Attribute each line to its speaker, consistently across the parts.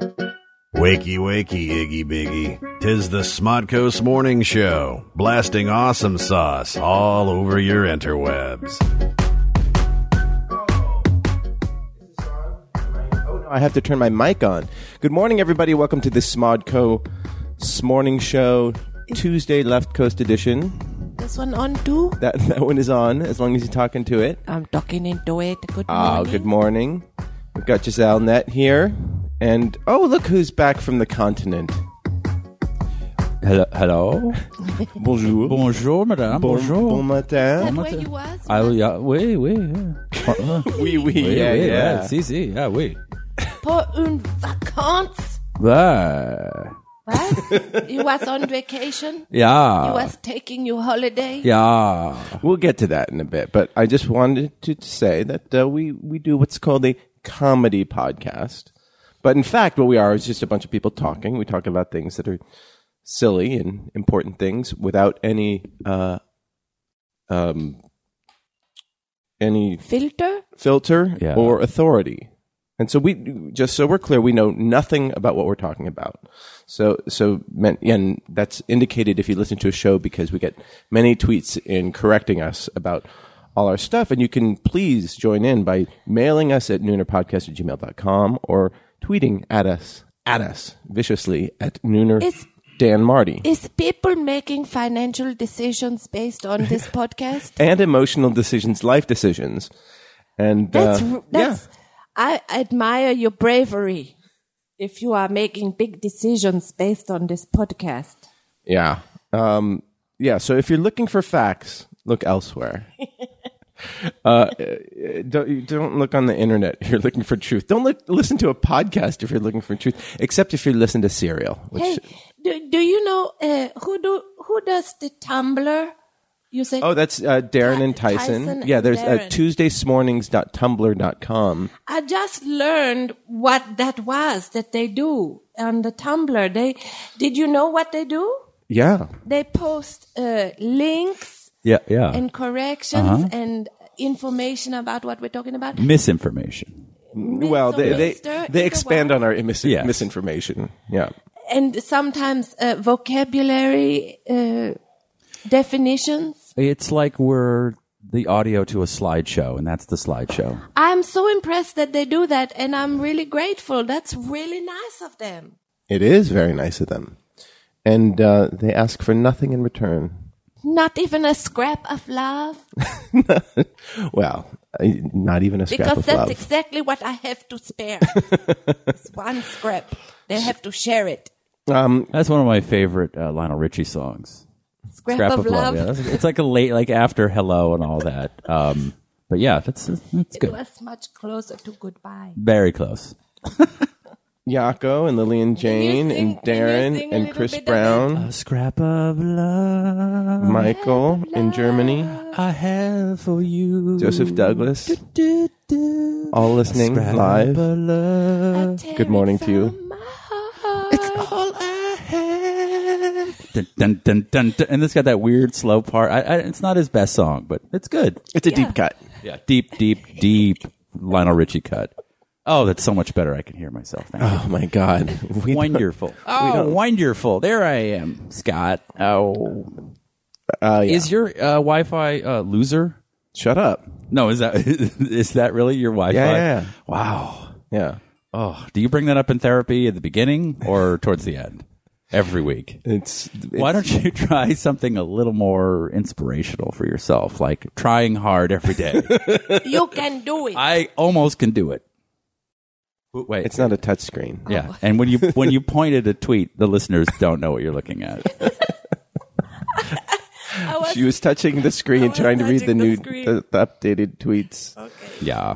Speaker 1: Wakey, wakey, Iggy Biggy. Tis the Smodco's Morning Show, blasting awesome sauce all over your interwebs.
Speaker 2: Oh, I have to turn my mic on. Good morning, everybody. Welcome to the Smodco Morning Show, Tuesday Left Coast Edition.
Speaker 3: This one on too.
Speaker 2: That that one is on as long as you're talking to it.
Speaker 3: I'm talking into it. Good morning.
Speaker 2: Ah, good morning. We've got Giselle Net here, and oh, look who's back from the continent.
Speaker 4: Hello, hello.
Speaker 2: Bonjour.
Speaker 4: Bonjour, madame.
Speaker 2: Bon-
Speaker 4: Bonjour.
Speaker 2: Bon matin.
Speaker 3: That where you was?
Speaker 4: I, yeah, Ah, oui, oui. Yeah.
Speaker 2: Oui, oui.
Speaker 4: oui,
Speaker 2: Yeah,
Speaker 4: oui,
Speaker 2: yeah.
Speaker 4: ouais, Si, si, yeah, oui.
Speaker 3: Pour une vacance.
Speaker 4: Bah.
Speaker 3: What? you was on vacation? You
Speaker 4: Yeah.
Speaker 3: was taking your holiday?
Speaker 4: Yeah.
Speaker 2: We'll get to that in a bit, but I just wanted to say that uh, we we do what's called a comedy podcast. But in fact, what we are is just a bunch of people talking. We talk about things that are silly and important things without any uh, um, any
Speaker 3: Filter?
Speaker 2: filter
Speaker 4: Yeah.
Speaker 2: or authority. And so we just so we're clear, we know nothing about what we're talking about. So so men- and that's indicated if you listen to a show because we get many tweets in correcting us about all our stuff. And you can please join in by mailing us at noonerpodcast at gmail.com or tweeting at us at us viciously at nooner
Speaker 3: It's-
Speaker 2: Dan Marty.
Speaker 3: Is people making financial decisions based on this podcast?
Speaker 2: and emotional decisions, life decisions. And
Speaker 3: That's,
Speaker 2: uh,
Speaker 3: r- that's I admire your bravery if you are making big decisions based on this podcast.
Speaker 2: Yeah. Um, yeah. So if you're looking for facts, look elsewhere. uh, uh, don't, you don't look on the internet if you're looking for truth. Don't look, listen to a podcast if you're looking for truth, except if you listen to Serial. Which,
Speaker 3: Hey, do, do you know uh, who do who does the Tumblr? You say
Speaker 2: Oh, that's uh, Darren and Tyson.
Speaker 3: Tyson
Speaker 2: yeah,
Speaker 3: and
Speaker 2: there's uh,
Speaker 3: Darren.
Speaker 2: Tuesdaysmornings.tumblr.com.
Speaker 3: I just learned what that was that they do on the Tumblr. They did you know what they do?
Speaker 2: Yeah.
Speaker 3: They post uh, links
Speaker 4: Yeah, yeah.
Speaker 3: and corrections and information about what we're talking about.
Speaker 4: Misinformation.
Speaker 2: Well, they, they,
Speaker 3: Mister,
Speaker 2: they
Speaker 3: either
Speaker 2: expand
Speaker 3: one.
Speaker 2: on our mis-
Speaker 4: Yes.
Speaker 2: misinformation. Yeah.
Speaker 3: and sometimes uh, vocabulary uh, definitions.
Speaker 4: It's like we're the audio to a slideshow, and that's the slideshow.
Speaker 3: I'm so impressed that they do that, and I'm really grateful. That's really nice of them.
Speaker 2: It is very nice of them. And uh, they ask for nothing in return.
Speaker 3: Not even a scrap of love,
Speaker 2: Well, I- not even a scrap
Speaker 3: because
Speaker 2: of
Speaker 3: that's
Speaker 2: love.
Speaker 3: exactly what I have to spare. it's one scrap. They have to share it.
Speaker 2: Um,
Speaker 4: That's one of my favorite uh, Lionel Richie songs.
Speaker 3: Scrap,
Speaker 4: Scrap of Love. Yeah, that's- it's like a late, like after Hello and all that. Um, but yeah, that's, that's
Speaker 3: It
Speaker 4: good.
Speaker 3: was much closer to goodbye.
Speaker 4: Very close.
Speaker 2: Yako and Lillian Jane
Speaker 3: sing-
Speaker 2: and
Speaker 3: can you
Speaker 2: Darren
Speaker 3: sing a
Speaker 2: and
Speaker 3: little
Speaker 2: Chris
Speaker 3: bit of Oh,
Speaker 2: Brown,
Speaker 4: A scrap of love.
Speaker 2: Michael in Germany,
Speaker 4: I have for you.
Speaker 2: Joseph Douglas,
Speaker 4: Do, do.
Speaker 2: all listening
Speaker 4: Scrap
Speaker 2: live.
Speaker 4: of love.
Speaker 2: Uh, Good morning to you.
Speaker 3: It's
Speaker 4: All I have. Dun, dun, dun, dun, dun. And it's got that weird slow part. I, I, it's not his best song, but it's good.
Speaker 2: It's a deep cut.
Speaker 4: Yeah, deep, deep, deep Lionel Richie cut. Uh, Oh, that's so much better. I can hear myself. Thank you.
Speaker 2: Oh my God. We-
Speaker 4: Wonderful. Oh, wonderful. There I am, Scott. Oh,
Speaker 2: uh, yeah.
Speaker 4: is your uh, Wi-Fi uh, loser?
Speaker 2: Shut up.
Speaker 4: No, is that is that really your Wi-Fi?
Speaker 2: Yeah, yeah, yeah.
Speaker 4: Wow.
Speaker 2: Yeah.
Speaker 4: Oh, do you bring that up in therapy at the beginning or towards the end? Every week.
Speaker 2: It's, it's
Speaker 4: Why don't you try something a little more inspirational for yourself, like trying hard every day?
Speaker 3: You can do it.
Speaker 4: I almost can do it. W- Wait.
Speaker 2: it's not a touch screen.
Speaker 4: yeah, and when you when you point at a tweet, the listeners don't know what you're looking at.
Speaker 3: I was
Speaker 2: She was touching the
Speaker 3: I
Speaker 2: screen
Speaker 3: was
Speaker 2: trying to read the
Speaker 3: touching the
Speaker 2: new,
Speaker 3: screen.
Speaker 2: the, the updated tweets.
Speaker 4: Yeah,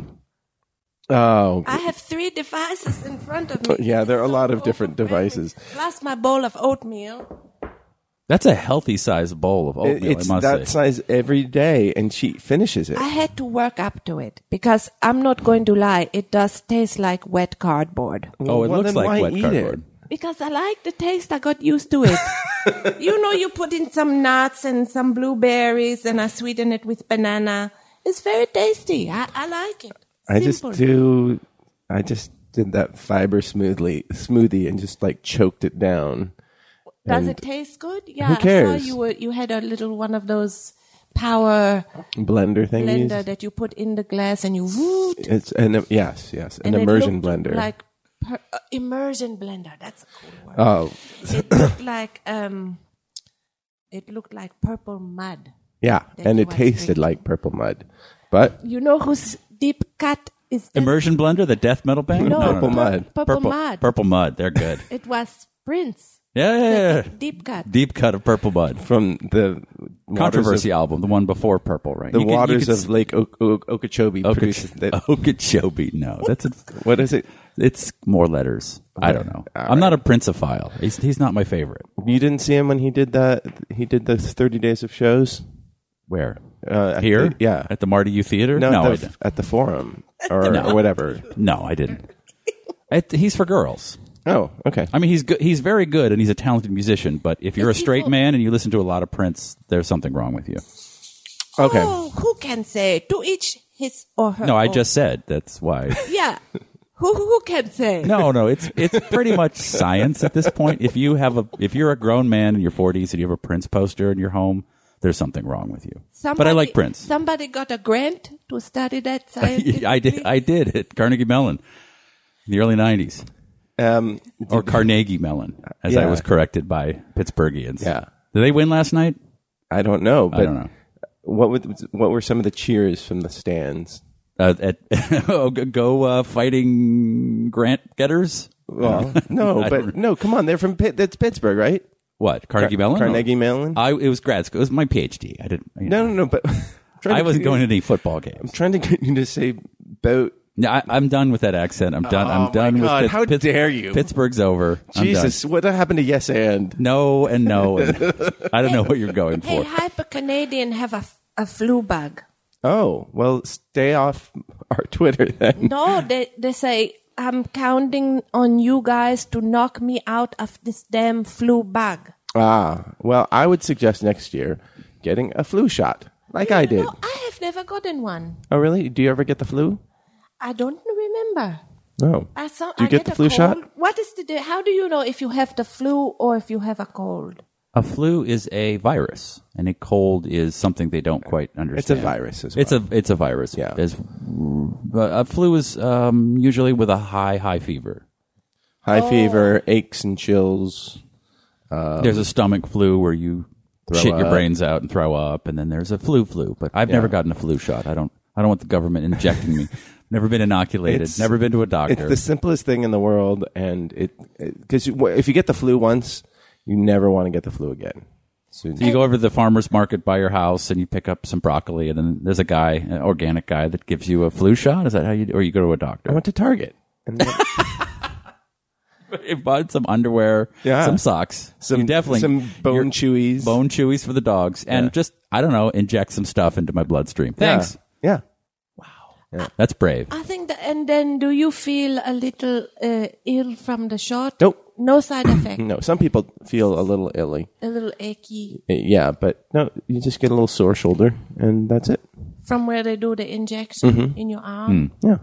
Speaker 2: Oh,
Speaker 3: I have three devices in front of me.
Speaker 2: Yeah, there are a
Speaker 3: It's
Speaker 2: lot
Speaker 3: so
Speaker 2: of different
Speaker 3: overwhelming.
Speaker 2: devices.
Speaker 3: Plus my bowl of oatmeal.
Speaker 4: that's a healthy sized bowl of
Speaker 2: it-
Speaker 4: oatmeal.
Speaker 2: it's
Speaker 4: Oh, I must
Speaker 2: that
Speaker 4: say.
Speaker 2: size every day, and she finishes it.
Speaker 3: I had to work up to it because I'm not going to lie, it does taste like wet cardboard.
Speaker 4: oh, it
Speaker 2: Well,
Speaker 4: looks
Speaker 2: then
Speaker 4: like
Speaker 2: why
Speaker 4: wet
Speaker 2: eat it?
Speaker 4: cardboard.
Speaker 3: Because I like the taste, I got used to it. you know, you put in some nuts and some blueberries and I sweeten it with banana. It's very tasty. I, I like it.
Speaker 2: I just
Speaker 3: Simple.
Speaker 2: do. I just did that fiber smoothly smoothie and just like choked it down.
Speaker 3: Does
Speaker 2: And
Speaker 3: it taste good? Yeah, I saw
Speaker 2: cares?
Speaker 3: you were you had a little one of those power
Speaker 2: blender thing? you
Speaker 3: blender
Speaker 2: use?
Speaker 3: that you put in the glass and you woot,
Speaker 2: It's an yes, yes, an
Speaker 3: and it
Speaker 2: immersion
Speaker 3: looked
Speaker 2: blender.
Speaker 3: like per, uh, immersion blender. That's a cool word.
Speaker 2: oh,
Speaker 3: it looked like um, it looked like purple mud.
Speaker 2: yeah,
Speaker 3: That
Speaker 2: and
Speaker 3: you
Speaker 2: it
Speaker 3: want
Speaker 2: tasted
Speaker 3: to-
Speaker 2: like purple mud, but
Speaker 3: You know whose deep cut is that?
Speaker 4: Immersion blender, the death metal band.
Speaker 3: No,
Speaker 2: Purple
Speaker 3: pur-
Speaker 2: Mud.
Speaker 3: Purple,
Speaker 4: purple
Speaker 3: mud.
Speaker 4: Purple mud. They're good.
Speaker 3: It was Prince.
Speaker 4: Yeah, yeah, yeah.
Speaker 3: Eh. Deep cut.
Speaker 4: Deep cut of purple mud.
Speaker 2: from the waters
Speaker 4: Controversy
Speaker 2: of-
Speaker 4: album, the one before purple, right?
Speaker 2: the
Speaker 4: You could- you
Speaker 2: waters
Speaker 4: could Oh.
Speaker 2: of Lake o- o- Okeechobee produces
Speaker 4: Okeechobee.
Speaker 2: that.
Speaker 4: Okeechobee. No, that's a,
Speaker 2: What is it?
Speaker 4: it's more letters. I don't know.
Speaker 2: All
Speaker 4: I'm not a princeophile. He's he's not my favorite.
Speaker 2: You didn't see him when he did that. He did those thirty days of shows.
Speaker 4: Where
Speaker 2: Uh, at
Speaker 4: here?
Speaker 2: the- yeah.
Speaker 4: at the Marty U Theater.
Speaker 2: No,
Speaker 4: No,
Speaker 2: at,
Speaker 4: I
Speaker 2: the,
Speaker 4: didn't.
Speaker 2: at the forum or, or whatever.
Speaker 4: no, I didn't. It, he's for girls.
Speaker 2: Oh, okay.
Speaker 4: I mean, he's good. He's very good, and he's a talented musician. But if you're a
Speaker 3: Is he
Speaker 4: straight
Speaker 3: for-
Speaker 4: man and you listen to a lot of Prince, there's something wrong with you.
Speaker 2: Okay.
Speaker 3: Oh, who can say? To each his or her.
Speaker 4: No, I
Speaker 3: own.
Speaker 4: just said that's why.
Speaker 3: yeah. Who who can say?
Speaker 4: No, no, it's it's pretty much science at this point. If you have a if you're a grown man in your 40s and you have a Prince poster in your home, there's something wrong with you. but I like Prince.
Speaker 3: Somebody got a grant to study that science.
Speaker 4: I did I did at Carnegie Mellon in the early 90s
Speaker 2: Um,
Speaker 4: or Carnegie Mellon as I
Speaker 2: Yeah.
Speaker 4: was corrected by Pittsburghians.
Speaker 2: Yeah.
Speaker 4: Did they win last night?
Speaker 2: I don't know. But
Speaker 4: I don't know.
Speaker 2: What would, what were some of the cheers from the stands?
Speaker 4: Uh, at oh, go- go uh, fighting grant getters.
Speaker 2: Well, no,
Speaker 4: I
Speaker 2: but no, come on, they're from Pitt, that's Pittsburgh, right?
Speaker 4: What Carnegie Mellon?
Speaker 2: Carnegie Mellon?
Speaker 4: I it was grad school. It was my PhD. I didn't. You know,
Speaker 2: no, no, no, but I'm trying
Speaker 4: I
Speaker 2: to
Speaker 4: wasn't
Speaker 2: get you-
Speaker 4: going to any football games.
Speaker 2: I'm trying to get you to say boat.
Speaker 4: No, I, I'm done with that accent. I'm done.
Speaker 2: Oh,
Speaker 4: I'm
Speaker 2: my
Speaker 4: done with
Speaker 2: God.
Speaker 4: Pitts-
Speaker 2: How
Speaker 4: Pitts-
Speaker 2: dare you.
Speaker 4: Pittsburgh's over. I'm done.
Speaker 2: Jesus, what happened to yes and?
Speaker 4: No and no. And I don't know what you're going
Speaker 3: hey,
Speaker 4: for.
Speaker 3: hyper Canadian have a, f- a flu bug.
Speaker 2: Oh, well, stay off our Twitter then.
Speaker 3: No, they they say I'm counting on you guys to knock me out of this damn flu bug.
Speaker 2: Ah, well, I would suggest next year getting a flu shot, like I did.
Speaker 3: No, I have never gotten one.
Speaker 2: Oh, really? Do you ever get the flu?
Speaker 3: I don't remember.
Speaker 2: No.
Speaker 3: I saw,
Speaker 2: Do you
Speaker 3: I
Speaker 2: get the
Speaker 3: a
Speaker 2: flu shot?
Speaker 3: cold. What is the? di- How do you know if you have the flu or if you have a cold?
Speaker 4: A flu is a virus, and a cold is something they don't quite understand.
Speaker 2: virus as
Speaker 4: It's a it's a virus.
Speaker 2: Yeah.
Speaker 4: It's- but a flu is um, usually with a high high fever.
Speaker 2: High
Speaker 3: Oh.
Speaker 2: fever, aches and chills.
Speaker 4: there's a stomach flu where you shit your
Speaker 2: Um, up.
Speaker 4: brains out and throw up, and then there's a flu flu. But I've never gotten a flu shot. I don't. I don't want the government injecting me. Never been inoculated.
Speaker 2: It's-
Speaker 4: never been to a doctor.
Speaker 2: It's the simplest thing in the world, and it because if you get the flu once, you never want to get the flu again. So
Speaker 4: You go over to the farmer's market by your house and you pick up some broccoli, and then there's a guy, an organic guy, that gives you a flu shot. Is that how you do Or you go to a
Speaker 2: I
Speaker 4: doctor.
Speaker 2: went to Target and then
Speaker 4: You bought some underwear,
Speaker 2: Yeah.
Speaker 4: some socks,
Speaker 2: some
Speaker 4: You definitely
Speaker 2: some
Speaker 4: your
Speaker 2: bone chewies.
Speaker 4: bone chewies for the dogs, and just, I don't know, inject some stuff into my bloodstream.
Speaker 2: Yeah.
Speaker 4: Thanks.
Speaker 2: Yeah.
Speaker 4: That's brave.
Speaker 3: I think, the, and then do you feel a little uh, ill from the shot?
Speaker 2: Nope.
Speaker 3: No side effect.
Speaker 2: No, some people feel a little illy.
Speaker 3: A little achy
Speaker 2: Uh, Yeah, but no, you just get a little sore shoulder, and that's it.
Speaker 3: from where they do the injection
Speaker 2: Mm-hmm.
Speaker 3: in your arm.
Speaker 2: Yeah.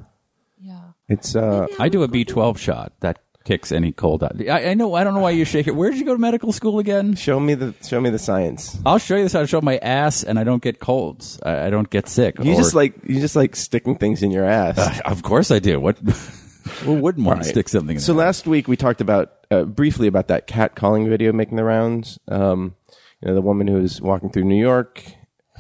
Speaker 3: Yeah.
Speaker 2: It's uh,
Speaker 4: I do a B12 shot that kicks any cold out. I, I know. I don't know why you shake it. Where did you go to medical school again?
Speaker 2: show me the show me the science.
Speaker 4: I'll show you this. I'll show my ass, and I don't get colds. I, I don't get sick.
Speaker 2: You
Speaker 4: or-
Speaker 2: just like you just like sticking things in your ass.
Speaker 4: Of course I do. What? Who wouldn't want to stick something in
Speaker 2: So
Speaker 4: there?
Speaker 2: last week we talked about uh, briefly about that cat calling video making the rounds. Um, you know, the woman who was walking through New York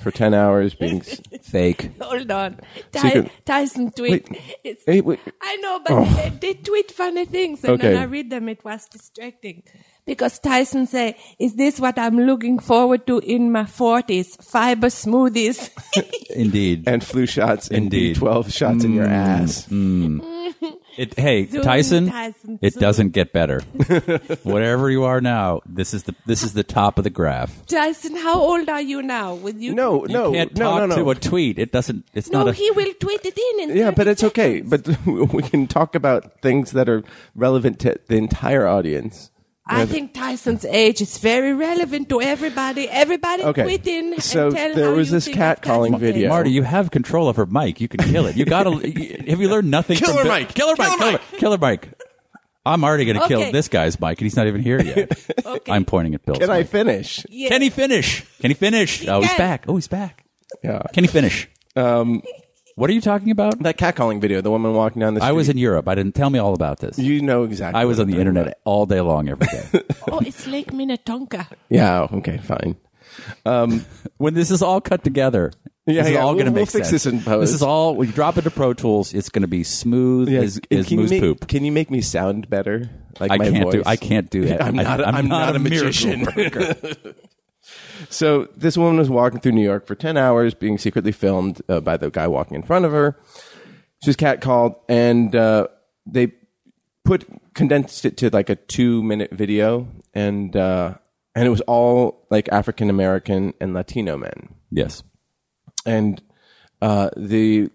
Speaker 2: for ten hours being. s-
Speaker 4: fake.
Speaker 3: Hold on.
Speaker 2: Secret-
Speaker 3: Ty- Tyson tweet. It's-
Speaker 2: Hey, wait. Oh.
Speaker 3: I know, but they, they tweet funny things, and
Speaker 2: Okay.
Speaker 3: when I read them, it was distracting. Because Tyson say, "Is this what I'm looking forward to in my forties? Fiber smoothies."
Speaker 4: Indeed.
Speaker 2: and flu shots and
Speaker 4: Indeed. Mm.
Speaker 2: B12 shots in your ass.
Speaker 4: It, hey, Tyson,
Speaker 3: Tyson,
Speaker 4: it
Speaker 3: zoom.
Speaker 4: doesn't get better. Whatever you are now, this is the this is the top of the graph.
Speaker 3: Tyson, how old are you now? With you?
Speaker 2: No, no,
Speaker 4: you can't
Speaker 2: no,
Speaker 4: talk
Speaker 2: no, no.
Speaker 4: to a tweet. It doesn't. It's
Speaker 3: No,
Speaker 4: not a.
Speaker 3: he will tweet it in. in
Speaker 2: yeah, but
Speaker 3: 30
Speaker 2: it's okay.
Speaker 3: seconds.
Speaker 2: But we can talk about things that are relevant to the entire audience.
Speaker 3: I think Tyson's age is very relevant to everybody. Everybody
Speaker 2: Okay.
Speaker 3: quit in
Speaker 2: So
Speaker 3: and tell
Speaker 2: there
Speaker 3: how
Speaker 2: was
Speaker 3: you
Speaker 2: this
Speaker 3: think
Speaker 2: cat
Speaker 3: of Tyson's
Speaker 2: calling
Speaker 3: age.
Speaker 2: video.
Speaker 4: Marty, you have control of her mic. You can kill it. You gotta. have you learned nothing?
Speaker 1: Kill
Speaker 4: from
Speaker 1: her
Speaker 4: Bill-
Speaker 1: mic.
Speaker 4: Kill her
Speaker 1: Kill
Speaker 4: mic.
Speaker 1: her
Speaker 4: Kill her
Speaker 1: mic.
Speaker 4: mic. Kill her mic. I'm already gonna
Speaker 3: Okay.
Speaker 4: kill this guy's mic, and he's not even here yet. I'm pointing at Bill's.
Speaker 2: Can I
Speaker 4: mic.
Speaker 2: finish?
Speaker 3: Yeah.
Speaker 4: Can he finish? Can he finish? oh, he's
Speaker 3: can.
Speaker 4: back. Oh, he's back.
Speaker 2: Yeah.
Speaker 4: Can he finish? Um, what are you talking about?
Speaker 2: That catcalling video, the woman walking down the street.
Speaker 4: I was in Europe. I didn't tell me all about this.
Speaker 2: You know exactly.
Speaker 4: I was
Speaker 2: what
Speaker 4: on the
Speaker 2: I'm
Speaker 4: internet
Speaker 2: talking
Speaker 4: all day long every day.
Speaker 3: Oh, it's Lake Minnetonka.
Speaker 2: about. Yeah. oh, Okay. Fine.
Speaker 4: when this is all cut together,
Speaker 2: Yeah,
Speaker 4: this is
Speaker 2: yeah,
Speaker 4: all going to
Speaker 2: we'll-
Speaker 4: make
Speaker 2: we'll fix
Speaker 4: sense.
Speaker 2: this in post.
Speaker 4: is all. We drop into Pro Tools. It's going to be smooth as,
Speaker 2: and
Speaker 4: as
Speaker 2: can
Speaker 4: moose
Speaker 2: you make,
Speaker 4: poop.
Speaker 2: Can you make me sound better? Like
Speaker 4: I
Speaker 2: my
Speaker 4: can't do.
Speaker 2: voice?
Speaker 4: I can't do that.
Speaker 2: I'm
Speaker 4: I-
Speaker 2: not. I'm, not, a,
Speaker 4: miracle
Speaker 2: magician.
Speaker 4: worker.
Speaker 2: so this woman was walking through New York for ten hours, being secretly filmed uh, by the guy walking in front of her. She was catcalled, and uh, they put condensed it to like a two minute video, and uh, and it was all like African American and Latino men.
Speaker 4: yes.
Speaker 2: and uh, the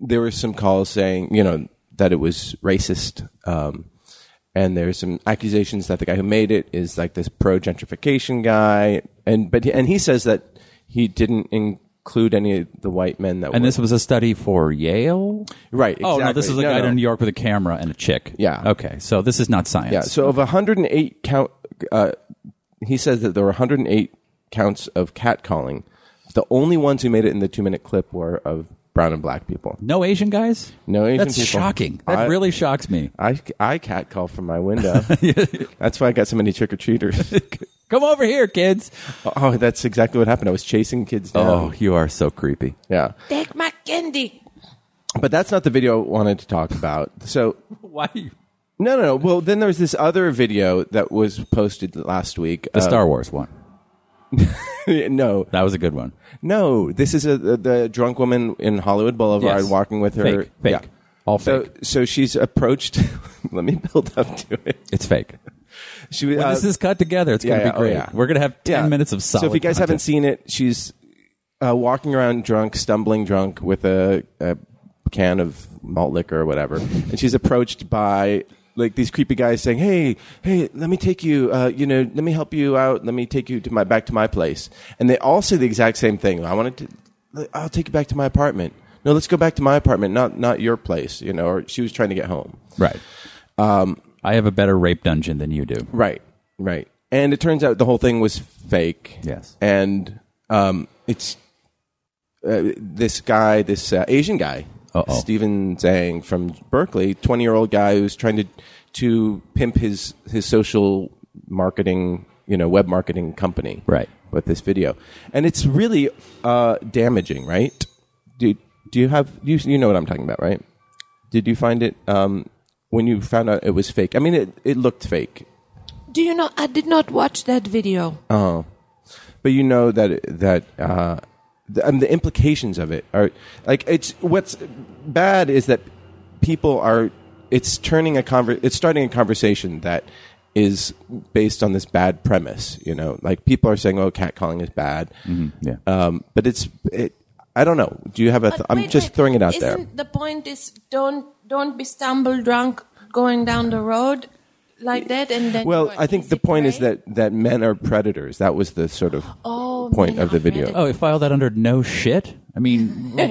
Speaker 2: there were some calls saying you know that it was racist um, and there's some accusations that the guy who made it is like this pro gentrification guy and but and he says that he didn't include any of the white men that
Speaker 4: And
Speaker 2: were
Speaker 4: this was a study for Yale.
Speaker 2: right
Speaker 4: Oh no, this
Speaker 2: exactly.
Speaker 4: is a guy
Speaker 2: no.
Speaker 4: in New York with a camera and a chick.
Speaker 2: Yeah.
Speaker 4: Okay, so this is not science.
Speaker 2: yeah so of 108 count uh, he says that there were 108 counts of catcalling the only ones who made it in the two minute clip were of brown and black people
Speaker 4: No Asian guys.
Speaker 2: No Asian
Speaker 4: That's
Speaker 2: people.
Speaker 4: shocking. That
Speaker 2: I-
Speaker 4: really shocks me.
Speaker 2: I, I cat call from my window. that's why I got so many trick or treaters.
Speaker 4: Come over here, kids.
Speaker 2: oh, that's exactly what happened. I was chasing kids down.
Speaker 4: Oh, you are so creepy.
Speaker 2: Yeah.
Speaker 3: Take my candy.
Speaker 2: But that's not the video I wanted to talk about. So,
Speaker 4: Why? The
Speaker 2: no, no, no. Well, then there was this other video that was posted last week. Uh,
Speaker 4: Star Wars one.
Speaker 2: no,
Speaker 4: That was a good one.
Speaker 2: no. This is a, the, the drunk woman in Hollywood Boulevard
Speaker 4: Yes.
Speaker 2: walking with her.
Speaker 4: Fake, fake. All
Speaker 2: so,
Speaker 4: fake.
Speaker 2: So she's approached. let me build up to it.
Speaker 4: It's fake.
Speaker 2: She was. uh,
Speaker 4: When this is cut together, it's going to
Speaker 2: yeah,
Speaker 4: be
Speaker 2: oh,
Speaker 4: great.
Speaker 2: yeah.
Speaker 4: We're going to have 10
Speaker 2: Yeah.
Speaker 4: minutes of solid
Speaker 2: So if you guys
Speaker 4: content.
Speaker 2: haven't seen it, she's uh, walking around drunk, stumbling drunk with a, a can of malt liquor or whatever, and she's approached by like these creepy guys saying, "Hey, hey, let me take you. Uh, you know, let me help you out. Let me take you to my back to my place." And they all say the exact same thing. I wanted to. I'll take you back to my apartment. No, let's go back to my apartment, not not your place. You know, or she was trying to get home.
Speaker 4: Right.
Speaker 2: um,
Speaker 4: I have a better rape dungeon than you do.
Speaker 2: Right, right. And it turns out the whole thing was fake.
Speaker 4: Yes.
Speaker 2: And um, it's uh, this guy, this uh, Asian guy,
Speaker 4: Uh-oh.
Speaker 2: Stephen Zhang from Berkeley, twenty-year-old guy who's trying to to pimp his his social marketing, you know, web marketing company.
Speaker 4: Right.
Speaker 2: With this video, and it's really uh, damaging, right? Do do you have you you know what I'm talking about, right? Did you find it um, when you found out it was fake? I mean, it, it looked fake.
Speaker 3: Do you know? I did not watch that video.
Speaker 2: but you know that that uh, the, um, the implications of it are like it's what's bad is that people are it's turning a conver- it's starting a conversation that is based on this bad premise you know like people are saying oh catcalling is bad
Speaker 4: Mm-hmm. yeah.
Speaker 2: um, but it's it, i don't know do you have a th-
Speaker 3: But
Speaker 2: i'm
Speaker 3: wait,
Speaker 2: just
Speaker 3: wait,
Speaker 2: throwing it out there
Speaker 3: Isn't The point is, don't don't be stumble drunk going down the road like that, and then.
Speaker 2: well
Speaker 3: you're
Speaker 2: i think
Speaker 3: easy
Speaker 2: the point is
Speaker 3: prey.
Speaker 2: that that men are predators that was the sort of
Speaker 3: Oh,
Speaker 2: point
Speaker 3: men
Speaker 2: of the
Speaker 3: are
Speaker 2: video
Speaker 4: oh, it filed that under no shit? I mean, wha-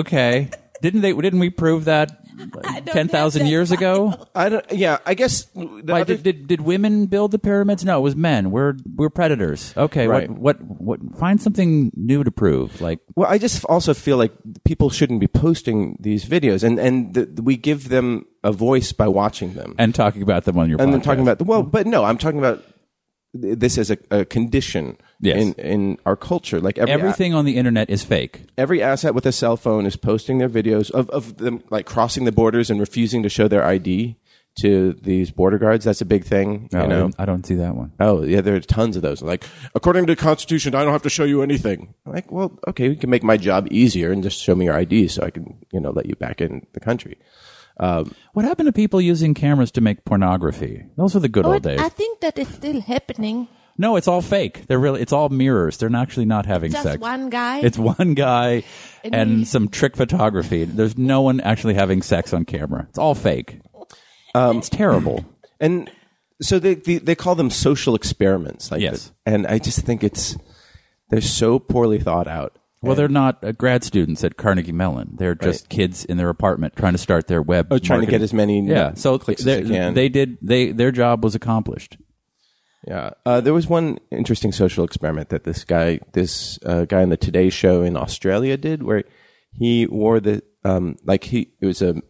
Speaker 4: okay. Didn't they? Didn't we prove that
Speaker 3: don't
Speaker 4: ten thousand
Speaker 3: have that
Speaker 4: years ago?
Speaker 2: i don't yeah i guess the
Speaker 4: Why,
Speaker 2: other-
Speaker 4: did, did did women build the pyramids? No, it was men. We're we're predators. Okay,
Speaker 2: Right.
Speaker 4: what, what what? Find something new to prove. Like
Speaker 2: Well, I just also feel like people shouldn't be posting these videos, and and th we give them a voice by watching them,
Speaker 4: and talking about them on your
Speaker 2: and then
Speaker 4: podcast. Mm-hmm.
Speaker 2: talking about well, but no, I'm talking about th- this as a, a condition
Speaker 4: Yes.
Speaker 2: in in our culture. Like every,
Speaker 4: everything on the internet is fake.
Speaker 2: every asset with a cell phone is posting their videos of of them like crossing the borders and refusing to show their ID to these border guards. That's a big thing,
Speaker 4: Oh, I
Speaker 2: you know.
Speaker 4: don't- I don't see that one.
Speaker 2: Oh yeah, there are tons of those. Like, according to the Constitution, I don't have to show you anything. Like, well, okay, we can make my job easier and just show me your ID so I can, you know, let you back in the country.
Speaker 4: What happened to people using cameras to make pornography? Those were the good old
Speaker 3: But
Speaker 4: days.
Speaker 3: I think that it's still happening.
Speaker 4: No, it's all fake. They're really it's all mirrors. They're not actually not having
Speaker 3: Just
Speaker 4: sex.
Speaker 3: one guy?
Speaker 4: It's one guy and,
Speaker 3: And he-
Speaker 4: some trick photography. There's no
Speaker 2: Um,
Speaker 4: one actually having sex on camera. It's all fake. it's terrible.
Speaker 2: And so they, they they call them social experiments. Like
Speaker 4: Yes.
Speaker 2: that. and I just think it's they're so poorly thought out.
Speaker 4: Well, they're not uh, grad students at Carnegie Mellon. They're just kids in their apartment trying to start their web.
Speaker 2: Oh, trying to
Speaker 4: marketing.
Speaker 2: get as many
Speaker 4: yeah. So
Speaker 2: clicks as
Speaker 4: they-
Speaker 2: they can.
Speaker 4: they did. They their job was accomplished.
Speaker 2: Yeah, uh, there was one interesting social experiment that this guy, this uh, guy on the Today Show in Australia did, where he wore the um, like he it was a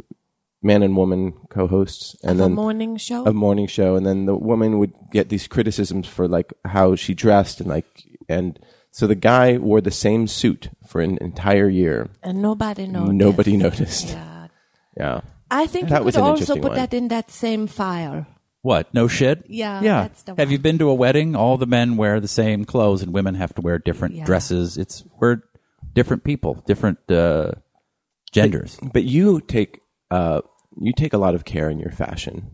Speaker 2: man and woman co-hosts, and
Speaker 3: The
Speaker 2: then
Speaker 3: morning show.
Speaker 2: a morning show, and then the woman would get these criticisms for like how she dressed and like and so the guy wore the same suit for an entire year.
Speaker 3: and nobody knows.
Speaker 2: Nobody noticed.
Speaker 3: Yeah.
Speaker 2: Yeah,
Speaker 3: I think
Speaker 2: That
Speaker 3: you
Speaker 2: was
Speaker 3: could
Speaker 2: an
Speaker 3: also
Speaker 2: interesting
Speaker 3: put
Speaker 2: one.
Speaker 3: that in that same file.
Speaker 4: What? No shit.
Speaker 3: Yeah,
Speaker 4: Yeah.
Speaker 3: that's the
Speaker 4: have you
Speaker 3: one.
Speaker 4: been to a wedding? All the men wear the same clothes, and women have to wear different
Speaker 3: Yeah.
Speaker 4: dresses. It's we're different people, different uh, genders.
Speaker 2: but you take uh, you take a lot of care in your fashion.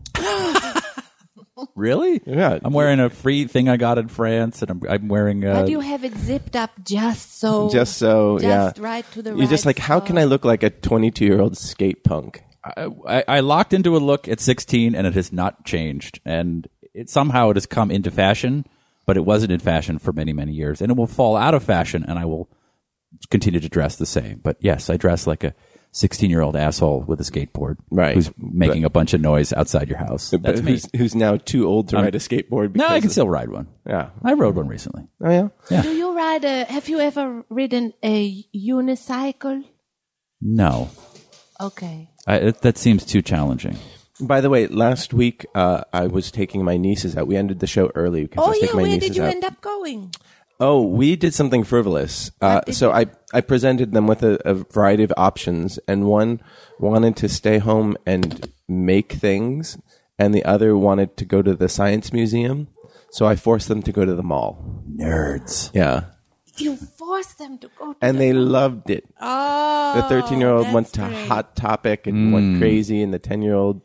Speaker 4: Really?
Speaker 2: Yeah.
Speaker 4: I'm wearing a free thing I got in France, and I'm, I'm wearing. Uh,
Speaker 3: But you have it zipped up just so.
Speaker 2: just so
Speaker 3: Oh, Just
Speaker 2: yeah
Speaker 3: right to the
Speaker 2: you're just
Speaker 3: right
Speaker 2: like how can i look like a 22 year old skate punk
Speaker 4: I, I- I locked into a look at 16, and it has not changed. And it somehow it has come into fashion, but it wasn't in fashion for many many years, and it will fall out of fashion, and I will continue to dress the same. But yes, I dress like a. 16 year old asshole with a skateboard
Speaker 2: Right.
Speaker 4: who's making a bunch of noise outside your house. That's
Speaker 2: But
Speaker 4: me.
Speaker 2: uh, who's, who's now too old to ride a skateboard
Speaker 4: No, I
Speaker 2: because
Speaker 4: can still ride one.
Speaker 2: Yeah.
Speaker 4: I rode one recently.
Speaker 2: oh yeah
Speaker 3: Do you ride a? Have you ever ridden a unicycle?
Speaker 4: No,
Speaker 3: Okay.
Speaker 4: I, it, that seems too challenging.
Speaker 2: by the way last week uh, i was taking my nieces out we ended the show early because i
Speaker 3: Oh
Speaker 2: was
Speaker 3: yeah,
Speaker 2: taking my
Speaker 3: where
Speaker 2: nieces
Speaker 3: did you
Speaker 2: out
Speaker 3: end up going?
Speaker 2: oh we did something frivolous uh, so i i presented them with a, a variety of options and one wanted to stay home and make things and the other wanted to go to the science museum so i forced them to go to the mall
Speaker 4: Nerds.
Speaker 2: yeah
Speaker 3: You forced them to go. To
Speaker 2: and
Speaker 3: the,
Speaker 2: they loved it
Speaker 3: oh,
Speaker 2: the 13 year old went
Speaker 3: that's
Speaker 2: to
Speaker 3: great.
Speaker 2: Hot Topic and went
Speaker 4: Mm.
Speaker 2: crazy, and the 10 year old,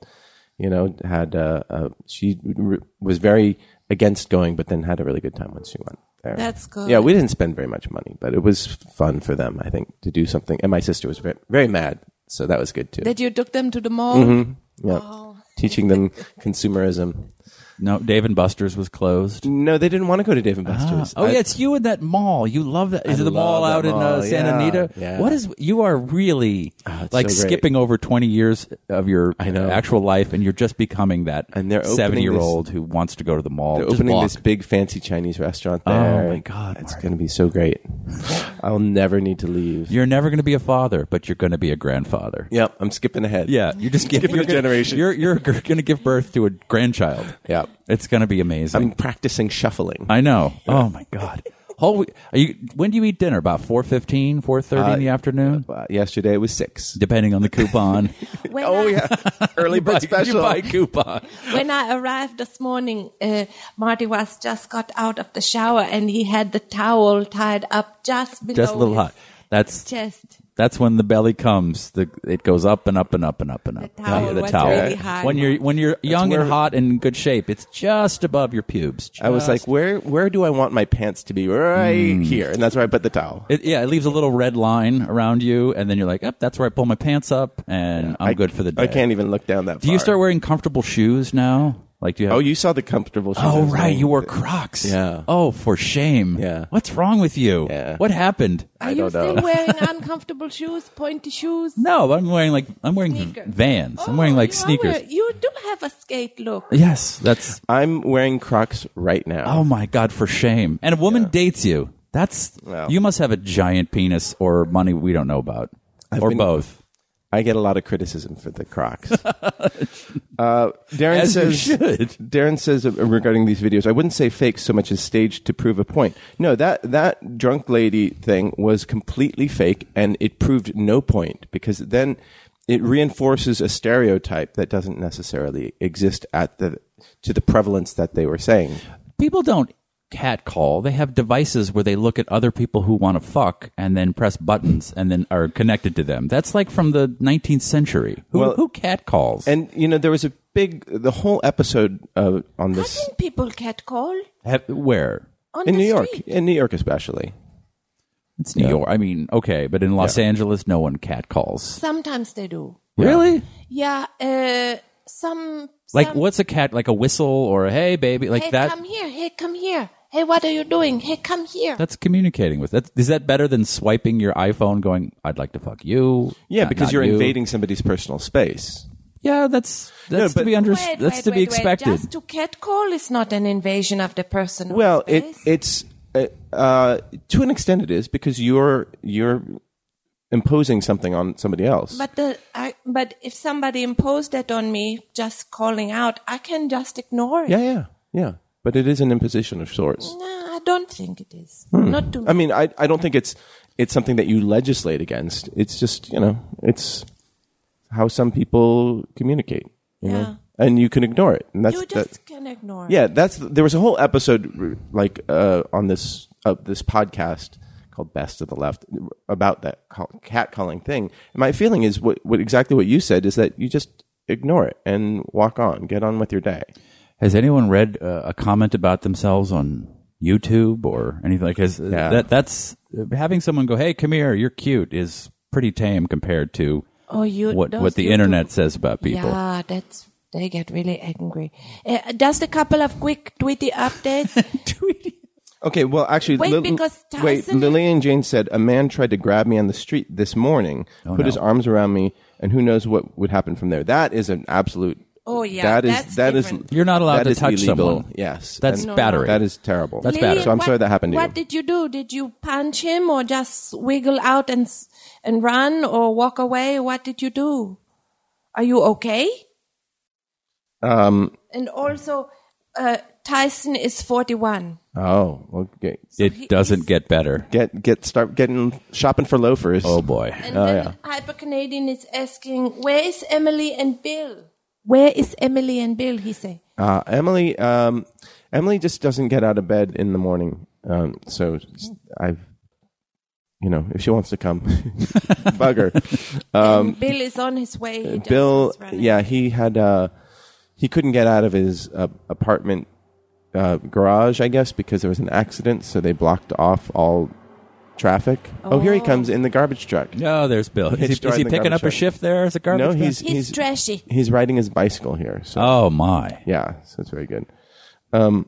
Speaker 2: you know, had, uh, uh, she r- was very against going, but then had a really good time when she went there.
Speaker 3: That's good.
Speaker 2: Yeah, we didn't spend very much money, but it was fun for them, I think, to do something. And my sister was very, very mad, so that was good too.
Speaker 3: That you took them to the mall.
Speaker 2: Mm-hmm. yeah.
Speaker 3: Oh.
Speaker 2: Teaching them consumerism.
Speaker 4: No, Dave and Buster's was closed.
Speaker 2: No, they didn't want to go to Dave and Buster's.
Speaker 4: Oh
Speaker 2: I-
Speaker 4: yeah, it's you in that mall. You love that. Is
Speaker 2: I
Speaker 4: it the mall
Speaker 2: love
Speaker 4: out
Speaker 2: that
Speaker 4: in uh,
Speaker 2: mall,
Speaker 4: Santa
Speaker 2: yeah,
Speaker 4: Anita?
Speaker 2: yeah. Ah,
Speaker 4: What is? You are really
Speaker 2: it's
Speaker 4: like
Speaker 2: so great.
Speaker 4: skipping over twenty years of your
Speaker 2: I know.
Speaker 4: actual life, and you're just becoming that
Speaker 2: And they're opening
Speaker 4: seven year old who wants to go to the mall.
Speaker 2: They're
Speaker 4: Just
Speaker 2: opening
Speaker 4: walk. Oh,
Speaker 2: this big fancy Chinese restaurant there.
Speaker 4: my God,
Speaker 2: It's
Speaker 4: Mark.
Speaker 2: going to be so great. I'll never need to leave.
Speaker 4: You're never going to be a father, but you're going to be a grandfather.
Speaker 2: Yep, I'm skipping ahead.
Speaker 4: Yeah, you're just giving
Speaker 2: Skipping a generation.
Speaker 4: You're you're going to give birth to a grandchild.
Speaker 2: Yeah.
Speaker 4: it's going to be amazing.
Speaker 2: I'm practicing shuffling.
Speaker 4: I know. Oh my god. Whole we- are you when do you eat dinner? About 4.15, 4.30 in the afternoon?
Speaker 2: Uh, yesterday it was six.
Speaker 4: Depending on the coupon.
Speaker 3: When
Speaker 2: Oh
Speaker 3: I-
Speaker 2: yeah, early
Speaker 4: You buy-
Speaker 2: bird special.
Speaker 4: You buy coupon.
Speaker 3: when I arrived this morning, uh, Marty was just got out of the shower and he had the towel tied up just below
Speaker 4: Just a little
Speaker 3: his
Speaker 4: hot. That's
Speaker 3: chest.
Speaker 4: that's when the belly comes. The it goes up and up and up and up and up.
Speaker 3: The towel was really high.
Speaker 4: When you're when you're young
Speaker 2: where-
Speaker 4: and hot and in good shape, it's just above your pubes.
Speaker 2: I was like, where where do I want my pants to be? Right
Speaker 4: Hmm.
Speaker 2: here, and that's where I put the towel.
Speaker 4: It, yeah, it leaves a little red line around you, and then you're like, "Up, that's where I pull my pants up, and I'm good for the day."
Speaker 2: I can't even look down that.
Speaker 4: Do you start wearing comfortable shoes now? Like, do you have?
Speaker 2: Oh, you saw the comfortable. shoes I
Speaker 4: Oh
Speaker 2: was
Speaker 4: right,
Speaker 2: wearing.
Speaker 4: you wore Crocs.
Speaker 2: Yeah.
Speaker 4: Oh, for shame.
Speaker 2: Yeah.
Speaker 4: What's wrong with you?
Speaker 2: Yeah.
Speaker 4: What happened?
Speaker 3: Are you
Speaker 2: don't know. Mm-hmm.
Speaker 3: still wearing uncomfortable shoes, pointy shoes?
Speaker 4: No, I'm wearing like I'm wearing
Speaker 3: Sneakers.
Speaker 4: Vans. I'm
Speaker 3: Oh,
Speaker 4: wearing like
Speaker 3: you are
Speaker 4: sneakers.
Speaker 3: wearing- you do have a skate look.
Speaker 4: Yes, that's.
Speaker 2: I'm wearing Crocs right now.
Speaker 4: Oh my God, for shame! And a woman dates you. That's
Speaker 2: Well.
Speaker 4: you must have a giant penis or money we don't know about, or
Speaker 2: been-
Speaker 4: both.
Speaker 2: I get a lot of criticism for the Crocs. uh, Darren
Speaker 4: As you
Speaker 2: says.
Speaker 4: should.
Speaker 2: Darren says uh, regarding these videos, I wouldn't say fake so much as staged to prove a point. No, that that drunk lady thing was completely fake, and it proved no point because then it reinforces a stereotype that doesn't necessarily exist at the to the prevalence that they were saying.
Speaker 4: People don't catcall. They have devices where they look at other people who want to fuck and then press buttons and then are connected to them. That's like from the 19th century. Who,
Speaker 2: Well-
Speaker 4: who catcalls?
Speaker 2: And you know, there was a big the whole episode uh, on
Speaker 3: How
Speaker 2: this
Speaker 3: can people catcall
Speaker 4: Have, where?
Speaker 3: on
Speaker 2: in
Speaker 3: the
Speaker 2: New York,
Speaker 3: street?
Speaker 2: in New York especially.
Speaker 4: It's New York. I mean, okay, but in Los Angeles, no one catcalls.
Speaker 3: Sometimes they do.
Speaker 4: Really?
Speaker 3: Yeah, uh, some
Speaker 4: Like
Speaker 3: some,
Speaker 4: what's a cat like a whistle or a hey baby like
Speaker 3: Hey,
Speaker 4: that?
Speaker 3: come here. Hey, come here. Hey, what are you doing? Hey, come here.
Speaker 4: That's communicating with. That is that better than swiping your iPhone, going, "I'd like to fuck you."
Speaker 2: Yeah,
Speaker 4: not-
Speaker 2: because
Speaker 4: Uh, not
Speaker 2: you're
Speaker 4: you."
Speaker 2: invading somebody's personal space.
Speaker 4: Yeah, that's that's
Speaker 2: No,
Speaker 4: to
Speaker 2: but-
Speaker 4: be under,
Speaker 3: Wait,
Speaker 4: That's
Speaker 3: wait,
Speaker 4: to be
Speaker 3: wait, wait.
Speaker 4: expected.
Speaker 3: Just to catcall is not an invasion of the personal
Speaker 2: Well, it,
Speaker 3: space.
Speaker 2: it's uh, uh, to an extent it is because you're you're imposing something on somebody else.
Speaker 3: But the I, but if somebody imposed that on me, just calling out, I can just ignore it.
Speaker 2: yeah, yeah, yeah. But it is an imposition of sorts.
Speaker 3: No, I don't think it is.
Speaker 4: Hmm.
Speaker 3: Not to me.
Speaker 2: I mean, I I don't think it's it's something that you legislate against. It's just you know it's how some people communicate. You
Speaker 3: yeah.
Speaker 2: know? And you can ignore it, and that's
Speaker 3: you
Speaker 2: that-
Speaker 3: just can ignore.
Speaker 2: Yeah, that's there was a whole episode like uh, on this uh, this podcast called Best of the Left about that call, cat calling thing. And my feeling is what, what exactly what you said is that you just ignore it and walk on, get on with your day.
Speaker 4: Has anyone read uh, a comment about themselves on YouTube or anything like? Has
Speaker 2: Yeah.
Speaker 4: that that's having someone go, "Hey, come here, you're cute," is pretty tame compared to
Speaker 3: Oh, you
Speaker 4: what
Speaker 3: those
Speaker 4: what the
Speaker 3: YouTube-
Speaker 4: internet says about people.
Speaker 3: Yeah, that's they get really angry. Uh, just a couple of quick tweety updates.
Speaker 2: Okay, well, actually,
Speaker 3: Wait,
Speaker 2: Lil-
Speaker 3: because
Speaker 2: wait,
Speaker 3: Tyson-
Speaker 2: Lillian Jane said a man tried to grab me on the street this morning, put his arms around me, and who knows what would happen from there. That is an absolute.
Speaker 3: Oh, yeah,
Speaker 2: that
Speaker 3: that's
Speaker 2: is that is-
Speaker 3: different.
Speaker 4: You're not allowed
Speaker 2: that
Speaker 4: to
Speaker 2: is
Speaker 4: touch
Speaker 2: illegal.
Speaker 4: someone.
Speaker 2: Yes,
Speaker 4: That's
Speaker 2: And
Speaker 4: battery.
Speaker 2: That is terrible.
Speaker 4: That's
Speaker 3: Lily,
Speaker 4: bad.
Speaker 2: So I'm
Speaker 3: what-
Speaker 2: sorry that happened to you.
Speaker 3: What did you do? Did you punch him or just wiggle out and s- and run or walk away? What did you do? Are you okay?
Speaker 2: Um,
Speaker 3: And also, uh, Tyson is forty-one.
Speaker 2: oh, okay.
Speaker 4: It doesn't get better.
Speaker 2: Get get start getting shopping for loafers.
Speaker 4: Oh boy.
Speaker 3: And then Hyper Canadian is asking, "Where is Emily and Bill? Where is Emily and Bill?" He say.
Speaker 2: Uh, Emily, um, Emily just doesn't get out of bed in the morning. Um, so I've, you know, if she wants to come, bug her.
Speaker 3: and Bill is on his way. He
Speaker 2: Um,
Speaker 3: just
Speaker 2: Bill,
Speaker 3: was running.
Speaker 2: yeah, he had uh, he couldn't get out of his uh, apartment uh, garage, I guess, because there was an accident, so they blocked off all traffic. Oh, here he comes in the garbage truck.
Speaker 4: No, there's Bill. Is
Speaker 2: Hitched
Speaker 4: he, is
Speaker 2: ride
Speaker 4: he
Speaker 2: in the
Speaker 4: picking up
Speaker 2: garbage
Speaker 4: a
Speaker 2: truck.
Speaker 4: shift there as a garbage?
Speaker 2: No,
Speaker 4: man?
Speaker 2: he's
Speaker 3: He's trashy.
Speaker 2: He's riding his bicycle here. So
Speaker 4: Oh my!
Speaker 2: Yeah, so it's very good. Um,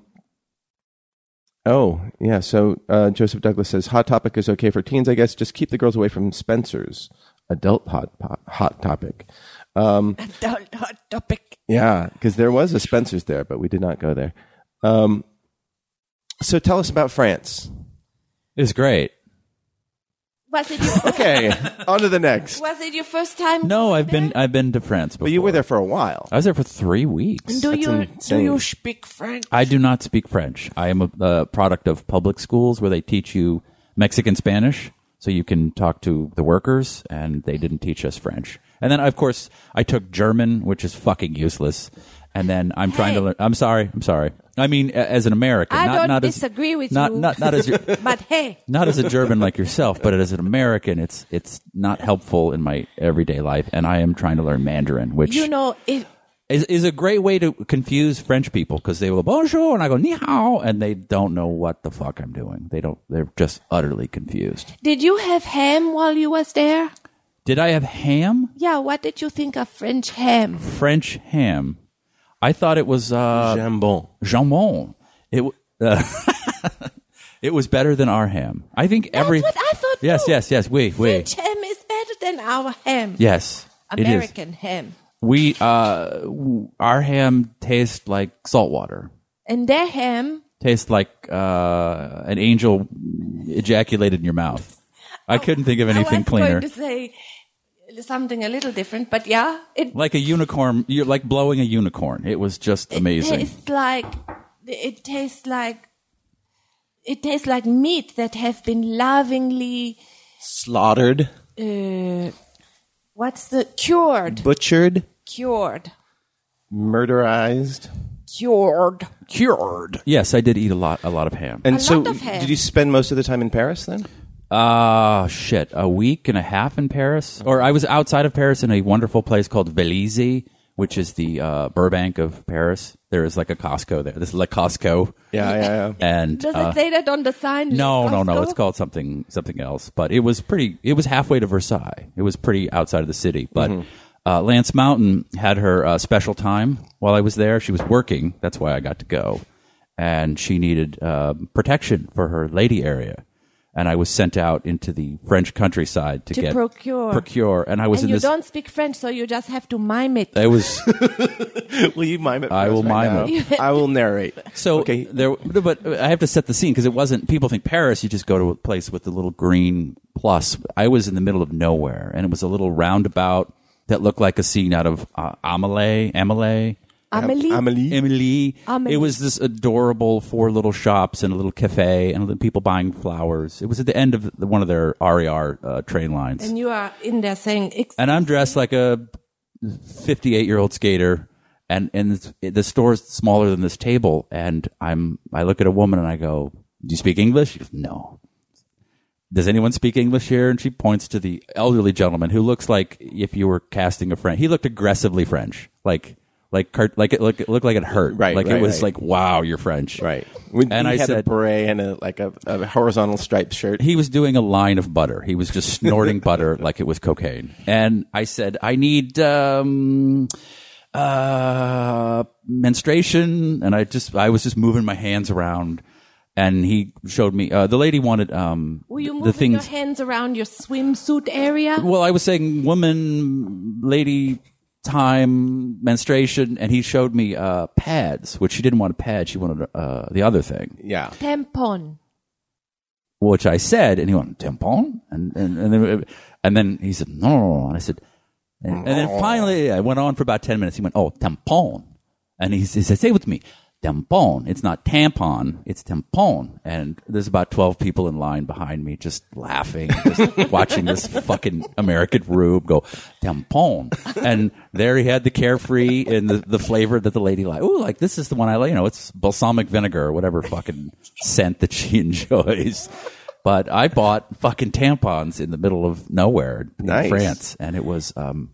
Speaker 2: oh, yeah. So uh, Joseph Douglas says Hot Topic is okay for teens, I guess. Just keep the girls away from Spencer's adult hot po- hot topic. Um,
Speaker 3: Don't- hot topic.
Speaker 2: Yeah, because there was a Spencer's there, but we did not go there. Um, so tell us about France.
Speaker 4: It's great.
Speaker 3: Was it your
Speaker 2: Okay, on to the next.
Speaker 3: Was it your first time?
Speaker 4: No, I've
Speaker 3: there?
Speaker 4: been I've been to France before.
Speaker 2: But you were there for a while.
Speaker 4: I was there for three weeks.
Speaker 3: Do you do
Speaker 2: insane.
Speaker 3: you speak French?
Speaker 4: I do not speak French. I am a, a product of public schools where they teach you Mexican Spanish, so you can talk to the workers, and they didn't teach us French. And then, of course, I took German, which is fucking useless. And then I'm trying to
Speaker 3: Hey.
Speaker 4: learn. I'm sorry. I'm sorry. I mean, a- as an American,
Speaker 3: I
Speaker 4: not,
Speaker 3: don't
Speaker 4: not as-
Speaker 3: disagree with
Speaker 4: not,
Speaker 3: you.
Speaker 4: Not not as your,
Speaker 3: But hey,
Speaker 4: not as a German like yourself, but as an American, it's it's not helpful in my everyday life. And I am trying to learn Mandarin, which
Speaker 3: you know, if
Speaker 4: is, is a great way to confuse French people because they will bonjour and I go ni hao and they don't know what the fuck I'm doing. They don't. They're just utterly confused.
Speaker 3: did you have ham while you was there?
Speaker 4: Did I have ham?
Speaker 3: Yeah, what did you think of French ham?
Speaker 4: French ham. I thought it was uh,
Speaker 2: Jambon.
Speaker 4: jambon. It w- uh, it was better than our ham. I think every.
Speaker 3: what I thought
Speaker 4: Yes,
Speaker 3: too.
Speaker 4: yes, yes. We we
Speaker 3: French ham is better than our ham.
Speaker 4: yes. It is.
Speaker 3: American ham.
Speaker 4: We uh, w- our ham tastes like salt water.
Speaker 3: And their ham,
Speaker 4: tastes like uh, an angel ejaculated in your mouth. I couldn't think of
Speaker 3: Oh, I
Speaker 4: anything
Speaker 3: was
Speaker 4: cleaner.
Speaker 3: going to say something a little different, but yeah, it
Speaker 4: Like a unicorn, you're like blowing a unicorn. It was just amazing.
Speaker 3: tastes like it tastes like it tastes like meat that have been lovingly
Speaker 2: Slaughtered,
Speaker 3: uh, what's the cured
Speaker 2: butchered,
Speaker 3: cured
Speaker 2: murderized.
Speaker 3: cured
Speaker 4: cured. Yes, I did eat a lot, a lot of ham.
Speaker 2: And
Speaker 3: A
Speaker 2: so,
Speaker 3: lot of hair.
Speaker 2: did you spend most of the time in Paris then?
Speaker 4: Ah, shit, a week and a half in Paris, or I was outside of Paris in a wonderful place called Vélizy, which is the uh, Burbank of Paris. There is like a Costco there. This is like Costco,
Speaker 2: Yeah, yeah, yeah.
Speaker 4: and
Speaker 3: does
Speaker 4: uh,
Speaker 3: it say that on the sign
Speaker 4: No, no, no.
Speaker 3: Costco?
Speaker 4: It's called
Speaker 3: Mm-hmm.
Speaker 4: something something else. But it was pretty. It was halfway to Versailles. It was pretty outside of the city. But Uh, Lance Mountain had her uh, special time while I was there. She was working. That's why I got to go. And she needed uh, protection for her lady area. And I was sent out into the French countryside to,
Speaker 3: To
Speaker 4: get
Speaker 3: procure.
Speaker 4: procure. And I was
Speaker 3: And
Speaker 4: in
Speaker 3: you
Speaker 4: this. Uh,
Speaker 3: don't speak French, so you just have to mime it.
Speaker 4: it was
Speaker 2: will you mime it? for
Speaker 4: I
Speaker 2: us
Speaker 4: will
Speaker 2: right
Speaker 4: mime
Speaker 2: now? I will narrate.
Speaker 4: So
Speaker 2: okay,
Speaker 4: there, but I have to set the scene because it wasn't. People think Paris, you just go to a place with the little green plus. I was in the middle of nowhere, and it was a little roundabout that looked like a scene out of uh, Amelie, Amelie,
Speaker 3: Amelie?
Speaker 2: Amelie.
Speaker 4: Emily.
Speaker 3: Amelie.
Speaker 4: It was this adorable four little shops and a little cafe and little people buying flowers. It was at the end of the, one of their RER uh, train lines,
Speaker 3: And you are in there saying, "Ex-
Speaker 4: and I'm dressed like a 58 year old skater, and and this- the store's smaller than this table, and I'm I look at a woman and I go, "Do you speak English?" She goes, "No." Does anyone speak English here? And she points to the elderly gentleman who looks like if you were casting a French. He looked aggressively French, like like cart- like it looked, it looked like it hurt,
Speaker 2: Right,
Speaker 4: Like it
Speaker 2: right,
Speaker 4: was
Speaker 2: right.
Speaker 4: like, wow, you're French,
Speaker 2: Right. When
Speaker 4: and
Speaker 2: he
Speaker 4: I
Speaker 2: had
Speaker 4: said,
Speaker 2: a beret and a, like a, a horizontal striped shirt.
Speaker 4: he was doing a line of butter. He was just snorting butter like it was cocaine. And I said, I need um, uh, menstruation. And I just, I was just moving my hands around. And he showed me. Uh, the lady wanted um,
Speaker 3: were you
Speaker 4: the
Speaker 3: moving
Speaker 4: things.
Speaker 3: your hands around your swimsuit area?"
Speaker 4: Well, I was saying woman, lady, time, menstruation, and he showed me uh, pads, which she didn't want a pad. She wanted uh, the other thing.
Speaker 2: Yeah.
Speaker 3: Tampon.
Speaker 4: which I said, and he went tampon, and and and then, and then he said no, no, no," and I said, and, and then finally I went on for about ten minutes. He went, oh tampon, and he, s- he said, say it with me, tampon. It's not tampon, it's tampon. And there's about twelve people in line behind me, just laughing, just watching this fucking American rube go tampon. And there he had the carefree and the, the flavor that the lady liked. Ooh, like this is the one I like. You know, it's balsamic vinegar or whatever fucking scent that she enjoys. But I bought fucking tampons in the middle of nowhere in
Speaker 2: Nice.
Speaker 4: France, and it was um,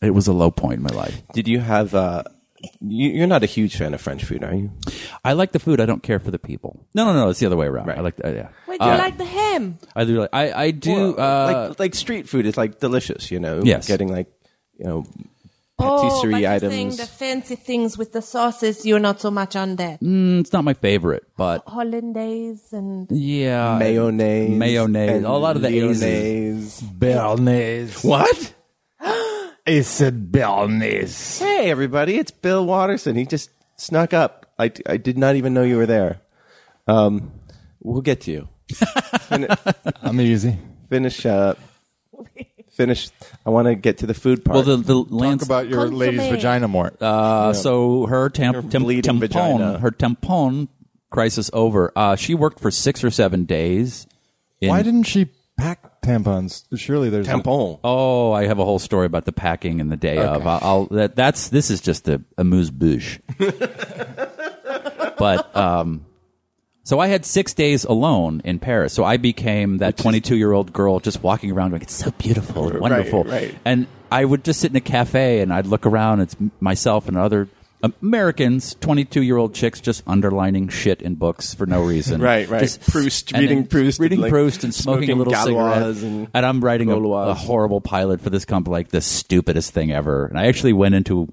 Speaker 4: it was a low point in my life.
Speaker 2: Did you have? Uh, you, you're not a huge fan of French food, are you?
Speaker 4: I like the food. I don't care for the people. No, no, no. It's the other way around. I like. The, uh, yeah.
Speaker 3: Wait, you like the ham?
Speaker 4: I do. Like, I I do. uh,
Speaker 2: like, like street food is like delicious, you know.
Speaker 4: Yes.
Speaker 2: Getting like, you know,
Speaker 3: Oh, but
Speaker 2: patisserie
Speaker 3: you're saying
Speaker 2: items.
Speaker 3: the fancy things with the sauces, you're not so much on that.
Speaker 4: it's not my favorite, but
Speaker 3: Hollandaise and
Speaker 4: yeah,
Speaker 2: mayonnaise,
Speaker 4: mayonnaise,
Speaker 2: and
Speaker 4: a lot of the A's.
Speaker 2: mayonnaise.
Speaker 5: Bernays.
Speaker 2: What?
Speaker 5: I said Bernays.
Speaker 2: Hey, everybody! It's Bill Watterson. He just snuck up. I, I did not even know you were there. Um, we'll get to you. Fin-
Speaker 5: I'm easy.
Speaker 2: finish up. Finish. I want to get to the food part.
Speaker 4: Well, the the Lance.
Speaker 5: Talk about your
Speaker 3: Consomme.
Speaker 5: lady's vagina more.
Speaker 4: Uh, So her
Speaker 2: Your
Speaker 4: tam- tam-
Speaker 2: bleeding
Speaker 4: tampon,
Speaker 2: vagina.
Speaker 4: her tampon crisis over. Uh, she worked for six or seven days. in-
Speaker 5: Why didn't she pack tampons? Surely there's a-
Speaker 2: tampon.
Speaker 4: Oh, I have a whole story about the packing and the day of. I'll, I'll that, that's this is just a amuse bouche. but um, so I had six days alone in Paris. So I became that twenty-two-year-old girl just walking around going, "It's so beautiful and wonderful."
Speaker 2: right.
Speaker 4: And I would just sit in a cafe and I'd look around. It's m- myself and other. Americans, twenty-two-year-old chicks, just underlining shit in books for no reason.
Speaker 2: Right, right.
Speaker 4: Just-
Speaker 2: Proust,
Speaker 4: and
Speaker 2: reading
Speaker 4: then
Speaker 2: Proust,
Speaker 4: reading
Speaker 2: like,
Speaker 4: Proust, and smoking,
Speaker 2: smoking
Speaker 4: a little
Speaker 2: Galois
Speaker 4: cigarette.
Speaker 2: and-
Speaker 4: and I'm writing a,
Speaker 2: Gauloise.
Speaker 4: a horrible pilot for this company, like the stupidest thing ever. And I actually went into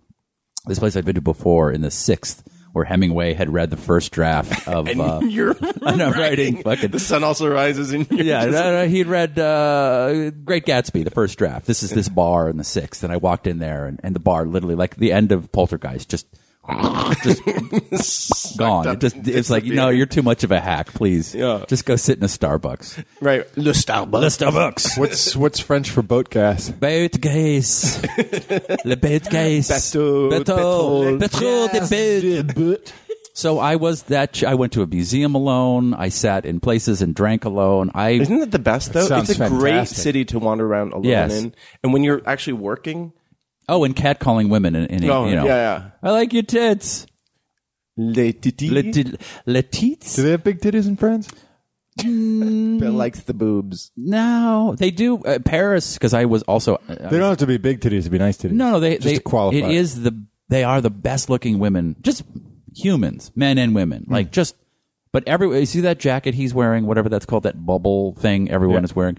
Speaker 4: this place I've been to before in the sixth, where Hemingway had read the first draft of. uh,
Speaker 2: You're
Speaker 4: and I'm writing
Speaker 2: the
Speaker 4: fucking.
Speaker 2: sun also rises in your
Speaker 4: Yeah, no, no, he'd read uh, Great Gatsby, the first draft. This is this bar in the sixth, and I walked in there, and, and the bar literally like the end of Poltergeist, just just gone. It just, it's like no, you're too much of a hack. Please,
Speaker 2: Yeah.
Speaker 4: just go sit in a Starbucks.
Speaker 2: right. Le Starbucks.
Speaker 4: Starbucks.
Speaker 5: What's what's French for boat gas?
Speaker 4: Boat gas. Le boat gas.
Speaker 2: Bateau,
Speaker 4: Bateau.
Speaker 2: pétrole.
Speaker 4: Bateau de boat. So I was that. Ch- I went to a museum alone. I sat in places and drank alone. I
Speaker 2: Isn't that the best though?
Speaker 5: sounds
Speaker 2: it's a great
Speaker 5: fantastic.
Speaker 2: city to wander around alone
Speaker 4: Yes.
Speaker 2: in, and when you're actually working,
Speaker 4: oh, and catcalling women. In, in,
Speaker 2: Oh,
Speaker 4: you know,
Speaker 2: yeah, yeah.
Speaker 4: I like your tits.
Speaker 2: les titis,
Speaker 4: Le, ti- le tits?
Speaker 5: Do they have big titties in France?
Speaker 2: Bill likes the boobs.
Speaker 4: No, they do. Uh, Paris, because I was also. uh,
Speaker 5: They don't have to be big titties to be nice titties.
Speaker 4: No, no, they
Speaker 5: just
Speaker 4: they
Speaker 5: to qualify.
Speaker 4: It is the they are the best looking women, just humans, men and women, like just. But every you see that jacket he's wearing, whatever that's called, that bubble thing everyone is wearing.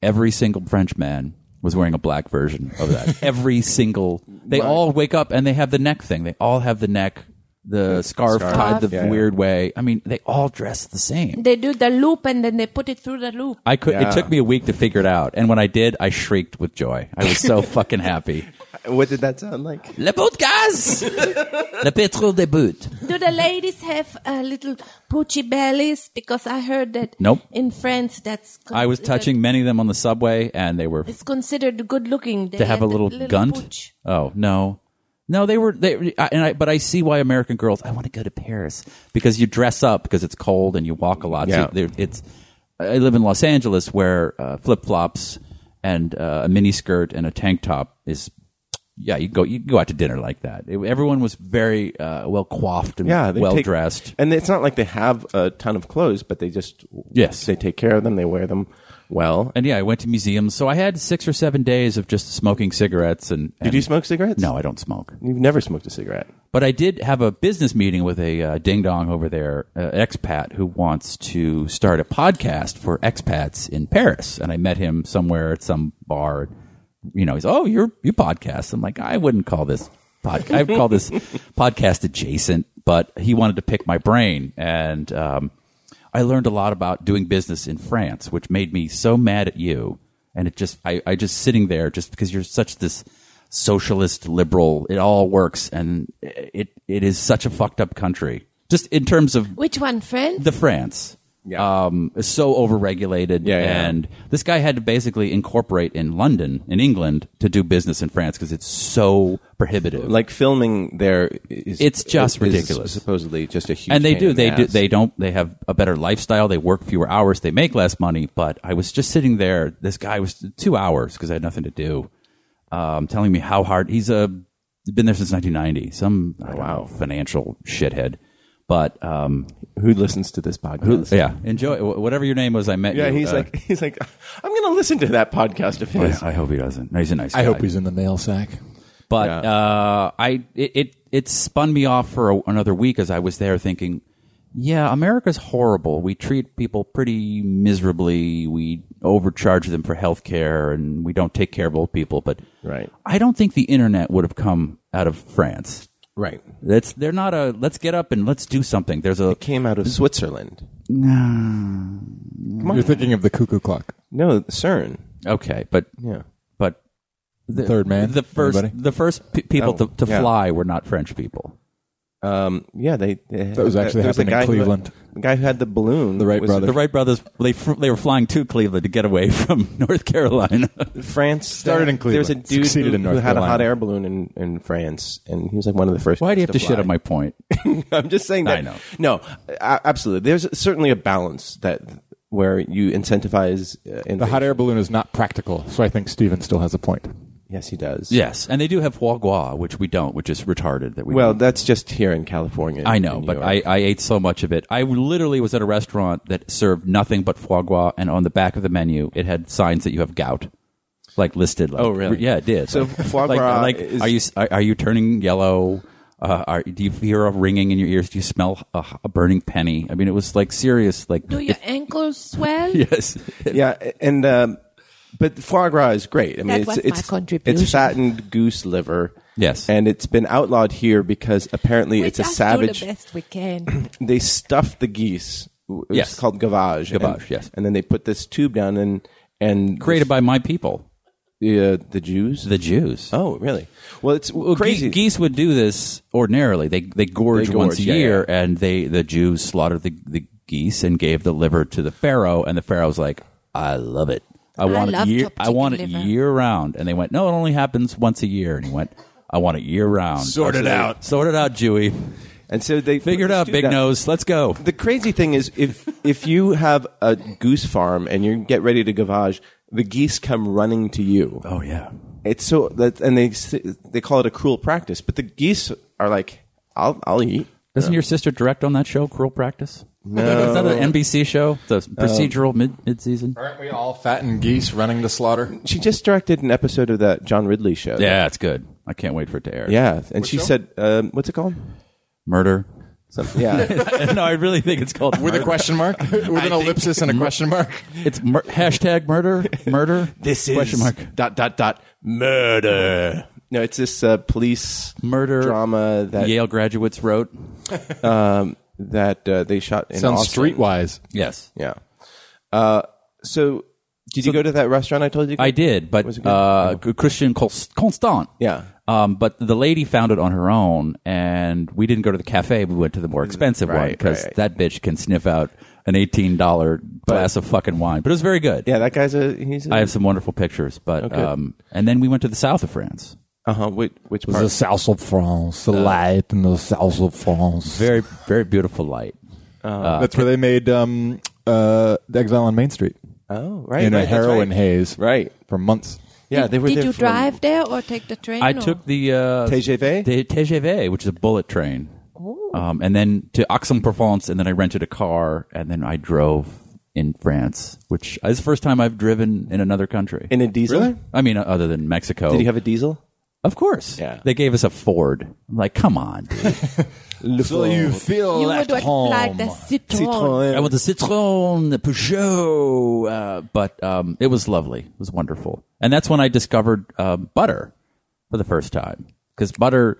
Speaker 4: Every single French man was wearing a black version of that. Every single, they all wake up and they have the neck thing. They all have the neck, the scarf, tied the
Speaker 5: Yeah.
Speaker 4: weird way. I mean, they all dress the same.
Speaker 3: They do the loop and then they put it through the loop.
Speaker 4: I could.
Speaker 2: Yeah.
Speaker 4: It took me a week to figure it out, and when I did, I shrieked with joy. I was so fucking happy.
Speaker 2: What did that sound like?
Speaker 4: Le boot, guys! Le pétrole de boot.
Speaker 3: Do the ladies have uh, little poochy bellies? Because I heard that
Speaker 4: Nope.
Speaker 3: in France that's. Con-
Speaker 4: I was touching many of them on the subway, and they were
Speaker 3: It's considered good looking.
Speaker 4: to have a
Speaker 3: the
Speaker 4: little, gunt.
Speaker 3: pooch.
Speaker 4: Oh no, no, they were they. I, and I, but I see why American girls. I want to go to Paris because you dress up because it's cold and you walk a lot.
Speaker 2: Yeah.
Speaker 4: So there- it's. I live in Los Angeles where uh, flip flops and uh, a mini skirt and a tank top is. Yeah, you go you go out to dinner like that. It- everyone was very uh, well coiffed and
Speaker 2: Yeah, they
Speaker 4: well
Speaker 2: take-
Speaker 4: dressed.
Speaker 2: and it's not like they have a ton of clothes, but they just
Speaker 4: Yes.
Speaker 2: they take care of them, they wear them well.
Speaker 4: And yeah, I went to museums, so I had six or seven days of just smoking cigarettes. And,
Speaker 2: Did
Speaker 4: and-
Speaker 2: you smoke cigarettes?
Speaker 4: No, I don't smoke.
Speaker 2: you've never smoked a cigarette.
Speaker 4: But I did have a business meeting with a uh, ding dong over there, uh, expat who wants to start a podcast for expats in Paris, and I met him somewhere at some bar. You know, he's oh, you're you podcast. I'm like, I wouldn't call this podcast. I would call this podcast adjacent, but he wanted to pick my brain, and um, I learned a lot about doing business in France, which made me so mad at you. And it just, I, I just sitting there just because you're such this socialist liberal, it all works. And it, it is such a fucked up country. Just in terms of
Speaker 3: Which one, friend?
Speaker 4: the France.
Speaker 2: Yeah.
Speaker 4: Um, is so overregulated.
Speaker 2: Yeah, yeah.
Speaker 4: And this guy had to basically incorporate in London, in England, to do business in France because it's so prohibitive.
Speaker 2: Like filming there is
Speaker 4: It's just
Speaker 2: is
Speaker 4: ridiculous.
Speaker 2: Supposedly just a huge
Speaker 4: and they
Speaker 2: pain
Speaker 4: do
Speaker 2: in
Speaker 4: they
Speaker 2: the
Speaker 4: do
Speaker 2: ass.
Speaker 4: they don't they have a better lifestyle they work fewer hours they make less money but i was just sitting there this guy was two hours because i had nothing to do um, telling me how hard he's a been there since 1990 some I don't know, financial shithead but um,
Speaker 2: Who listens to this podcast?
Speaker 4: yeah enjoy wh- whatever your name was i met
Speaker 2: Yeah,
Speaker 4: you,
Speaker 2: he's
Speaker 4: uh,
Speaker 2: like he's like I'm going to listen to that podcast of his.
Speaker 4: I, I hope he doesn't No, he's a nice
Speaker 5: I
Speaker 4: guy.
Speaker 5: hope he's in the mail sack.
Speaker 4: But
Speaker 2: Yeah.
Speaker 4: uh, I it, it it spun me off for a, another week as I was there thinking, yeah, America's horrible. We treat people pretty miserably. We overcharge them for health care, and we don't take care of old people. But
Speaker 2: Right.
Speaker 4: I don't think the internet would have come out of France.
Speaker 2: Right.
Speaker 4: That's they're not a let's get up and let's do something. There's a
Speaker 2: Came out of Switzerland.
Speaker 5: You're thinking of the cuckoo clock.
Speaker 2: No, CERN.
Speaker 4: okay, but
Speaker 2: Yeah.
Speaker 4: but the,
Speaker 5: Third man,
Speaker 4: the first
Speaker 5: anybody?
Speaker 4: the first pe- people
Speaker 2: Oh,
Speaker 4: to, to
Speaker 2: yeah.
Speaker 4: fly were not French people.
Speaker 2: Um, yeah, they, they
Speaker 5: That was actually
Speaker 2: there was a
Speaker 5: happening in
Speaker 2: guy who-
Speaker 5: Cleveland.
Speaker 2: the guy who had the balloon,
Speaker 5: The Wright
Speaker 2: was-
Speaker 5: brothers.
Speaker 4: The Wright brothers they fr- they were flying to Cleveland to get away from North Carolina.
Speaker 2: France
Speaker 5: Started in
Speaker 2: There was a
Speaker 5: Cleveland,
Speaker 2: dude
Speaker 5: succeeded
Speaker 2: who,
Speaker 5: in
Speaker 2: who
Speaker 5: North
Speaker 2: had a hot
Speaker 5: Carolina.
Speaker 2: air balloon in, in France, and he was like one of the first.
Speaker 4: Why do you have
Speaker 2: guys
Speaker 4: to shit on
Speaker 2: fly.
Speaker 4: my point?
Speaker 2: I'm just saying that.
Speaker 4: I know.
Speaker 2: No, a- absolutely. There's certainly a balance that where you incentivize. Uh,
Speaker 5: The
Speaker 2: innovation.
Speaker 5: hot air balloon is not practical, so I think Steven still has a point.
Speaker 2: Yes, he does.
Speaker 4: yes, and they do have foie gras, which we don't, which is retarded. That we
Speaker 2: Well,
Speaker 4: don't.
Speaker 2: that's just here in California.
Speaker 4: I know,
Speaker 2: in
Speaker 4: but
Speaker 2: New
Speaker 4: I,
Speaker 2: York.
Speaker 4: I ate so much of it. I literally was at a restaurant that served nothing but foie gras, and on the back of the menu, it had signs that you have gout, like listed. Like,
Speaker 2: Oh, really?
Speaker 4: Yeah, it did.
Speaker 2: So
Speaker 4: like,
Speaker 2: foie
Speaker 4: like-
Speaker 2: gras
Speaker 4: Like,
Speaker 2: is-
Speaker 4: are you are, are you turning yellow? Uh, are, do you hear a ringing in your ears? Do you smell a, a burning penny? I mean, it was like serious. Like
Speaker 3: Do your ankles swell?
Speaker 4: yes,
Speaker 2: yeah, and um, but foie gras is great. I mean,
Speaker 3: That
Speaker 2: it's
Speaker 3: was my
Speaker 2: it's
Speaker 3: contribution.
Speaker 2: it's fattened goose liver.
Speaker 4: Yes.
Speaker 2: and it's been outlawed here because apparently
Speaker 3: We
Speaker 2: it's a
Speaker 3: just
Speaker 2: savage.
Speaker 3: Do the best we can.
Speaker 2: they stuff the geese. It's
Speaker 4: Yes.
Speaker 2: called gavage.
Speaker 4: Gavage,
Speaker 2: And-
Speaker 4: yes.
Speaker 2: And then they put this tube down and and
Speaker 4: created by my people,
Speaker 2: the uh, the Jews.
Speaker 4: the Jews.
Speaker 2: oh, really? Well, it's
Speaker 4: Well,
Speaker 2: crazy.
Speaker 4: Ge- geese would do this ordinarily. They they gorge,
Speaker 2: They gorge,
Speaker 4: once a
Speaker 2: yeah,
Speaker 4: year, and they the Jews slaughtered the, the geese and gave the liver to the pharaoh, and the pharaoh's like, I love it. I want
Speaker 3: love
Speaker 4: it year.
Speaker 3: chopped
Speaker 4: I want it
Speaker 3: chicken liver."
Speaker 4: year round. And they went, No, it only happens once a year. And he went, I want it year round.
Speaker 2: Sort it out.
Speaker 4: Sort it out, Jewy.
Speaker 2: and so they
Speaker 4: Figure it out,
Speaker 2: do
Speaker 4: big
Speaker 2: that.
Speaker 4: nose. Let's go.
Speaker 2: The crazy thing is, if if you have a goose farm and you get ready to gavage, the geese come running to you.
Speaker 4: Oh yeah.
Speaker 2: It's so that and they s- they call it a cruel practice, but the geese are like, I'll I'll eat.
Speaker 4: Doesn't your sister direct on that show, Cruel Practice? No. Is that an NBC show?
Speaker 2: Um,
Speaker 4: The procedural mid mid season.
Speaker 5: Aren't we all fat and geese running to slaughter?
Speaker 2: She just directed an episode of that John Ridley show.
Speaker 4: Yeah, it's good. I can't wait for it to air.
Speaker 2: Yeah, and she said, um, "What's it called?"
Speaker 4: Murder.
Speaker 2: Something. Yeah.
Speaker 4: no, I really think it's called
Speaker 5: With a
Speaker 4: murder.
Speaker 5: question mark? With an ellipsis and a question mark?
Speaker 4: It's mur- hashtag murder. Murder.
Speaker 2: this is
Speaker 4: question mark.
Speaker 2: dot dot dot murder. No, it's this uh, police
Speaker 4: Murder
Speaker 2: drama that
Speaker 4: Yale graduates wrote.
Speaker 2: that uh, they shot in
Speaker 5: Sounds
Speaker 2: Austin.
Speaker 5: streetwise.
Speaker 4: Yes,
Speaker 2: Yeah. Uh, so, did you go to that restaurant I told you?
Speaker 4: I did,
Speaker 2: Was it
Speaker 4: but
Speaker 2: good?
Speaker 4: uh, Christian Const- Constant.
Speaker 2: Yeah.
Speaker 4: Um, but the lady found it on her own, and we didn't go to the cafe. We went to the more expensive one
Speaker 2: Right,
Speaker 4: because
Speaker 2: right.
Speaker 4: that bitch can sniff out an eighteen dollar glass of fucking wine. But it was very good.
Speaker 2: Yeah, that guy's a he's. A,
Speaker 4: I have some wonderful pictures. But
Speaker 2: Okay.
Speaker 4: um, and then we went to the south of France.
Speaker 2: uh huh. Which, which
Speaker 5: The
Speaker 2: part?
Speaker 5: south of France, the light in the south of France. Uh,
Speaker 4: Very very beautiful light.
Speaker 5: That's where they made um, uh, The Exile on Main Street
Speaker 2: Oh, right.
Speaker 5: in
Speaker 2: right,
Speaker 5: a
Speaker 2: that's
Speaker 5: heroin
Speaker 2: right.
Speaker 5: haze
Speaker 2: Right.
Speaker 5: for months.
Speaker 2: Yeah,
Speaker 3: did,
Speaker 2: they were
Speaker 3: Did
Speaker 2: there
Speaker 3: you
Speaker 2: for-
Speaker 3: drive there or take the train?
Speaker 4: I
Speaker 3: or-
Speaker 4: took the uh,
Speaker 2: TGV?
Speaker 4: the TGV, which is a bullet train, um, and then to Aix-en-Provence, and then I rented a car, and then I drove in France, which is the first time I've driven in another country.
Speaker 2: in a diesel.
Speaker 4: I mean, other than Mexico.
Speaker 2: Did he have a diesel?
Speaker 4: Of course.
Speaker 2: Yeah.
Speaker 4: They gave us a Ford. I'm like, come on. Dude.
Speaker 5: So you feel
Speaker 3: You
Speaker 5: at
Speaker 3: would
Speaker 5: home.
Speaker 3: like the citron.
Speaker 4: I want the Citroen, the Peugeot. Uh, but um, it was lovely. It was wonderful. And that's when I discovered uh, butter for the first time. Because butter,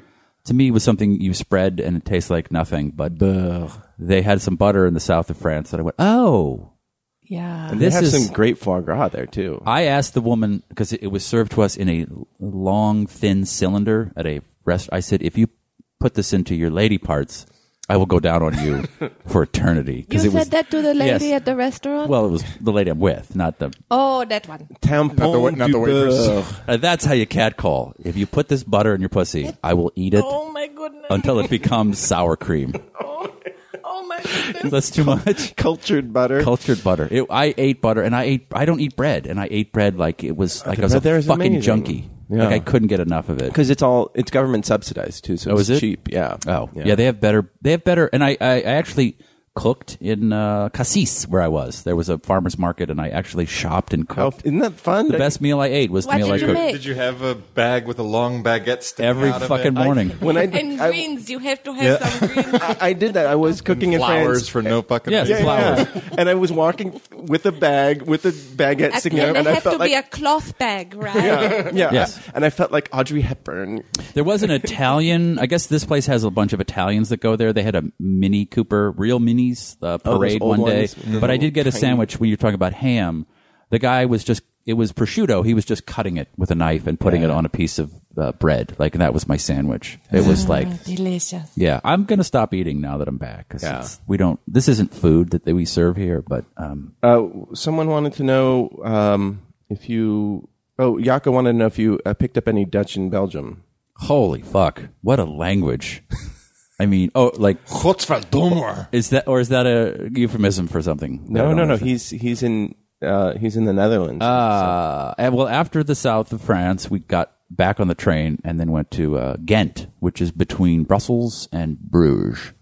Speaker 4: to me, was something you spread and it tastes like nothing. But they had some butter in the south of France. And I went, oh,
Speaker 3: Yeah.
Speaker 2: And they
Speaker 4: This
Speaker 2: have
Speaker 4: is-
Speaker 2: some great foie gras there too.
Speaker 4: I asked the woman because it, it was served to us in a long, thin cylinder at a rest. I said, if you put this into your lady parts, I will go down on you for eternity.
Speaker 3: You
Speaker 4: 'Cause
Speaker 3: said
Speaker 4: it was,
Speaker 3: that to the lady
Speaker 4: Yes.
Speaker 3: at the restaurant.
Speaker 4: Well, it was the lady I'm with, not the.
Speaker 3: oh, that one.
Speaker 2: Tampon
Speaker 5: Not the wait- not
Speaker 2: du
Speaker 5: the waitress.
Speaker 2: beurre.
Speaker 4: Uh, that's how you catcall. If you put this butter in your pussy, I will eat it
Speaker 3: Oh my goodness.
Speaker 4: until it becomes sour cream.
Speaker 3: oh my goodness.
Speaker 4: That's too much.
Speaker 2: Cultured butter.
Speaker 4: Cultured butter. It, I ate butter, and I ate. I don't eat bread, and I ate bread like it was like I was a
Speaker 2: bread there is
Speaker 4: fucking
Speaker 2: amazing.
Speaker 4: junkie.
Speaker 2: Yeah.
Speaker 4: Like I couldn't get enough of it.
Speaker 2: because it's all it's government subsidized too, so
Speaker 4: Oh,
Speaker 2: it's
Speaker 4: is it?
Speaker 2: cheap. Yeah.
Speaker 4: Oh, yeah. They have better. They have better. And I, I, I actually cooked in uh, Cassis, where I was. There was a farmer's market, and I actually shopped and
Speaker 2: Oh,
Speaker 4: cooked.
Speaker 2: isn't that fun?
Speaker 4: the best meal I ate was the
Speaker 3: What
Speaker 4: meal
Speaker 3: did
Speaker 4: I
Speaker 3: you
Speaker 4: cooked
Speaker 3: make?
Speaker 6: Did you have a bag with a long baguette sticking
Speaker 4: every
Speaker 6: out of
Speaker 4: fucking
Speaker 6: it?
Speaker 4: morning.
Speaker 2: when I,
Speaker 3: and
Speaker 2: I,
Speaker 3: greens. You have to have some greens.
Speaker 2: I, I did that. I was cooking in France.
Speaker 6: Flowers for no fucking
Speaker 4: Yes,
Speaker 6: reason.
Speaker 4: flowers.
Speaker 2: and I was walking with a bag with a baguette
Speaker 3: And
Speaker 2: sticking out,
Speaker 3: it
Speaker 2: and I
Speaker 3: have
Speaker 2: felt
Speaker 3: to
Speaker 2: like
Speaker 3: be a cloth bag, right?
Speaker 2: yeah,
Speaker 4: Yes.
Speaker 2: and I felt like Audrey Hepburn.
Speaker 4: There was an Italian. I guess this place has a bunch of Italians that go there. They had a Mini Cooper, real minis uh,
Speaker 2: Oh, those
Speaker 4: parade
Speaker 2: old
Speaker 4: one day.
Speaker 2: ones with the
Speaker 4: But I
Speaker 2: little
Speaker 4: did get a
Speaker 2: tiny-
Speaker 4: sandwich when you're talking about ham. The guy was just. It was prosciutto. He was just cutting it with a knife and putting it on a piece of uh, bread. Like that was my sandwich. It was like
Speaker 3: Delicious.
Speaker 4: Yeah, I'm gonna stop eating now that I'm back because we don't. This isn't food that we serve here, but um,
Speaker 2: Uh, someone wanted to know um, if you. Oh, Yaka wanted to know if you uh, picked up any Dutch in Belgium.
Speaker 4: holy fuck, what a language! I mean, oh, like
Speaker 5: Godverdomme.
Speaker 4: is that or is that a euphemism for something? I
Speaker 2: No,
Speaker 4: don't
Speaker 2: no,
Speaker 4: know
Speaker 2: no.
Speaker 4: if it-
Speaker 2: He's he's in uh, he's in the Netherlands.
Speaker 4: Uh, and well, after the south of France, we got back on the train and then went to uh, Ghent, which is between Brussels and Bruges,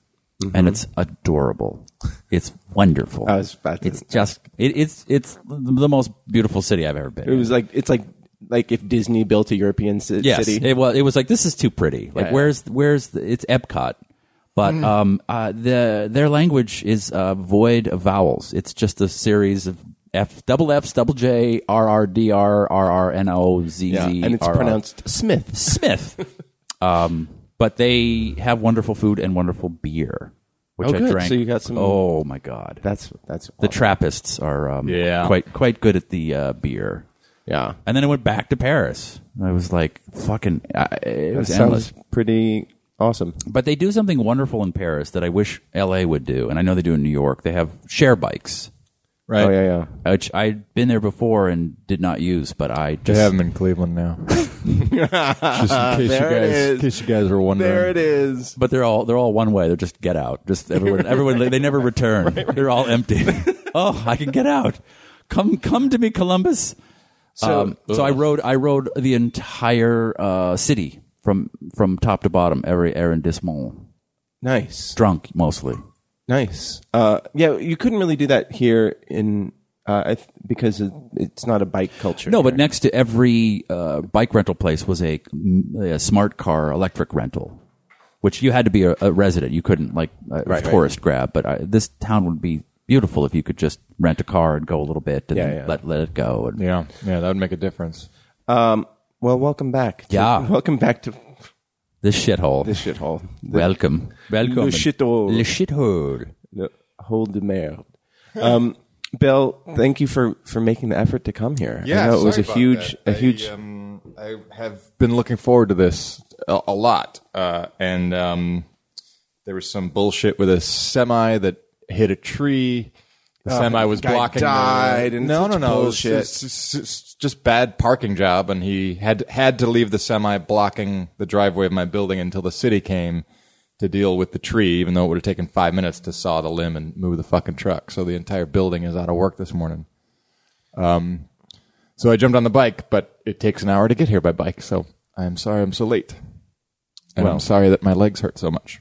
Speaker 4: and it's adorable. It's wonderful.
Speaker 2: I Mm-hmm. was about to-
Speaker 4: it's just it, it's it's the most beautiful city I've ever been.
Speaker 2: it was like it's like like if Disney built a European ci-
Speaker 4: yes,
Speaker 2: city.
Speaker 4: it was. It was like this is too pretty. Like
Speaker 2: yeah. Mm.
Speaker 4: where's where's the, it's Epcot, but um uh the their language is uh, void of vowels. It's just a series of f double f's double j r r d r r r n o z z
Speaker 2: yeah, and it's
Speaker 4: E R R.
Speaker 2: pronounced Smith.
Speaker 4: Smith. um, but they have wonderful food and wonderful beer, which
Speaker 2: Oh,
Speaker 4: I
Speaker 2: good.
Speaker 4: drank.
Speaker 2: So you got some-
Speaker 4: Oh my god,
Speaker 2: That's that's
Speaker 4: the Trappists are um,
Speaker 5: Yeah.
Speaker 4: quite quite good at the uh, beer.
Speaker 2: yeah.
Speaker 4: And then I went back to Paris. I was like, fucking, I, it was
Speaker 2: sounds
Speaker 4: endless.
Speaker 2: pretty awesome.
Speaker 4: But they do something wonderful in Paris that I wish LA would do, and I know they do in New York. They have share bikes,
Speaker 5: Right.
Speaker 2: Oh yeah, yeah.
Speaker 4: which I'd been there before and did not use, but I
Speaker 5: They
Speaker 4: just
Speaker 5: have them in Cleveland now. Just in case you
Speaker 2: There it
Speaker 5: guys, in
Speaker 2: is.
Speaker 5: case you guys were wondering.
Speaker 2: There it is.
Speaker 4: But they're all they're all one way. They're just get out. Just everyone everyone they never return. They're all empty. oh, I can get out. Come come to me, Columbus. So so I rode I rode the entire uh, city from from top to bottom, every arrondissement,
Speaker 2: Nice,
Speaker 4: drunk mostly.
Speaker 2: nice. Uh, yeah, you couldn't really do that here in uh, I th- because it- it's not a bike culture.
Speaker 4: No, but
Speaker 2: here.
Speaker 4: next to every uh, bike rental place was a, a smart car electric rental. which you had to be a, a resident. You couldn't like a
Speaker 2: Right,
Speaker 4: tourist grab. But I, this town would be beautiful if you could just rent a car and go a little bit and
Speaker 2: Yeah,
Speaker 4: then
Speaker 2: yeah.
Speaker 4: let let it go. And
Speaker 5: Yeah, yeah, that would make a difference.
Speaker 2: Um, well, welcome back. to-
Speaker 4: Yeah.
Speaker 2: welcome back to
Speaker 4: this shithole,
Speaker 2: this shithole. The,
Speaker 4: welcome, welcome,
Speaker 2: Le shithole.
Speaker 4: le shithole.
Speaker 2: the whole de merde. Um, Bill, thank you for for making the effort to come here. I
Speaker 6: Yeah,
Speaker 2: know it was a
Speaker 6: sorry about
Speaker 2: huge,
Speaker 6: that.
Speaker 2: a huge.
Speaker 6: I, um, I have been looking forward to this a, a lot, uh, and um, there was some bullshit with a semi that hit a tree. The semi was
Speaker 2: Oh, guy
Speaker 6: blocking.
Speaker 2: died
Speaker 6: the,
Speaker 2: and
Speaker 6: no,
Speaker 2: such
Speaker 6: no, no, it was
Speaker 2: bullshit.
Speaker 6: just- it's, it's just bad parking job, and he had had to leave the semi blocking the driveway of my building until the city came to deal with the tree, even though it would have taken five minutes to saw the limb and move the fucking truck. So the entire building is out of work this morning. So I jumped on the bike, but it takes an hour to get here by bike. So I'm sorry I'm so late. And I'm sorry that my legs hurt so much.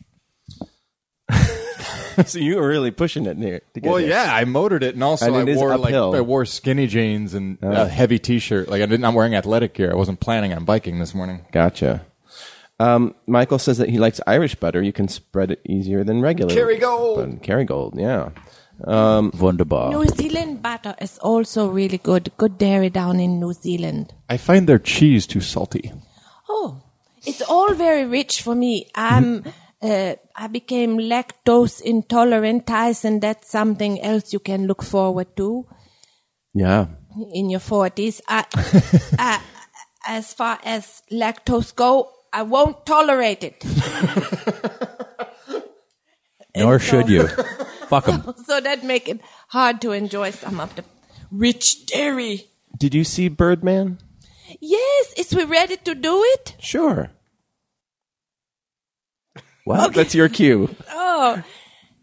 Speaker 2: so you were really pushing it near. To get
Speaker 6: Well,
Speaker 2: there.
Speaker 6: yeah, I motored it, and also
Speaker 2: And it
Speaker 6: I
Speaker 2: is
Speaker 6: wore like
Speaker 2: uphill.
Speaker 6: I wore skinny jeans and a heavy T-shirt. Like I didn't, I'm wearing athletic gear. I wasn't planning on biking this morning.
Speaker 2: Gotcha. Um, Michael says that he likes Irish butter. You can spread it easier than regular.
Speaker 6: Kerrygold.
Speaker 2: butter. Kerrygold, yeah.
Speaker 4: Wunderbar.
Speaker 3: New Zealand butter is also really good. Good dairy down in New Zealand.
Speaker 6: I find their cheese too salty.
Speaker 3: Oh, it's all very rich for me. I'm, uh, I became lactose intolerant, Tyson. That's something else you can look forward to
Speaker 2: Yeah.
Speaker 3: in your forties. I, I, as far as lactose go, I won't tolerate it.
Speaker 4: Nor should you. Fuck them.
Speaker 3: So that make it hard to enjoy some of the rich dairy.
Speaker 2: Did you see Birdman?
Speaker 3: Yes, is we ready to do it?
Speaker 2: Sure.
Speaker 4: What?
Speaker 2: That's your cue.
Speaker 3: Oh,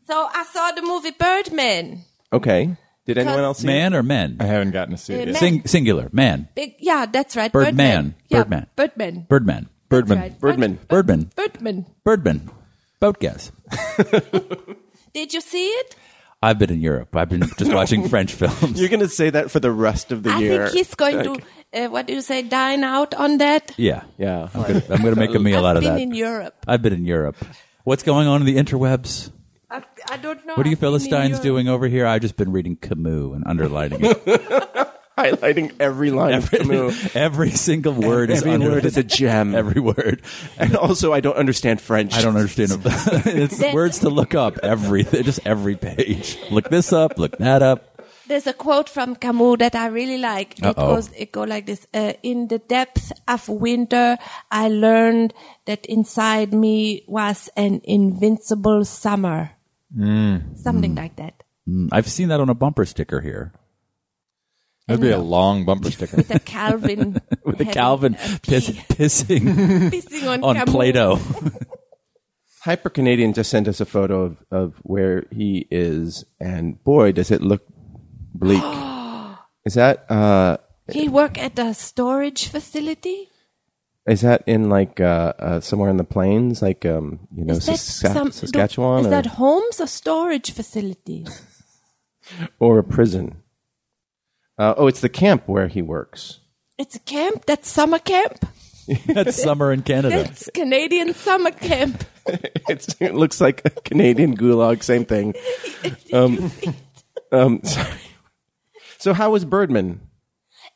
Speaker 3: so I saw the movie Birdman.
Speaker 2: Okay. Did anyone else see it?
Speaker 4: Man or men?
Speaker 6: I haven't gotten to see it.
Speaker 3: Uh,
Speaker 6: yet.
Speaker 3: man-
Speaker 4: Sing- singular. Man.
Speaker 3: Big, yeah, that's right.
Speaker 4: Birdman. Birdman.
Speaker 3: Yeah, Birdman.
Speaker 4: Birdman.
Speaker 6: Birdman.
Speaker 3: Right.
Speaker 2: Birdman.
Speaker 4: Birdman.
Speaker 3: Birdman.
Speaker 4: Birdman. Boat guess.
Speaker 3: Did you see it?
Speaker 4: I've been in Europe. I've been just watching French films.
Speaker 2: You're going to say that for the rest of the
Speaker 3: I
Speaker 2: year.
Speaker 3: think he's going to, uh, what do you say, dine out on that?
Speaker 4: yeah.
Speaker 2: Yeah.
Speaker 4: I'm gonna, I'm gonna make a meal
Speaker 3: I've
Speaker 4: out of
Speaker 3: been
Speaker 4: that.
Speaker 3: in Europe.
Speaker 4: I've been in Europe. What's going on in the interwebs?
Speaker 3: I, I don't know.
Speaker 4: What are you
Speaker 3: I've been in
Speaker 4: Philistines
Speaker 3: Europe.
Speaker 4: doing over here? I've just been reading Camus and underlining it.
Speaker 2: Highlighting every line of Camus.
Speaker 4: Every single word is
Speaker 2: Every
Speaker 4: under-
Speaker 2: word is a gem.
Speaker 4: Every word.
Speaker 2: And also, I don't understand French.
Speaker 4: I don't understand. it. it's
Speaker 3: That's-
Speaker 4: words to look up. Everything, just every page. Look this up. Look that up.
Speaker 3: There's a quote from Camus that I really like. It
Speaker 4: Uh-oh.
Speaker 3: goes, it go like this: uh, "In the depth of winter, I learned that inside me was an invincible summer." Something like that.
Speaker 4: Mm, I've seen that on a bumper sticker here.
Speaker 6: That'd be a long bumper sticker.
Speaker 3: The Calvin
Speaker 4: With the
Speaker 3: had
Speaker 4: Calvin
Speaker 3: a
Speaker 4: piss,
Speaker 3: pee-
Speaker 4: pissing
Speaker 3: pissing on,
Speaker 4: on
Speaker 3: Camus.
Speaker 4: Play-Doh.
Speaker 2: Hyper Canadian just sent us a photo of, of where he is, and boy, does it look bleak. is that uh,
Speaker 3: He work at a storage facility.
Speaker 2: is that in like uh, uh, somewhere in the plains, like um, you know
Speaker 3: Is that
Speaker 2: Saska-
Speaker 3: some-
Speaker 2: Saskatchewan,
Speaker 3: Is
Speaker 2: or,
Speaker 3: that homes or storage facilities?
Speaker 2: or a prison? Uh, oh, it's the camp where he works.
Speaker 3: It's a camp. That's summer camp.
Speaker 4: That's summer in Canada.
Speaker 3: That's Canadian summer camp.
Speaker 2: it's, it looks like a Canadian gulag, same thing. Um, um, sorry. So, how was Birdman?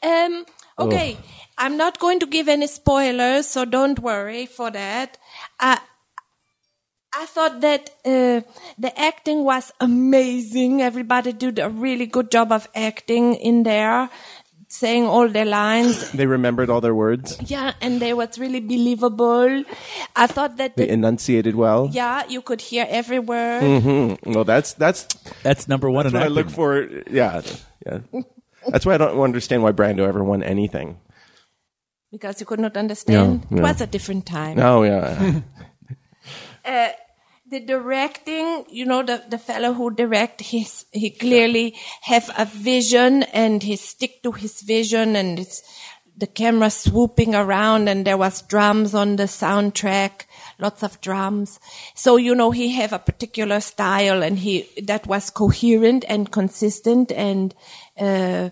Speaker 3: Um,
Speaker 2: Oh.
Speaker 3: okay, I'm not going to give any spoilers, so don't worry for that. I I thought that uh, the acting was amazing. Everybody did a really good job of acting in there, saying all their lines.
Speaker 2: They remembered all their words.
Speaker 3: yeah, and they was really believable. I thought that
Speaker 2: They
Speaker 3: the,
Speaker 2: enunciated well.
Speaker 3: yeah, you could hear every word.
Speaker 2: Well, that's that's
Speaker 4: That's number one in
Speaker 2: what I
Speaker 4: acting.
Speaker 2: look for. Yeah, yeah. That's why I don't understand why Brando ever won anything.
Speaker 3: Because you could not understand.
Speaker 2: Yeah, yeah.
Speaker 3: It was a different time.
Speaker 2: Oh yeah,
Speaker 3: the directing you know the, the fellow who direct his he clearly have a vision and he stick to his vision and it's the camera swooping around and there was drums on the soundtrack lots of drums so you know he have a particular style and he that was coherent and consistent and uh,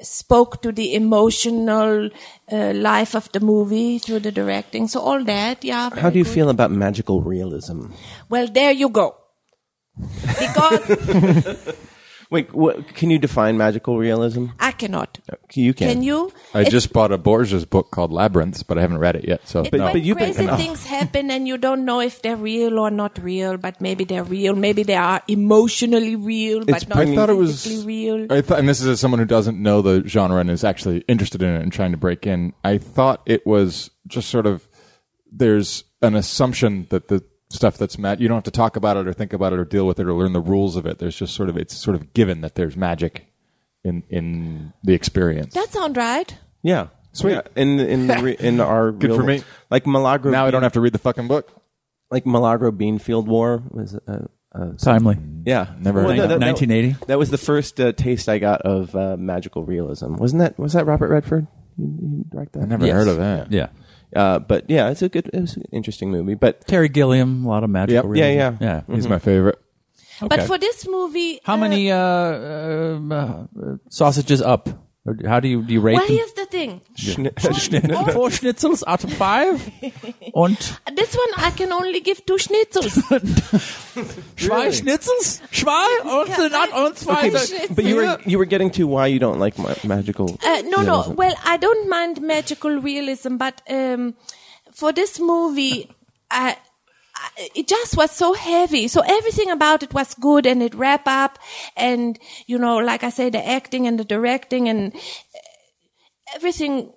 Speaker 3: spoke to the emotional uh, life of the movie through the directing. So all that, yeah.
Speaker 2: How
Speaker 3: very
Speaker 2: do you
Speaker 3: good.
Speaker 2: feel about magical realism?
Speaker 3: Well, there you go. Because
Speaker 2: Wait, what, can you define magical realism?
Speaker 3: I cannot.
Speaker 2: You can.
Speaker 3: Can you?
Speaker 6: I
Speaker 3: It's-
Speaker 6: just bought a Borges book called Labyrinths, but I haven't read it yet. So
Speaker 3: It,
Speaker 6: no.
Speaker 3: when
Speaker 2: but you've been-
Speaker 3: crazy
Speaker 2: No.
Speaker 3: things happen and you don't know if they're real or not real, but maybe they're real. Maybe they are emotionally real,
Speaker 2: It's
Speaker 3: but not
Speaker 6: I
Speaker 3: physically
Speaker 6: thought it was.
Speaker 3: real.
Speaker 6: I thought, and this is as someone who doesn't know the genre and is actually interested in it and trying to break in. I thought it was just sort of there's an assumption that the stuff that's mad you don't have to talk about it or think about it or deal with it or learn the rules of it. There's just sort of it's sort of given that there's magic in in the experience.
Speaker 3: that sound right?
Speaker 2: Yeah.
Speaker 6: Sweet.
Speaker 2: Yeah. In in the re, in our
Speaker 6: Good
Speaker 2: real-
Speaker 6: for me.
Speaker 2: Like Milagro.
Speaker 6: now I don't have to read the fucking book.
Speaker 2: like Milagro Beanfield War was. Uh,
Speaker 4: Timely.
Speaker 2: yeah,
Speaker 6: Never heard of
Speaker 4: that. 1980?
Speaker 2: That, was the first uh, taste I got of uh, magical realism. Wasn't that? Was that Robert Redford? You, you direct that?
Speaker 6: I never
Speaker 4: Yes.
Speaker 6: heard of that.
Speaker 4: Yeah.
Speaker 2: Uh, but yeah, it's a good. It was an interesting movie. But
Speaker 4: Terry Gilliam, a lot of magical.
Speaker 6: Yep. Yeah,
Speaker 4: realism.
Speaker 6: Mm-hmm.
Speaker 2: yeah.
Speaker 4: Yeah.
Speaker 6: He's my favorite.
Speaker 3: But for this movie,
Speaker 4: How
Speaker 3: uh,
Speaker 4: many uh, um, uh, sausages up? Or how do you do you rate
Speaker 3: Well,
Speaker 4: them?
Speaker 3: here's the thing.
Speaker 4: Schnitzel. Four schnitzels out of five. Und
Speaker 3: This one I can only give two schnitzels.
Speaker 4: zwei schnitzels? Zwei und
Speaker 3: Yeah,
Speaker 4: not
Speaker 3: I-
Speaker 4: und zwei.
Speaker 3: Okay, but-
Speaker 2: but you were you were getting to why you don't like ma- magical.
Speaker 3: Uh, no, no.
Speaker 2: realism.
Speaker 3: Well, I don't mind magical realism, but um, for this movie, I, I, it just was so heavy. So everything about it was good, and it wrap up, and you know, like I say, the acting and the directing and uh, everything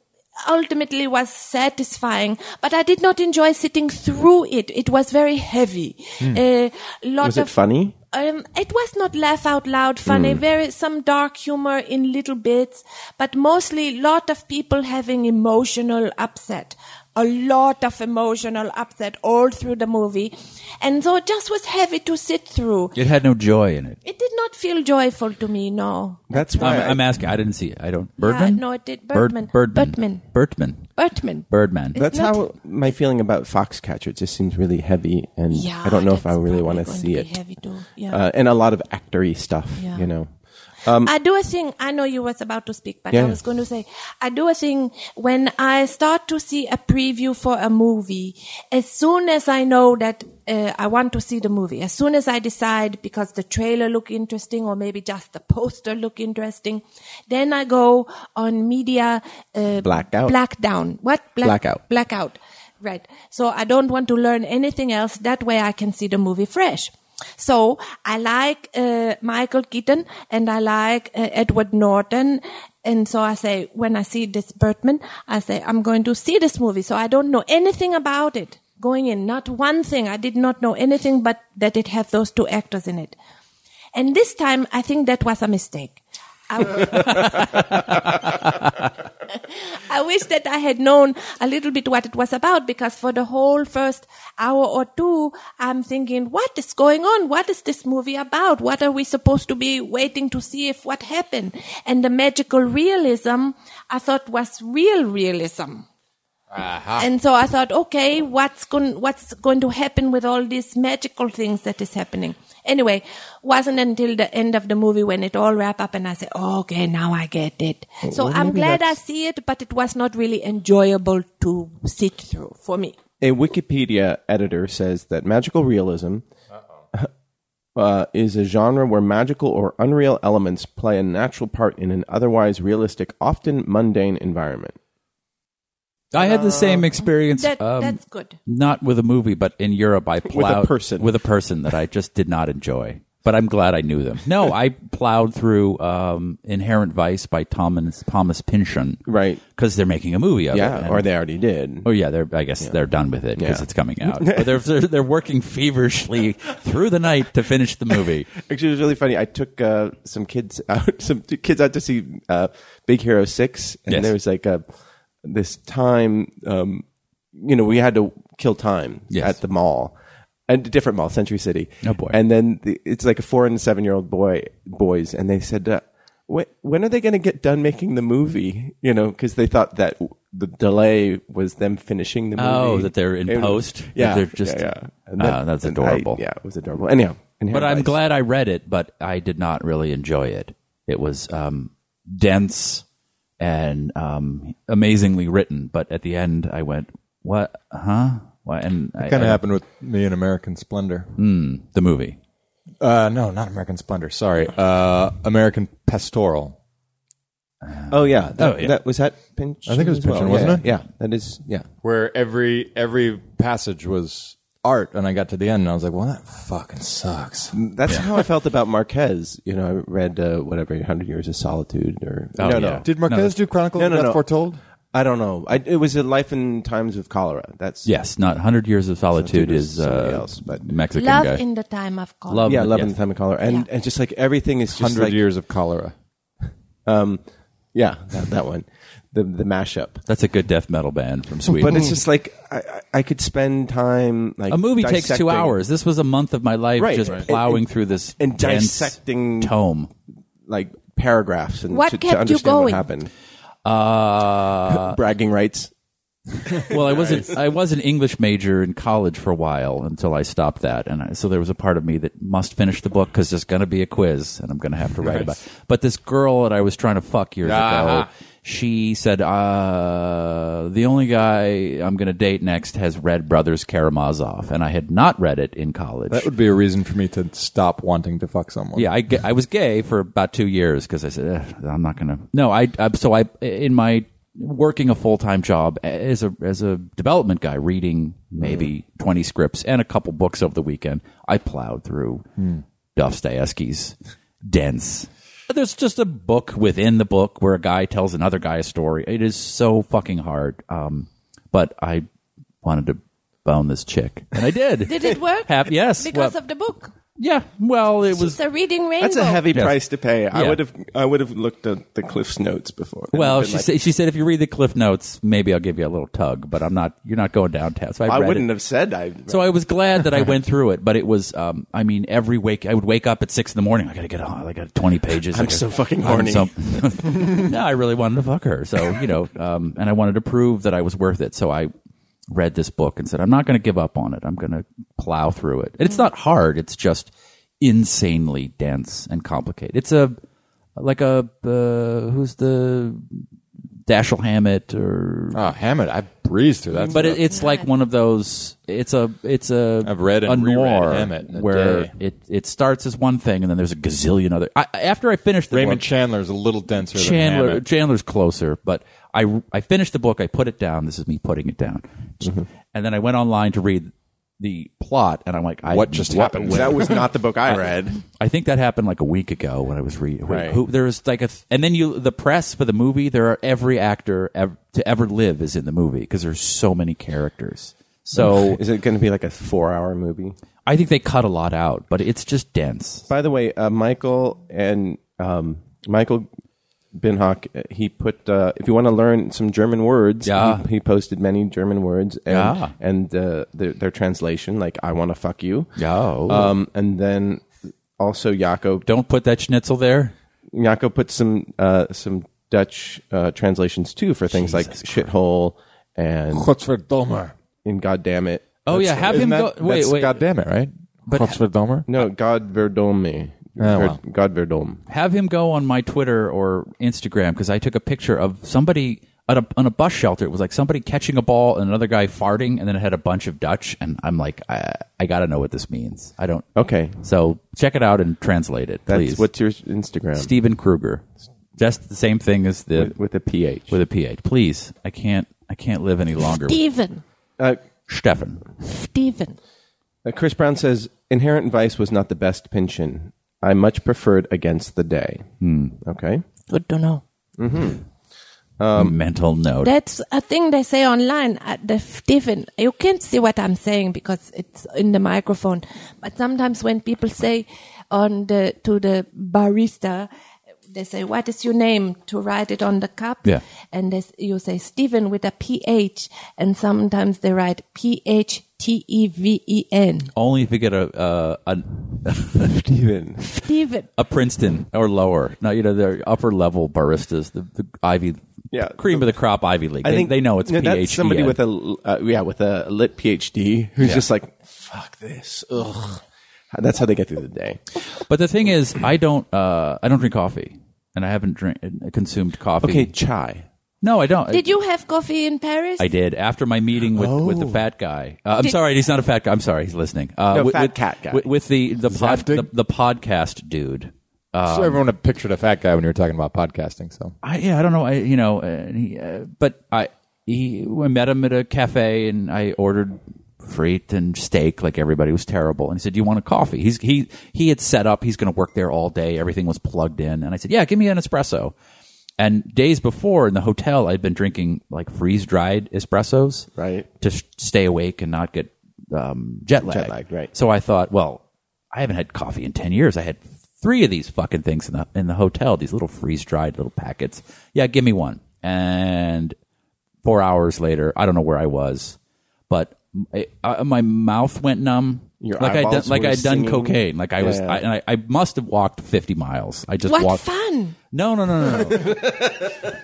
Speaker 3: ultimately was satisfying but i did not enjoy sitting through it it was very heavy uh,
Speaker 2: Hmm.
Speaker 3: lot
Speaker 2: Was it
Speaker 3: of
Speaker 2: funny?
Speaker 3: um, it was not laugh out loud funny.
Speaker 2: Hmm.
Speaker 3: Very some dark humor in little bits, but mostly lot of people having emotional upset. A lot of emotional upset all through the movie, and so it just was heavy to sit through.
Speaker 4: It had no joy in it.
Speaker 3: It did not feel joyful to me. No,
Speaker 2: That's why
Speaker 4: I'm,
Speaker 2: I-
Speaker 4: I'm asking. I didn't see it. I don't. Birdman.
Speaker 3: no, it did-
Speaker 4: Bird-
Speaker 3: Birdman.
Speaker 4: Birdman. Birdman. Birdman.
Speaker 3: Bertman.
Speaker 4: Birdman.
Speaker 3: It's
Speaker 2: That's
Speaker 3: not-
Speaker 2: how my feeling about Foxcatcher just seems really heavy, and
Speaker 3: Yeah,
Speaker 2: I don't know if I
Speaker 3: that's
Speaker 2: really
Speaker 3: probably
Speaker 2: want to
Speaker 3: going to
Speaker 2: see
Speaker 3: be
Speaker 2: it.
Speaker 3: heavy too, yeah.
Speaker 2: uh, and a lot of actory stuff,
Speaker 3: Yeah.
Speaker 2: you know.
Speaker 3: I do a thing. I know you was about to speak, but
Speaker 2: Yeah.
Speaker 3: I was going to say, I do a thing when I start to see a preview for a movie. As soon as I know that uh, I want to see the movie, as soon as I decide because the trailer look interesting or maybe just the poster look interesting, then I go on media uh,
Speaker 2: Blackout.
Speaker 3: Black down. What
Speaker 2: Blackout.
Speaker 3: Blackout. Right. So I don't want to learn anything else. That way I can see the movie fresh. So I like uh, Michael Keaton and I like uh, Edward Norton. And so I say, when I see this Birdman, I say, I'm going to see this movie. So I don't know anything about it going in. Not one thing. I did not know anything but that it had those two actors in it. And this time, I think that was a mistake. I wish that I had known a little bit what it was about because for the whole first hour or two, I'm thinking, what is going on? What is this movie about? What are we supposed to be waiting to see if what happened? And the magical realism I thought was real realism.
Speaker 4: Ah.
Speaker 3: And so I thought, okay, what's going what's going to happen with all these magical things that is happening? Anyway, wasn't until the end of the movie when it all wrap up and I say, okay, now I get it.
Speaker 4: Oh,
Speaker 3: so I'm glad I see it, but it was not really enjoyable to sit through for me.
Speaker 2: A Wikipedia editor says that magical realism uh, is a genre where magical or unreal elements play a natural part in an otherwise realistic, often mundane environment.
Speaker 4: I had the same experience.
Speaker 3: Oh. That
Speaker 4: um,
Speaker 3: that's good.
Speaker 4: not with a movie, but in Europe, I plowed
Speaker 2: person.
Speaker 4: with a person that I just did not enjoy. But I'm glad I knew them. No, I plowed through um, Inherent Vice by Thomas Thomas Pynchon,
Speaker 2: Right.
Speaker 4: Because they're making a movie of it.
Speaker 2: Yeah,
Speaker 4: and-
Speaker 2: or they already did.
Speaker 4: Oh yeah, they're. I guess they're done with it because
Speaker 2: Yeah.
Speaker 4: it's coming out. but they're, they're they're working feverishly through the night to finish the movie.
Speaker 2: Actually, it was really funny. I took uh, some kids out, some t- kids out to see uh, Big Hero Six, and
Speaker 4: Yes.
Speaker 2: there was like a this time. Um, you know, we had to kill time
Speaker 4: Yes.
Speaker 2: at the mall, at a different mall, Century City.
Speaker 4: Oh, boy.
Speaker 2: And then the, it's like a four and seven year old boy boys, and they said. Uh, when, when are they going to get done making the movie? You know, because they thought that w- the delay was them finishing the movie.
Speaker 4: Oh, that they're in
Speaker 2: It was-
Speaker 4: post? That
Speaker 2: Yeah,
Speaker 4: they're just-
Speaker 2: yeah, yeah. And
Speaker 4: Ah, that's
Speaker 2: and I-
Speaker 4: adorable.
Speaker 2: yeah, it was adorable. Anyhow,
Speaker 4: But I'm
Speaker 2: Inherent Vice.
Speaker 4: glad I read it, but I did not really enjoy it. It was um, dense and um, amazingly written. But at the end, I went, "What? Huh?" What? And I,
Speaker 6: Kind
Speaker 4: I-
Speaker 6: of happened with me in American Splendor.
Speaker 4: the movie.
Speaker 6: Uh, no, not American Splendor. Sorry, uh, American Pastoral.
Speaker 2: Oh yeah, that,
Speaker 4: Oh, yeah.
Speaker 2: that- was that pinch.
Speaker 6: I think it was Pynchon, wasn't
Speaker 2: yeah,
Speaker 6: it?
Speaker 2: Yeah, that is. Yeah,
Speaker 6: where every every passage was art and i got to the end and i was like well that fucking sucks
Speaker 2: Mm, that's how I felt about Marquez. You know, I read uh, whatever Hundred Years of Solitude or
Speaker 4: Oh,
Speaker 2: no,
Speaker 4: yeah.
Speaker 2: no,
Speaker 6: did marquez do chronicle
Speaker 2: No,
Speaker 6: of
Speaker 2: no,
Speaker 6: death
Speaker 2: no.
Speaker 6: foretold
Speaker 2: I don't know. I, it was a Life and Times of Cholera. That's
Speaker 4: Yes, not Hundred Years of Solitude
Speaker 2: Solitude is
Speaker 4: is uh,
Speaker 2: somebody else, but-
Speaker 4: Mexican
Speaker 3: Love
Speaker 4: guy.
Speaker 3: in the time of God.
Speaker 4: Love
Speaker 2: yeah, Love
Speaker 4: yes.
Speaker 2: and the Time of Cholera, and
Speaker 3: Yeah.
Speaker 2: and just like everything is just
Speaker 6: 100
Speaker 2: like
Speaker 6: years of cholera
Speaker 2: um, yeah, that, that one, the the mashup.
Speaker 4: That's a good death metal band from Sweden.
Speaker 2: But it's just like I, I I could spend time like
Speaker 4: mm. a movie takes two
Speaker 2: dissecting
Speaker 4: hours. This was a month of my life
Speaker 2: Right,
Speaker 4: just
Speaker 2: right.
Speaker 4: plowing
Speaker 2: And-
Speaker 4: through this
Speaker 2: and
Speaker 4: dense
Speaker 2: dissecting-
Speaker 4: tome.
Speaker 2: like paragraphs and
Speaker 3: What
Speaker 2: to, to
Speaker 3: kept you
Speaker 2: understand what
Speaker 3: going?
Speaker 2: happened.
Speaker 4: Uh,
Speaker 2: Bragging rights.
Speaker 4: well, I wasn't. I was an English major in college for a while until I stopped that, and I, so there was a part of me that must finish the book because there's going to be a quiz, and I'm going to have to write about. It. But this girl that I was trying to fuck years ago, she said, uh, "The only guy I'm going to date next has read Brothers Karamazov," and I had not read it in college.
Speaker 6: that would be a reason for me to stop wanting to fuck someone
Speaker 4: Yeah, I, ga- I was gay for about two years because I said "Eh, I'm not gonna. No, I, I so I in my working a full time job as a as a development guy, reading maybe 20 scripts and a couple books over the weekend. I plowed through Dostoevsky's dense. There's just a book within the book where a guy tells another guy a story. It is so fucking hard. Um, but I wanted to bone this chick, and I did.
Speaker 3: Did it work?
Speaker 4: Hap- yes.
Speaker 3: Because
Speaker 4: Well-
Speaker 3: of the book.
Speaker 4: yeah. Well, it was
Speaker 3: It's a reading rainbow.
Speaker 2: That's a heavy price to pay. I
Speaker 4: Yeah.
Speaker 2: would have I would have looked at the Cliff's notes before. and
Speaker 4: Well,
Speaker 2: been
Speaker 4: she
Speaker 2: like,
Speaker 4: said she said if you read the cliff notes, maybe I'll give you a little tug, but I'm not. You're not going downtown. So I,
Speaker 2: I
Speaker 4: read
Speaker 2: wouldn't
Speaker 4: it.
Speaker 2: have said I.
Speaker 4: So I was glad that I went through it, but it was. Um, I mean, every wake I would wake up at six in the morning. I gotta get on. I got twenty pages. I
Speaker 2: I'm
Speaker 4: gotta-
Speaker 2: so fucking
Speaker 4: I'm
Speaker 2: horny.
Speaker 4: no, I really wanted to fuck her. So you know, um, and I wanted to prove that I was worth it. So I read this book and said, I'm not going to give up on it. I'm going to plow through it. And it's not hard. It's just insanely dense and complicated. It's a like a uh, who's the Dashiell Hammett or
Speaker 6: oh hammett i breezed through that
Speaker 4: but
Speaker 6: stuff.
Speaker 4: it, it's like one of those. It's a it's a.
Speaker 6: I've read and
Speaker 4: a
Speaker 6: reread
Speaker 4: noir
Speaker 6: Hammett in a
Speaker 4: where
Speaker 6: day.
Speaker 4: it it starts as one thing and then there's a gazillion other. I, after I finished the
Speaker 6: raymond
Speaker 4: book,
Speaker 6: chandler's a little denser than
Speaker 4: Chandler
Speaker 6: hammett.
Speaker 4: Chandler's closer, but I I finished the book. I put it down. This is me putting it down,
Speaker 6: Mm-hmm.
Speaker 4: and then I went online to read the plot, and I'm like, I,
Speaker 6: What just happened?
Speaker 2: that was not the book I read.
Speaker 4: I think that happened like a week ago when I was reading.
Speaker 2: Right.
Speaker 4: Who, there's like a, th- and then you the press for the movie. There are every actor ev- to ever live is in the movie because there's so many characters.
Speaker 6: Mm-hmm.
Speaker 4: So
Speaker 2: Is it going to be like a four-hour movie?
Speaker 4: I think they cut a lot out, but it's just dense.
Speaker 2: By the way, uh, Michael and um, Michael Binhock, uh, he put. Uh, if you want to learn some German words,
Speaker 4: Yeah.
Speaker 2: he, he posted many German words and
Speaker 4: Yeah.
Speaker 2: and uh, their, their translation, like "I want to fuck you."
Speaker 4: Oh.
Speaker 2: Um, and then also Jaco
Speaker 4: Don't put that schnitzel there.
Speaker 2: Yako put some uh, some Dutch uh, translations too for things like shithole and
Speaker 6: Kotzverdomme.
Speaker 2: in God damn it.
Speaker 4: Oh yeah, have him
Speaker 6: Isn't that,
Speaker 4: go. Wait,
Speaker 6: that's
Speaker 4: wait.
Speaker 6: God damn it, right?
Speaker 4: But-
Speaker 6: Kotzverdomme?
Speaker 2: No, God verdom me.
Speaker 6: Oh, wow.
Speaker 2: God verdom.
Speaker 4: have him go on my Twitter or Instagram because I took a picture of somebody on a, on a bus shelter. It was like somebody catching a ball and another guy farting, and then it had a bunch of Dutch. And I'm like, I, I got to know what this means. I don't.
Speaker 2: Okay.
Speaker 4: So check it out and translate it,
Speaker 2: That's
Speaker 4: please.
Speaker 2: what's your Instagram
Speaker 4: Steven Kruger. Just the same thing as the
Speaker 2: with, with a ph.
Speaker 4: with a ph. Please, I can't. I can't live any longer. with
Speaker 3: Stephen.
Speaker 2: uh,
Speaker 4: Stefan.
Speaker 3: Stephen.
Speaker 2: uh, Chris Brown says Inherent Vice was not the best pension. I much preferred Against the Day.
Speaker 4: Hmm.
Speaker 2: Okay.
Speaker 3: Good to know.
Speaker 4: Mental note.
Speaker 3: That's a thing they say online. Uh, the Stephen, you can't see what I'm saying because it's in the microphone. But sometimes when people say on the to the barista, they say, "What is your name?" to write it on the cup.
Speaker 4: Yeah.
Speaker 3: And they, s- you say Stephen with a ph, and sometimes they write p h t e v e n.
Speaker 4: Only if you get a uh, an
Speaker 2: Steven.
Speaker 3: Stephen.
Speaker 4: a Princeton or lower. No, you know they're upper level baristas, the, the Ivy,
Speaker 2: Yeah.
Speaker 4: cream of the crop Ivy League. they, they know it's
Speaker 2: no,
Speaker 4: PhD.
Speaker 2: That's somebody with a uh, yeah with a lit PhD who's just like fuck this. Ugh. That's how they get through the day.
Speaker 4: But the thing is, I don't, uh, I don't drink coffee. and I haven't drink, consumed coffee.
Speaker 2: Okay, chai.
Speaker 4: No, I don't.
Speaker 3: Did you have coffee in Paris?
Speaker 4: I did after my meeting with, with the fat guy. Uh, I'm sorry, he's not a fat guy. I'm sorry, he's listening. Uh,
Speaker 2: Oh. No,
Speaker 4: with,
Speaker 2: fat
Speaker 4: with-
Speaker 2: cat guy.
Speaker 4: With, with the the, pod,
Speaker 6: Zaftig?
Speaker 4: the the podcast dude.
Speaker 6: so everyone had pictured a fat guy when you were talking about podcasting. So
Speaker 4: I yeah, I don't know. I you know, uh, he, uh, but I he I met him at a cafe and I ordered freight and steak like everybody It was terrible and he said do you want a coffee he's he he had set up he's going to work there all day everything was plugged in and i said yeah give me an espresso and days before in the hotel i'd been drinking like freeze dried espressos
Speaker 2: Right.
Speaker 4: to s- stay awake and not get um, jet lag.
Speaker 2: Jet lag, right.
Speaker 4: So I thought, well, I haven't had coffee in ten years. I had three of these fucking things in the in the hotel. These little freeze dried little packets. Yeah, give me one. And four hours later, I don't know where I was, but I, I, my mouth went numb.
Speaker 2: Your
Speaker 4: like I done,
Speaker 2: eyeballs
Speaker 4: like
Speaker 2: were
Speaker 4: I had done
Speaker 2: singing.
Speaker 4: cocaine. Like I was,
Speaker 2: Yeah.
Speaker 4: I, and I, I must have walked fifty miles. I just
Speaker 3: What
Speaker 4: walked.
Speaker 3: fun!
Speaker 4: No, no, no, no, no.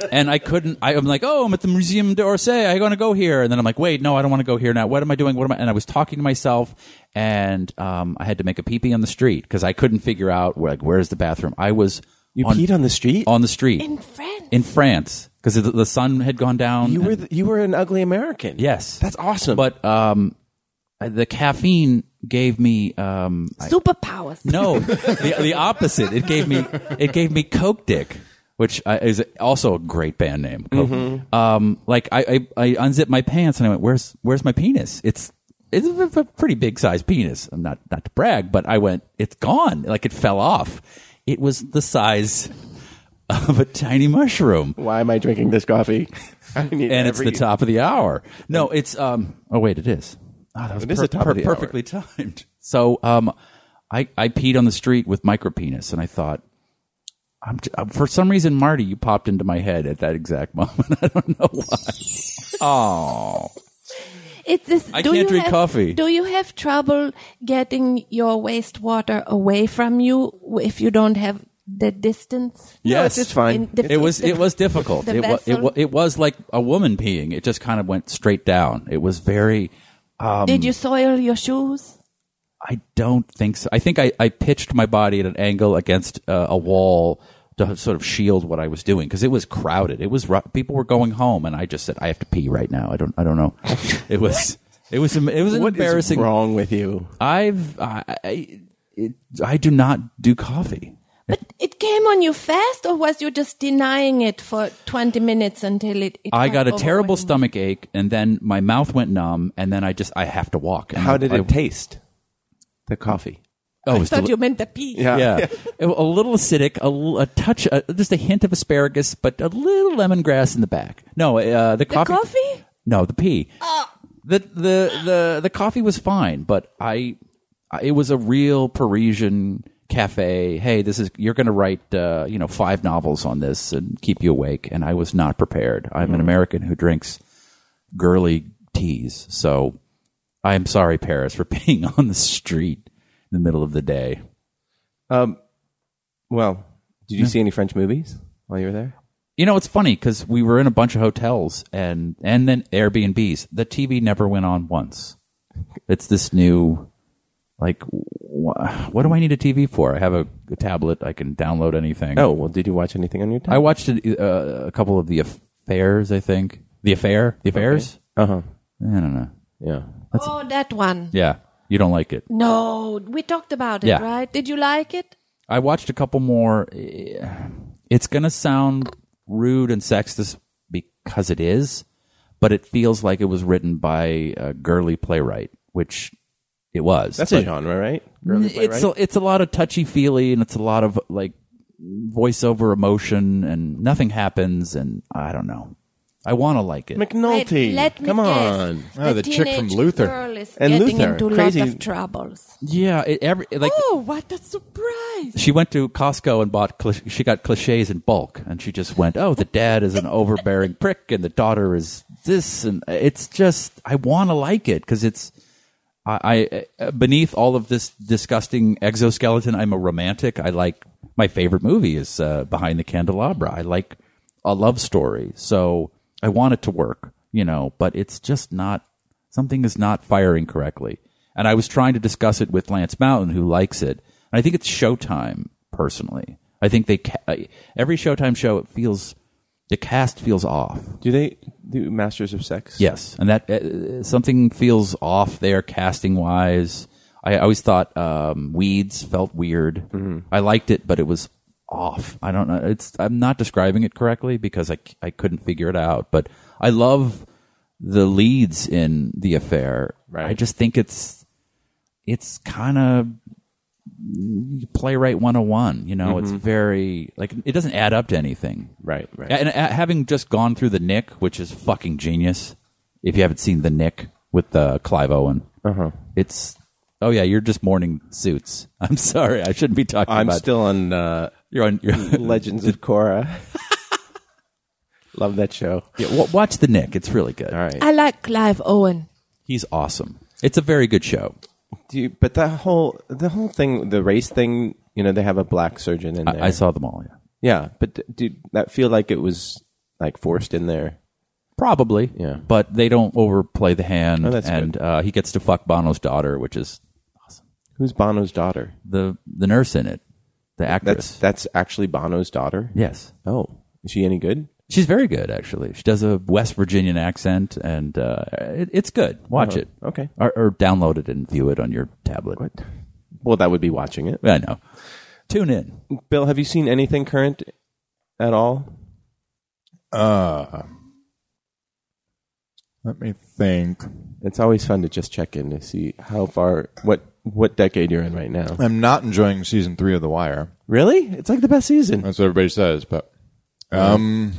Speaker 4: and I couldn't. I, I'm like, oh, I'm at the Museum d'Orsay. I'm going to go here. And then I'm like, wait, no, I don't want to go here now. What am I doing? What am I? And I was talking to myself, and um, I had to make a pee pee on the street because I couldn't figure out where, like, where's the bathroom. I was
Speaker 2: You peed on the street?
Speaker 4: on the street
Speaker 3: In France.
Speaker 4: in France because the, the sun had gone down.
Speaker 2: You
Speaker 4: and-
Speaker 2: were the, you were an ugly American.
Speaker 4: yes,
Speaker 2: That's awesome.
Speaker 4: But um, the caffeine gave me um,
Speaker 3: Superpowers.
Speaker 4: no, the, the opposite. It gave me it gave me Coke Dick, which uh, is also a great band name. Coke. Um, like I, I I unzipped my pants and I went, "Where's where's my penis?" It's it's a, a pretty big sized penis. I'm not not to brag, but I went, "It's gone." Like it fell off. It was the size of a tiny mushroom
Speaker 2: Why am I drinking this coffee? I need
Speaker 4: and it's
Speaker 2: every-
Speaker 4: the top of the hour. No, it's um. Oh wait, it is. Oh, that was
Speaker 2: It is the top of the hour.
Speaker 4: perfectly timed. So um, I I peed on the street with micro penis, and I thought, I'm j- uh, for some reason Marty, you popped into my head at that exact moment. I don't know why.
Speaker 3: It is,
Speaker 4: I
Speaker 3: do
Speaker 4: can't
Speaker 3: you
Speaker 4: drink
Speaker 3: have-
Speaker 4: coffee.
Speaker 3: Do you have trouble getting your wastewater away from you if you don't have the distance?
Speaker 4: Yes,
Speaker 2: it's- it's fine.
Speaker 3: In the-
Speaker 4: It was it was difficult.
Speaker 3: The
Speaker 4: It was it,
Speaker 3: vessel?
Speaker 4: wa- it was like a woman peeing. It just kind of went straight down. It was very.
Speaker 2: Um,
Speaker 3: Did you soil your shoes?
Speaker 4: I don't think so. I think I, I pitched my body at an angle against uh, a wall to sort of shield what I was doing because it was crowded. It was rough. people were going home, and I just said, "I have to pee right now." I don't I don't know. it was it was em- it was an
Speaker 2: What is
Speaker 4: embarrassing.
Speaker 2: wrong with you?
Speaker 4: I've I I, it, I do not do coffee.
Speaker 3: But it came on you fast, or was you just denying it for 20 minutes until it? it
Speaker 4: I
Speaker 3: got
Speaker 4: got a terrible
Speaker 3: overwhelming?
Speaker 4: stomach ache, and then my mouth went numb, and then I just I have to walk. And
Speaker 2: How
Speaker 4: I-
Speaker 2: did
Speaker 4: Uh-huh. I-
Speaker 2: it taste? The coffee.
Speaker 4: Oh, it was
Speaker 3: I thought
Speaker 4: deli-
Speaker 3: you meant the pee.
Speaker 4: yeah. a a little acidic, a, l- a touch, a, just a hint of asparagus, but a little lemongrass in the back. No, uh, the coffee. Oh.
Speaker 3: coffee?
Speaker 4: No, the pee. The, the the the coffee was fine, but I, I- it was a real Parisian cafe. Hey, this is you're going to write uh, you know five novels on this and keep you awake. And I was not prepared. I'm an American who drinks girly teas, so I'm sorry, Paris, for being on the street in the middle of the day.
Speaker 2: Um, well, did you see any French movies while you were there?
Speaker 4: You know, it's funny because we were in a bunch of hotels and and then Airbnbs. The TV never went on once. It's this new, like, wh- what do I need a TV for? I have a, a tablet. I can download anything.
Speaker 2: Oh, well, did you watch anything on your
Speaker 4: I
Speaker 2: time?
Speaker 4: watched a, uh, a couple of the affairs. I think the affair, the affairs.
Speaker 2: Uh huh.
Speaker 4: I don't know.
Speaker 2: Yeah.
Speaker 3: Oh, that one.
Speaker 4: Yeah, you don't like it.
Speaker 3: No, we talked about it,
Speaker 4: Yeah.
Speaker 3: right? Did you like it?
Speaker 4: I watched a couple more. It's going to sound rude and sexist because it is, but it feels like it was written by a girly playwright, which it was.
Speaker 2: That's
Speaker 4: But
Speaker 2: a genre, right?
Speaker 4: It's a, it's a lot of touchy feely and it's a lot of like voiceover emotion and nothing happens and I don't know. I want to like it.
Speaker 3: Wait,
Speaker 2: McNulty.
Speaker 3: let me
Speaker 2: Come
Speaker 3: guess.
Speaker 2: on.
Speaker 6: Oh, the chick from
Speaker 3: teenage
Speaker 6: Luther.
Speaker 3: girl is
Speaker 2: And
Speaker 3: getting
Speaker 2: Luther,
Speaker 3: into
Speaker 2: crazy-
Speaker 3: lots of troubles.
Speaker 4: yeah, it, every like
Speaker 3: Oh, what a surprise!
Speaker 4: she went to Costco and bought cli- she got cliches in bulk, and she just went, "Oh, the dad is an overbearing prick, and the daughter is this," and it's just I want to like it because it's I, I uh, beneath all of this disgusting exoskeleton, I'm a romantic. I like my favorite movie is uh, Behind the Candelabra. I like a love story, so I want it to work, you know. But it's just not something is not firing correctly. And I was trying to discuss it with Lance Mountain, who likes it. And I think it's Showtime personally. I think they ca- I- every Showtime show it feels the cast feels off.
Speaker 2: Do they do Masters of Sex?
Speaker 4: Yes, and that uh, something feels off there casting wise. I always thought um, Weeds felt weird.
Speaker 2: Mm-hmm.
Speaker 4: I liked it, but it was off. I don't know. It's I'm not describing it correctly because I c- I couldn't figure it out. But I love the leads in the affair.
Speaker 2: Right.
Speaker 4: I just think it's it's kind of playwright 101 you know it's very like it doesn't add up to anything
Speaker 2: Mm-hmm. Right, right.
Speaker 4: and uh, having just gone through the nick which is fucking genius if you haven't seen the nick with uh, clive owen uh-huh. it's oh yeah you're just mourning suits i'm sorry i shouldn't be talking
Speaker 2: I'm
Speaker 4: about
Speaker 2: still on uh,
Speaker 4: you're on you're,
Speaker 2: Legends of Korra. Love that show.
Speaker 4: yeah, wa- watch the nick it's really good
Speaker 2: All right.
Speaker 3: I like Clive Owen.
Speaker 4: he's awesome it's a very good show
Speaker 2: Do you, but that whole the whole thing, the race thing, you know, they have a black surgeon in there.
Speaker 4: I, I saw them all yeah
Speaker 2: Yeah, but d- did that feel like it was like forced in there?
Speaker 4: Probably,
Speaker 2: Yeah.
Speaker 4: But they don't overplay the hand,
Speaker 2: Oh, that's
Speaker 4: and uh, he gets to fuck Bono's daughter, which is
Speaker 2: Who's Bono's daughter?
Speaker 4: the the nurse in it, the
Speaker 2: That's
Speaker 4: actress.
Speaker 2: that's actually Bono's daughter.
Speaker 4: yes,
Speaker 2: Oh, is she any good?
Speaker 4: she's very good actually. She does a West Virginian accent, and uh, it, it's good. Watch it,
Speaker 2: Uh-huh. okay.
Speaker 4: or, or download it and view it on your tablet.
Speaker 2: Well, that would be watching it.
Speaker 4: I know. Tune in.
Speaker 2: Bill, have you seen anything current at all?
Speaker 5: Uh, let me think.
Speaker 2: It's always fun to just check in to see how far what what decade you're in right now.
Speaker 5: I'm not enjoying season three of The Wire.
Speaker 2: Really? It's like the best season.
Speaker 5: That's what everybody says, but um,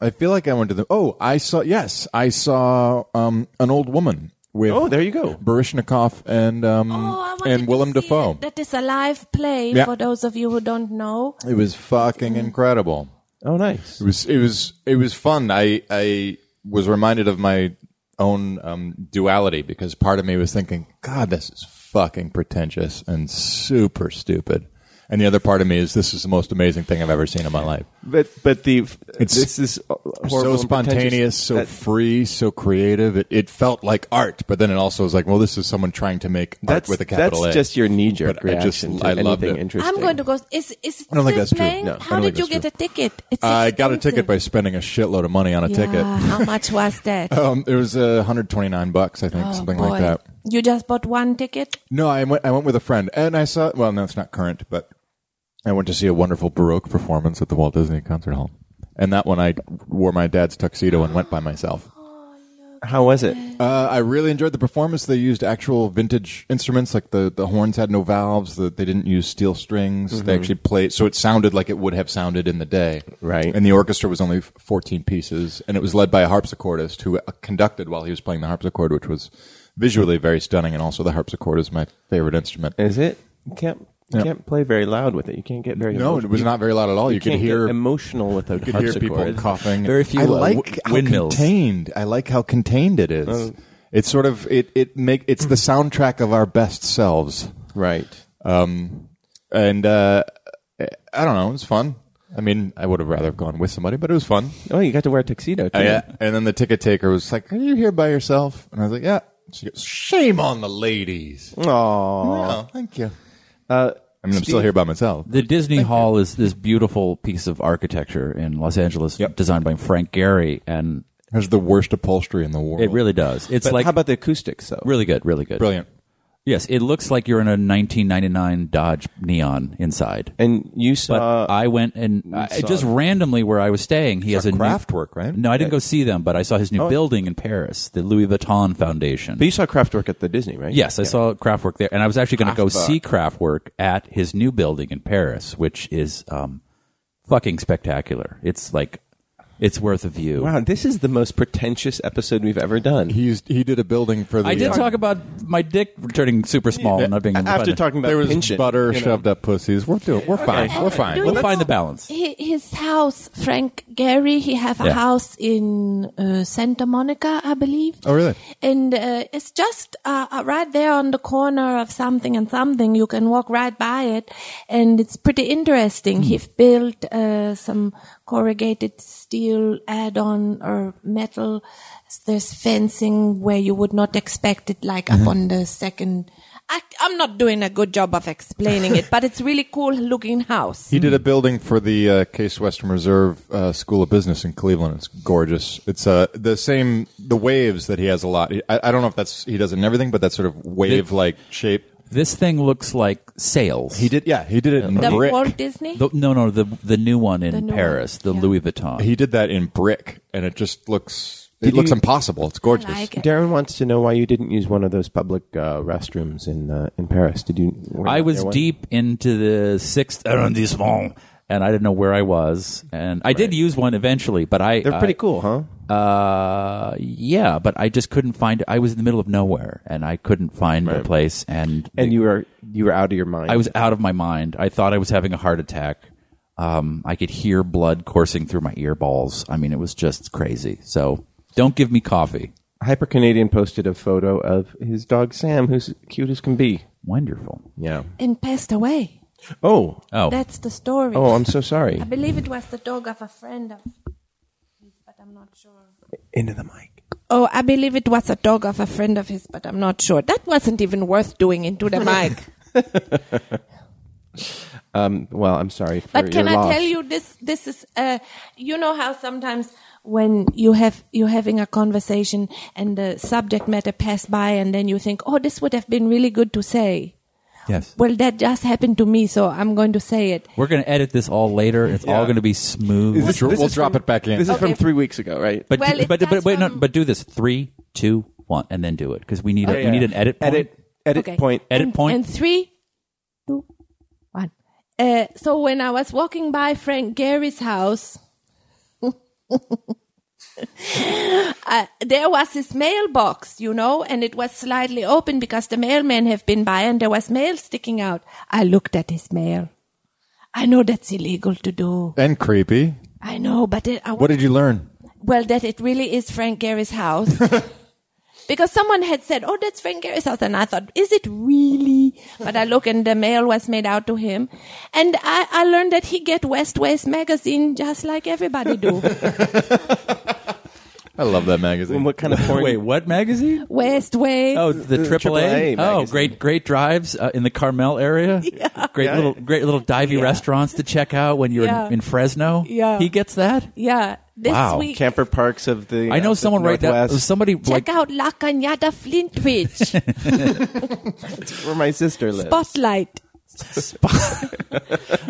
Speaker 5: I feel like I went to the. Oh, I saw. Yes, I saw um an old woman with.
Speaker 2: Oh, there you go.
Speaker 5: Baryshnikov and um
Speaker 6: Mm.
Speaker 3: Oh, I wanted
Speaker 5: and
Speaker 3: to
Speaker 5: Willem
Speaker 3: see
Speaker 5: Dafoe.
Speaker 3: it. That is a live play
Speaker 5: Yeah.
Speaker 3: for those of you who don't know.
Speaker 5: It was fucking incredible.
Speaker 2: Oh, nice.
Speaker 5: It was it was
Speaker 6: it was fun. I I was reminded of my own um, duality because part of me was thinking, God, this is fucking pretentious and super stupid, and the other part of me is this is the most amazing thing I've ever seen in my life.
Speaker 2: But but the
Speaker 5: It's
Speaker 2: this is
Speaker 6: so
Speaker 2: horrible and pretentious.
Speaker 6: spontaneous, so
Speaker 2: That-
Speaker 6: free, so creative. It, it felt like art, but then it also was like, well, this is someone trying to make art
Speaker 2: that's
Speaker 6: with a capital
Speaker 2: that's
Speaker 6: A.
Speaker 2: just your knee jerk
Speaker 6: But I just-
Speaker 2: reaction
Speaker 6: I
Speaker 2: to
Speaker 6: loved
Speaker 2: anything
Speaker 6: it.
Speaker 2: interesting.
Speaker 3: I'm going to go. Is is it
Speaker 6: I don't think
Speaker 3: still
Speaker 6: that's true.
Speaker 3: playing?
Speaker 6: No, I
Speaker 3: How
Speaker 6: don't
Speaker 3: did
Speaker 6: think
Speaker 3: you get
Speaker 6: that's
Speaker 3: a ticket? It's
Speaker 6: I got a ticket
Speaker 3: expensive.
Speaker 6: by spending a shitload of money on a ticket.
Speaker 3: Yeah, How much was that?
Speaker 6: Um, it was uh, 129 bucks, I think,
Speaker 3: Oh,
Speaker 6: something
Speaker 3: boy.
Speaker 6: like that.
Speaker 3: You just bought one ticket.
Speaker 6: No, I went. I went with a friend, and I saw. Well, no, it's not current, but I went to see a wonderful Baroque performance at the Walt Disney Concert Hall, and that one I wore my dad's tuxedo and went by myself.
Speaker 2: How was it?
Speaker 6: Uh, I really enjoyed the performance. They used actual vintage instruments, like the the horns had no valves. The, they didn't use steel strings. They actually played, so it sounded like it would have sounded in the day.
Speaker 2: Right.
Speaker 6: And the orchestra was only f- 14 pieces, and it was led by a harpsichordist who uh, conducted while he was playing the harpsichord, which was visually very stunning. And also, the harpsichord is my favorite instrument.
Speaker 2: Is it? You can't you
Speaker 6: Yeah.
Speaker 2: can't play very loud with it. You can't get very
Speaker 6: No,
Speaker 2: emotional.
Speaker 6: it was not very loud at all. You, could
Speaker 2: can't get
Speaker 6: hear
Speaker 2: emotional without
Speaker 6: you could hear people
Speaker 2: harpsichord.
Speaker 6: coughing.
Speaker 4: Very few,
Speaker 6: I
Speaker 4: uh,
Speaker 6: like
Speaker 4: wi-
Speaker 6: how
Speaker 4: windmills.
Speaker 6: contained. I like how contained it is. it's sort of it it make it's the soundtrack of our best selves.
Speaker 2: Right.
Speaker 6: Um, and uh, I don't know. It was fun. I mean, I would have rather have gone with somebody, but it was fun.
Speaker 2: Oh, you got to wear a tuxedo. Too.
Speaker 6: I- and then the ticket taker was like, "Are you here by yourself?" And I was like, "Yeah." She goes, "Shame on the ladies."
Speaker 2: Aw.
Speaker 6: Oh, thank you.
Speaker 2: Uh,
Speaker 6: I mean, I'm still here by myself.
Speaker 4: The Disney Hall is this beautiful piece of architecture in Los Angeles,
Speaker 6: Yep.
Speaker 4: designed by Frank Gehry, and
Speaker 6: Has the worst upholstery in the world.
Speaker 4: it really does. It's
Speaker 2: but
Speaker 4: like
Speaker 2: how about the acoustics though?
Speaker 4: really good, really good,
Speaker 6: brilliant.
Speaker 4: Yes, it looks like you're in a 1999 Dodge Neon inside.
Speaker 2: And you
Speaker 4: But
Speaker 2: saw
Speaker 4: I went and I,
Speaker 2: Uh, saw-
Speaker 4: just randomly where I was staying, he has a new-
Speaker 6: Kraftwerk, right?
Speaker 4: No, I didn't go see them, but I saw his new building in Paris, the Louis Vuitton Foundation.
Speaker 2: but you saw Kraftwerk at the Disney, right?
Speaker 4: Yes, I saw Kraftwerk there, and I was actually going to go see Kraftwerk at his new building in Paris, which is um, fucking spectacular. It's like it's worth a view.
Speaker 2: Wow, this is the most pretentious episode we've ever done.
Speaker 6: He's he did a building for the.
Speaker 4: I did
Speaker 6: uh,
Speaker 4: talk about my dick turning super small and not being able to
Speaker 2: After
Speaker 4: find it.
Speaker 2: talking about
Speaker 6: There was
Speaker 2: Pinchin,
Speaker 6: butter
Speaker 2: you know.
Speaker 6: shoved up pussies. We're doing. We're fine. We're fine.
Speaker 3: Do
Speaker 4: We'll
Speaker 3: you
Speaker 4: find
Speaker 3: know
Speaker 4: the balance.
Speaker 3: hi- His house, Frank Gehry, he have a
Speaker 4: Yeah.
Speaker 3: house in uh, Santa Monica, I believe.
Speaker 6: Oh, really?
Speaker 3: And uh, it's just uh, uh, right there on the corner of something and something. You can walk right by it, and it's pretty
Speaker 4: Hmm.
Speaker 3: interesting. He's built uh, some corrugated steel add-on or
Speaker 4: Mm-hmm.
Speaker 3: metal. There's fencing where you would not expect it, like up on the second. I, I'm not doing a good job of explaining it, but it's really cool looking house.
Speaker 6: He did a building for the uh, Case Western Reserve uh, School of Business in Cleveland. It's gorgeous. It's uh, the same the waves that he has a lot. I, I don't know if that's he does in everything, but that sort of wave like shape.
Speaker 4: This thing looks like sails.
Speaker 6: He did, yeah, he did it in
Speaker 3: The
Speaker 6: brick.
Speaker 3: Walt Disney.
Speaker 4: The, no, no, the the new one in
Speaker 3: new one,
Speaker 4: Paris, the
Speaker 3: yeah.
Speaker 4: Louis Vuitton.
Speaker 6: He did that in brick, and it just looks it looks impossible. It's gorgeous.
Speaker 3: like it.
Speaker 2: Darren wants to know why you didn't use one of those public uh, restrooms in uh, in Paris. Did you? were
Speaker 4: I
Speaker 2: you
Speaker 4: was
Speaker 2: there one?
Speaker 4: deep into the sixth arrondissement, and I didn't know where I was. And I did use one eventually, but I
Speaker 2: They're pretty
Speaker 4: I-
Speaker 2: cool, huh?
Speaker 4: Uh, yeah, but I just couldn't find. I was in the middle of nowhere, and I couldn't find the place. And
Speaker 2: And you were you were out of your mind.
Speaker 4: I was out of my mind. I thought I was having a heart attack. Um, I could hear blood coursing through my ear balls. I mean, it was just crazy. So don't give me coffee.
Speaker 2: Hyper Canadian posted a photo of his dog Sam, who's cute as can be.
Speaker 4: Wonderful.
Speaker 2: Yeah.
Speaker 3: and passed away.
Speaker 2: Oh.
Speaker 4: Oh,
Speaker 3: That's the story.
Speaker 2: Oh, I'm so sorry.
Speaker 3: I believe it was the dog of a friend of his, but I'm not sure.
Speaker 2: Into the mic.
Speaker 3: Oh, I believe it was a dog of a friend of his, but I'm not sure. That wasn't even worth doing into the mic.
Speaker 2: Um, well, I'm sorry. For
Speaker 3: But can
Speaker 2: your
Speaker 3: I
Speaker 2: loss.
Speaker 3: tell you this? This is, uh, you know how sometimes when you have you're having a conversation and the subject matter pass by, and then you think, oh, this would have been really good to say.
Speaker 4: yes.
Speaker 3: Well, that just happened to me, so I'm going to say it.
Speaker 4: We're gonna edit this all later. It's all gonna be smooth.
Speaker 6: We'll, dro- we'll drop it back in.
Speaker 2: This is
Speaker 3: Okay.
Speaker 2: from three weeks ago, right?
Speaker 4: But
Speaker 3: Well,
Speaker 4: do,
Speaker 3: it
Speaker 4: but
Speaker 3: does
Speaker 4: but wait, no,
Speaker 3: from-
Speaker 4: but do this three, two, one, and then do it because we need a, we need an edit point.
Speaker 2: Oh, Edit. Edit
Speaker 3: Okay.
Speaker 2: point.
Speaker 4: Edit
Speaker 3: and,
Speaker 4: point.
Speaker 3: And three, two, one. Uh, so when I was walking by Frank Gary's house, uh, there was his mailbox, you know, and it was slightly open because the mailman have been by and there was mail sticking out. I looked at his mail. I know that's illegal to do.
Speaker 6: and creepy.
Speaker 3: I know, but it, I
Speaker 6: What did you learn?
Speaker 3: well, that it really is Frank Gary's house. because someone had said, oh, that's Frank Gary's house. And I thought, is it really? But I look and the mail was made out to him. And I, I learned that he get West West magazine just like everybody do.
Speaker 6: I love that magazine.
Speaker 2: And what kind of porn?
Speaker 4: Wait, what magazine?
Speaker 3: West West.
Speaker 4: Oh, the
Speaker 2: The AAA
Speaker 4: AAA. oh,
Speaker 2: magazine.
Speaker 4: great, great drives uh, in the Carmel area. Great little, great little divey restaurants to check out when you're
Speaker 3: Yeah.
Speaker 4: in, in Fresno.
Speaker 3: Yeah.
Speaker 4: he gets that.
Speaker 3: Yeah. This
Speaker 4: Wow.
Speaker 3: week.
Speaker 2: Camper parks of the.
Speaker 4: I know
Speaker 2: of the
Speaker 4: someone right that
Speaker 2: Northwest.
Speaker 4: somebody
Speaker 3: Check
Speaker 4: like
Speaker 3: out La Cañada Flintwich
Speaker 2: where my sister lives.
Speaker 3: Spotlight.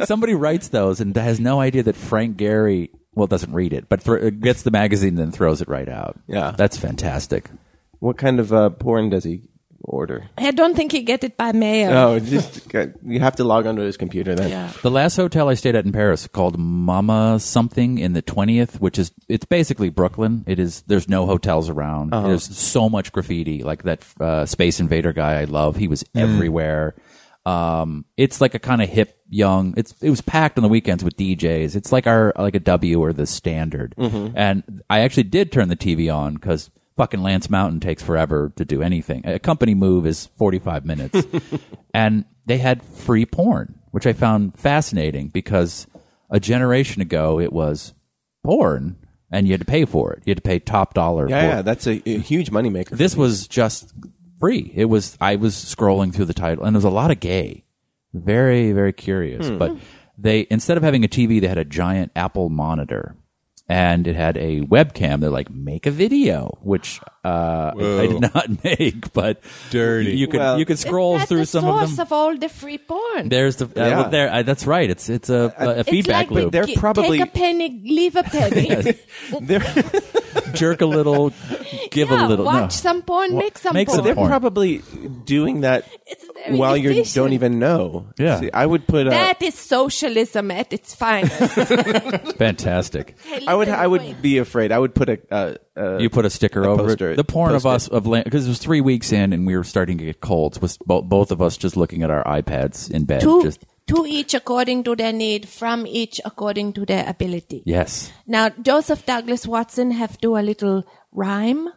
Speaker 4: somebody writes those and has no idea that Frank Gary well doesn't read it, but thro- gets the magazine then throws it right out.
Speaker 2: Yeah.
Speaker 4: that's fantastic.
Speaker 2: What kind of uh, porn does he order?
Speaker 3: I don't think he get it by mail.
Speaker 2: Oh, just you have to log onto his computer
Speaker 4: Oh.
Speaker 2: then.
Speaker 3: Yeah.
Speaker 4: The last hotel I stayed at in Paris called Mama something in the 20th, which is it's basically Brooklyn. It is there's no hotels around. There's so much graffiti like that uh, Space Invader guy I love. He was everywhere. Um, it's like a kind of hip young. It's it was packed on the weekends with DJs. It's like our like a W or the standard. And I actually did turn the TV on cuz fucking Lance Mountain takes forever to do anything. A company move is 45 minutes. and they had free porn, which I found fascinating because a generation ago it was porn and you had to pay for it. You had to pay top dollar
Speaker 2: Yeah,
Speaker 4: for
Speaker 2: yeah,
Speaker 4: it.
Speaker 2: that's a, a huge moneymaker.
Speaker 4: This was just free. It was I was scrolling through the title and there was a lot of gay. Very, very curious. But they instead of having a TV, they had a giant Apple monitor. And it had a webcam. They're like, make a video, which uh, I did not make, but
Speaker 6: Dirty.
Speaker 4: You could
Speaker 2: Well-
Speaker 4: you could scroll
Speaker 3: That's
Speaker 4: through
Speaker 3: the
Speaker 4: some
Speaker 3: source
Speaker 4: of them.
Speaker 3: all the free porn.
Speaker 4: There's the uh,
Speaker 2: Yeah.
Speaker 4: well, there. I, that's right. It's it's a, a, a feedback
Speaker 3: it's like
Speaker 4: loop.
Speaker 2: They're
Speaker 3: ki-
Speaker 2: probably-
Speaker 3: take a penny, leave a penny.
Speaker 2: They're,
Speaker 4: Jerk a little, give
Speaker 3: yeah,
Speaker 4: a little.
Speaker 3: Watch
Speaker 4: no.
Speaker 3: some porn, make some
Speaker 4: make some
Speaker 3: porn.
Speaker 2: they're
Speaker 4: Porn.
Speaker 2: probably doing that
Speaker 3: It's very
Speaker 2: while you
Speaker 3: efficient.
Speaker 2: don't even know.
Speaker 4: Yeah.
Speaker 2: See, I would put. A,
Speaker 3: That is socialism at its finest.
Speaker 4: Fantastic.
Speaker 2: I would. I would be afraid. I would put a. Uh, uh,
Speaker 4: You put a sticker over
Speaker 2: poster-
Speaker 4: it. The porn of
Speaker 2: poster.
Speaker 4: us of because it was three weeks in and we were starting to get colds. Was bo- both of us just looking at our iPads in bed?
Speaker 3: Two,
Speaker 4: Just
Speaker 3: two each according to their need, from each according to their ability.
Speaker 4: yes.
Speaker 3: Now, Joseph Douglas Watson have do a little rhyme.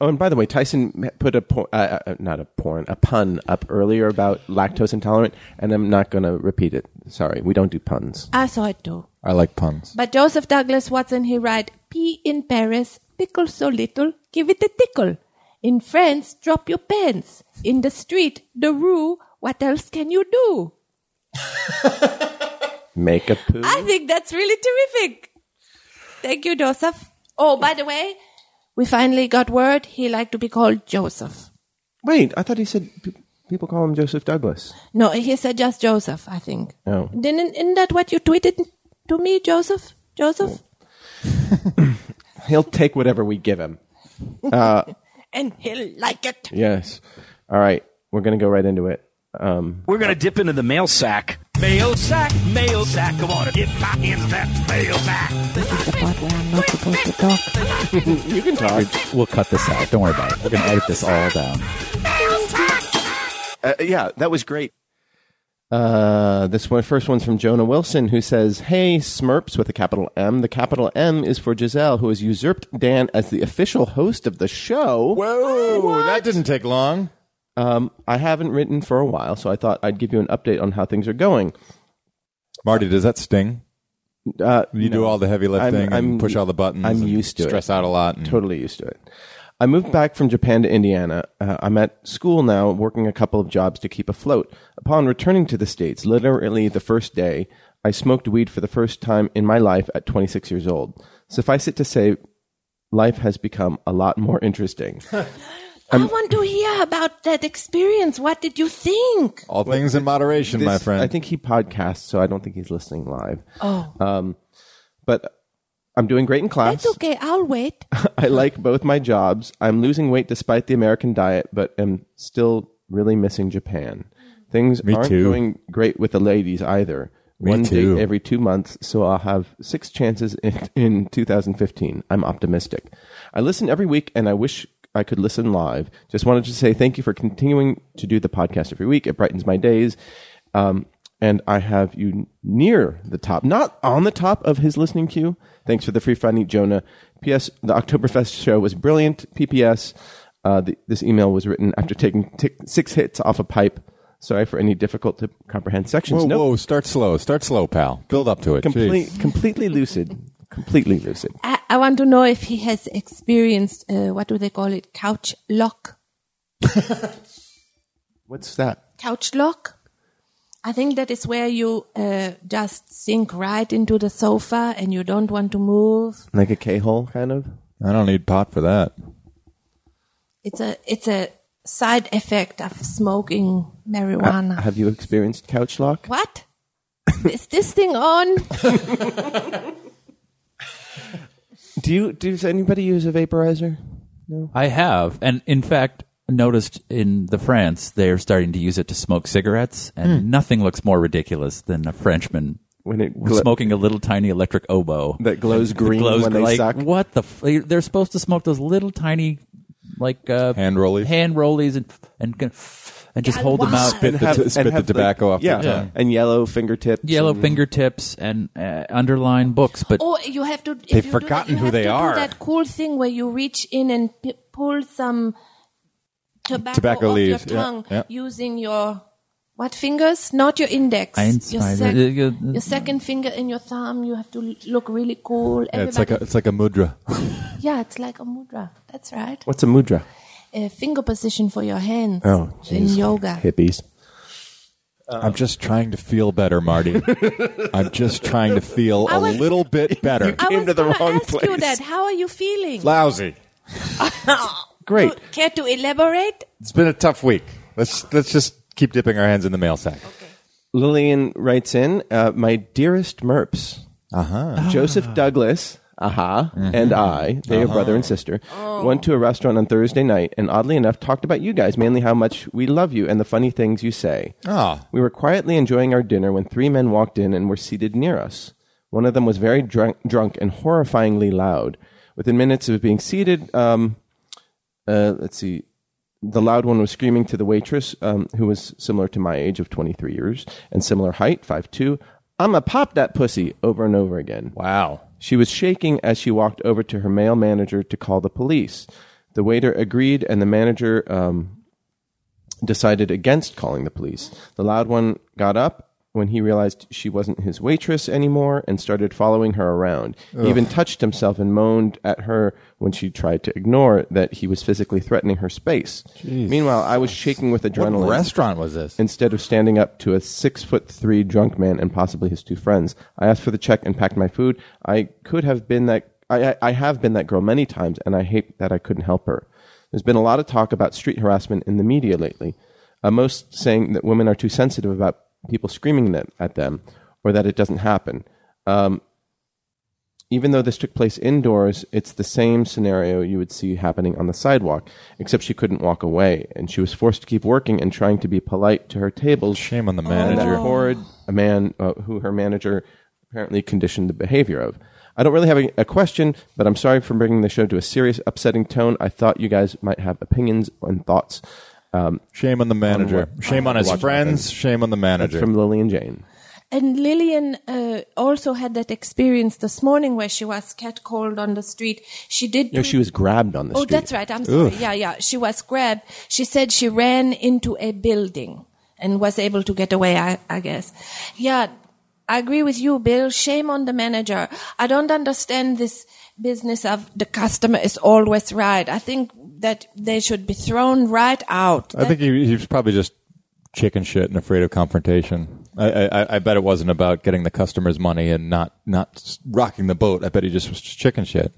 Speaker 2: oh, and by the way, Tyson put a por- uh, uh, not a porn, a pun up earlier about lactose intolerant, and I'm not going to repeat it. Sorry, we don't do puns.
Speaker 3: I saw it too.
Speaker 6: I like puns.
Speaker 3: But Joseph Douglas Watson, he write, pee in Paris, pickle so little, give it a tickle. In France, drop your pants. In the street, the rue, what else can you do?
Speaker 2: Make a poo.
Speaker 3: I think that's really terrific. Thank you, Joseph. Oh, by the way, we finally got word he liked to be called Joseph.
Speaker 2: Wait, I thought he said pe- people call him Joseph Douglas.
Speaker 3: No, he said just Joseph, I think.
Speaker 2: Oh.
Speaker 3: Didn't, isn't that what you tweeted to me, Joseph? Joseph?
Speaker 2: He'll take whatever we give him.
Speaker 3: And he'll like it.
Speaker 2: Yes. All right. We're going to go right into it. Um,
Speaker 7: We're gonna dip into the mail sack. Mail sack, mail sack. Come on, get my hands in that mail sack.
Speaker 3: The part where I'm not supposed to talk.
Speaker 2: you can talk.
Speaker 4: We'll cut this out. Don't worry about it. We're going to edit this all down.
Speaker 7: Uh, yeah, that was great.
Speaker 2: Uh, this one, first one's from Jonah Wilson, who says, "Hey, Smurps with a capital M. The capital M is for Giselle, who has usurped Dan as the official host of the show.
Speaker 5: Whoa, that didn't take long.
Speaker 2: Um, I haven't written for a while, so I thought I'd give you an update on how things are going.
Speaker 5: Marty, does that sting?
Speaker 2: Uh,
Speaker 5: You do all the heavy lifting and push all the buttons.
Speaker 2: I'm
Speaker 5: and
Speaker 2: used to it.
Speaker 5: Stress out a lot. and-
Speaker 2: Mm. totally used to it. I moved back from Japan to Indiana. Uh, I'm at school now, working a couple of jobs to keep afloat. Upon returning to the States, literally the first day, I smoked weed for the first time in my life at 26 years old. Suffice it to say, life has become a lot more interesting.
Speaker 3: I want to hear about that experience. What did you think?
Speaker 5: All things in moderation, my
Speaker 2: This-
Speaker 5: friend.
Speaker 2: I think he podcasts, so I don't think he's listening live. Oh. Um, but I'm doing great in class.
Speaker 3: That's okay. I'll wait.
Speaker 2: I like both my jobs. I'm losing weight despite the American diet, but am still really missing Japan. Things aren't
Speaker 5: too.
Speaker 2: going great with the ladies either. One
Speaker 5: too.
Speaker 2: date every two months, so I'll have six chances in, in 2015. I'm optimistic. I listen every week, and I wish I could listen live. Just wanted to say thank you for continuing to do the podcast every week. It brightens my days. Um, and I have you near the top, not on the top of his listening queue. Thanks for the free Friday, Jonah. P.S. The Oktoberfest show was brilliant. P.P.S. Uh, the, this email was written after taking tick six hits off a pipe. Sorry for any difficult to comprehend sections.
Speaker 5: whoa,
Speaker 2: Nope.
Speaker 5: whoa, start slow. Start slow, pal. Build up to it.
Speaker 2: Complete,
Speaker 5: Jeez.
Speaker 2: completely lucid. Completely lucid.
Speaker 3: I, I want to know if he has experienced, uh, what do they call it? Couch lock.
Speaker 2: What's that?
Speaker 3: Couch lock? I think that is where you uh, just sink right into the sofa and you don't want to move.
Speaker 2: Like a K hole, kind of?
Speaker 5: I don't need pot for that.
Speaker 3: It's a it's a side effect of smoking marijuana.
Speaker 2: Have you experienced couch lock?
Speaker 3: what? Is this thing on?
Speaker 2: Do you, does anybody use a vaporizer?
Speaker 4: I have, and in fact, noticed in the France they're starting to use it to smoke cigarettes, and
Speaker 3: Hmm.
Speaker 4: nothing looks more ridiculous than a Frenchman
Speaker 2: When it glo-
Speaker 4: smoking a little tiny electric oboe
Speaker 2: That glows
Speaker 4: That
Speaker 2: green when they
Speaker 4: like,
Speaker 2: suck.
Speaker 4: What the? F- they're supposed to smoke those little tiny, like uh,
Speaker 5: Hand rollies.
Speaker 4: hand rollies, and and go- and just hold them out.
Speaker 3: Spit
Speaker 5: the t- spit the tobacco off the
Speaker 2: Yeah,
Speaker 5: tongue.
Speaker 2: and yellow fingertips.
Speaker 4: Yellow fingertips and uh, underline books, but
Speaker 3: Or you have to. If
Speaker 5: They've
Speaker 3: you
Speaker 5: forgotten
Speaker 3: do that, you
Speaker 5: who
Speaker 3: have
Speaker 5: they
Speaker 3: to
Speaker 5: are.
Speaker 3: Do that cool thing where you reach in and p- pull some tobacco,
Speaker 5: Tobacco
Speaker 3: off
Speaker 5: leaves,
Speaker 3: your
Speaker 5: yeah,
Speaker 3: tongue
Speaker 5: yeah.
Speaker 3: using your what fingers? Not your index.
Speaker 4: Eins,
Speaker 3: your,
Speaker 4: zwei,
Speaker 3: sec-
Speaker 4: drei, yeah, yeah.
Speaker 3: your second finger and your thumb. You have to l- look really cool.
Speaker 5: Yeah, it's like a, it's like a mudra.
Speaker 3: yeah, it's like a mudra. That's right.
Speaker 2: What's a mudra?
Speaker 3: A finger position for your hands
Speaker 2: Oh,
Speaker 3: in
Speaker 2: jeez.
Speaker 3: yoga.
Speaker 2: Hippies.
Speaker 5: I'm just trying to feel better, Marty. I'm just trying to feel
Speaker 3: I
Speaker 5: a
Speaker 3: was-
Speaker 5: little bit better.
Speaker 3: I
Speaker 2: came
Speaker 3: was
Speaker 2: to the
Speaker 3: gonna
Speaker 2: wrong
Speaker 3: ask you
Speaker 2: place.
Speaker 3: that. How are you feeling?
Speaker 5: Lousy.
Speaker 2: Great.
Speaker 3: Do- care to elaborate?
Speaker 5: It's been a tough week. Let's let's just keep dipping our hands in the mail sack.
Speaker 2: Lillian writes in, uh, my dearest Merps. Uh-huh. Joseph Douglas, aha, and I, they are brother and sister, went to a restaurant on Thursday night and oddly enough talked about you guys, mainly how much we love you and the funny things you say.
Speaker 5: Ah.
Speaker 2: We were quietly enjoying our dinner when three men walked in and were seated near us. One of them was very drunk, drunk and horrifyingly loud. Within minutes of being seated, um, uh, let's see, the loud one was screaming to the waitress, um, who was similar to my age of 23 years and similar height, 5'2, I'm a pop that pussy, over and over again.
Speaker 5: Wow.
Speaker 2: She was shaking as she walked over to her male manager to call the police. The waiter agreed, and the manager um, decided against calling the police. The loud one got up when he realized she wasn't his waitress anymore and started following her around. He even touched himself and moaned at her when she tried to ignore that he was physically threatening her space. Meanwhile, I was shaking with adrenaline
Speaker 8: What restaurant was this?
Speaker 2: instead of standing up to a six foot three drunk man and possibly his two friends. I asked for the check and packed my food. I could have been that. I, I, I have been that girl many times, and I hate that I couldn't help her. There's been a lot of talk about street harassment in the media lately. Uh, most saying that women are too sensitive about people screaming them, at them, or that it doesn't happen. Um, even though this took place indoors, it's the same scenario you would see happening on the sidewalk, except she couldn't walk away, and she was forced to keep working and trying to be polite to her tables.
Speaker 6: Shame on the
Speaker 2: And that
Speaker 6: manager.
Speaker 2: horrid a man uh, who her manager apparently conditioned the behavior of. I don't really have a, a question, but I'm sorry for bringing the show to a serious, upsetting tone. I thought you guys might have opinions and thoughts. Um,
Speaker 6: Shame on the manager.
Speaker 2: what-
Speaker 6: Shame on his
Speaker 2: Watch my
Speaker 6: friends. Shame on the
Speaker 2: that's
Speaker 6: manager.
Speaker 2: from Lillian Jane.
Speaker 3: And Lillian uh, also had that experience this morning where she was catcalled on the street. She did.
Speaker 2: No,
Speaker 3: tweet-
Speaker 2: she was grabbed on the
Speaker 3: Oh,
Speaker 2: street.
Speaker 3: that's right. I'm sorry. Yeah, yeah. She was grabbed. She said she ran into a building and was able to get away, I, I guess. Yeah, I agree with you, Bill. Shame on the manager. I don't understand this business of the customer is always right. I think that they should be thrown right out.
Speaker 6: I think he, he was probably just chicken shit and afraid of confrontation. I, I, I- I bet it wasn't about getting the customer's money and not not s- rocking the boat. I bet he just was just chicken shit.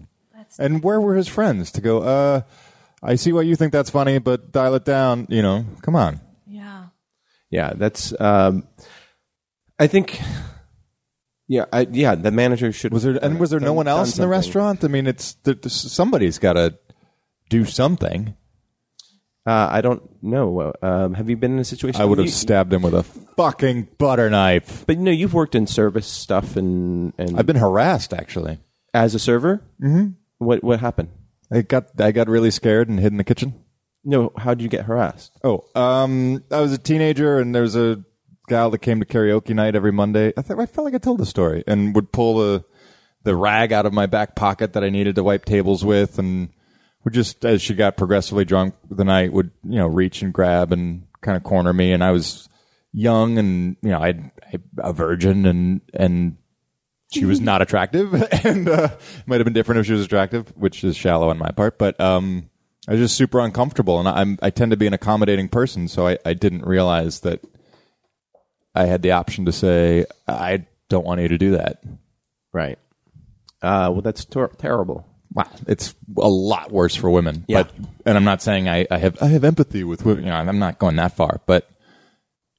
Speaker 6: and where were his friends to go? Uh, I see why you think that's funny, but dial it down. You know, come on.
Speaker 3: yeah.
Speaker 2: Yeah, that's. Um, I think. Yeah, I, yeah. The manager should.
Speaker 6: Was there and was there no one
Speaker 2: done
Speaker 6: else in the
Speaker 2: something.
Speaker 6: restaurant? I mean, it's there, there's- somebody's got to do something.
Speaker 2: Uh, I don't know. Um, have you been in a situation?
Speaker 6: I would have
Speaker 2: You-
Speaker 6: stabbed him with a fucking butter knife.
Speaker 2: But no, you've worked in service stuff and and
Speaker 6: I've been harassed actually.
Speaker 2: as a server. Mm-hmm. What what happened?
Speaker 6: I got I got really scared and hid in the kitchen.
Speaker 2: No, how did you get harassed?
Speaker 6: Oh, um, I was a teenager, and there was a gal that came to karaoke night every Monday. I thought I felt like I told the story, and would pull the the rag out of my back pocket that I needed to wipe tables with, and would just as she got progressively drunk the night would you know reach and grab and kind of corner me, and I was young and you know I, I a virgin and and she was not attractive and uh, might have been different if she was attractive, which is shallow on my part. But um, I was just super uncomfortable, and I'm I tend to be an accommodating person, so I, I didn't realize that I had the option to say I don't want you to do that.
Speaker 2: Right. Uh, well, that's ter- terrible.
Speaker 6: Wow, it's a lot worse for women.
Speaker 2: Yeah.
Speaker 6: But, and I'm not saying I, I have I have empathy with women. You know, I'm not going that far, but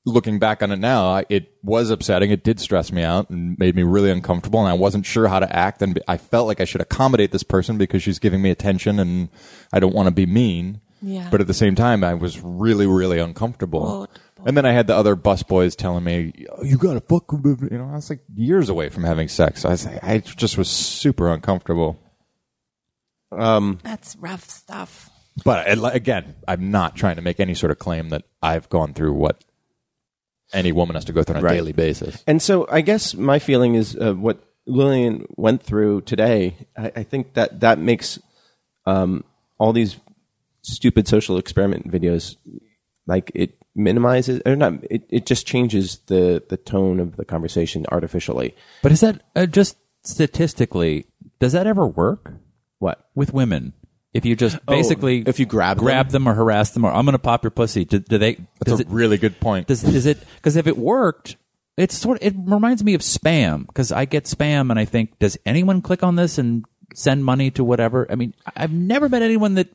Speaker 6: looking back on it now, I- it was upsetting. It did stress me out and made me really uncomfortable, and I wasn't sure how to act. And I felt like I should accommodate this person because she's giving me attention, and I don't want to be mean.
Speaker 3: Yeah.
Speaker 6: But at the same time, I was really, really uncomfortable. And then I had the other bus boys telling me, "Oh, "You gotta fuck," you know. I was like years away from having sex. I was like, I just was super uncomfortable.
Speaker 3: That's rough stuff.
Speaker 6: But I- li- again, I'm not trying to make any sort of claim that I've gone through what any woman has to go through on a daily basis.
Speaker 2: And so I guess my feeling is uh, what Lillian went through today. I, I think that that makes um, all these stupid social experiment videos like it minimizes or not. It, it just changes the the tone of the conversation artificially.
Speaker 4: But is that uh, just statistically? Does that ever work
Speaker 2: What?
Speaker 4: with women? If you just basically,
Speaker 2: Oh, if you grab them?
Speaker 4: grab them. or harass them, or I'm going to pop your pussy. Do, do they?
Speaker 6: That's
Speaker 4: does
Speaker 6: a
Speaker 4: it-
Speaker 6: really good point.
Speaker 4: Does is it? Because if it worked, it's sort. It reminds me of spam because I get spam and I think, does anyone click on this and send money to whatever? I mean, I- I've never met anyone that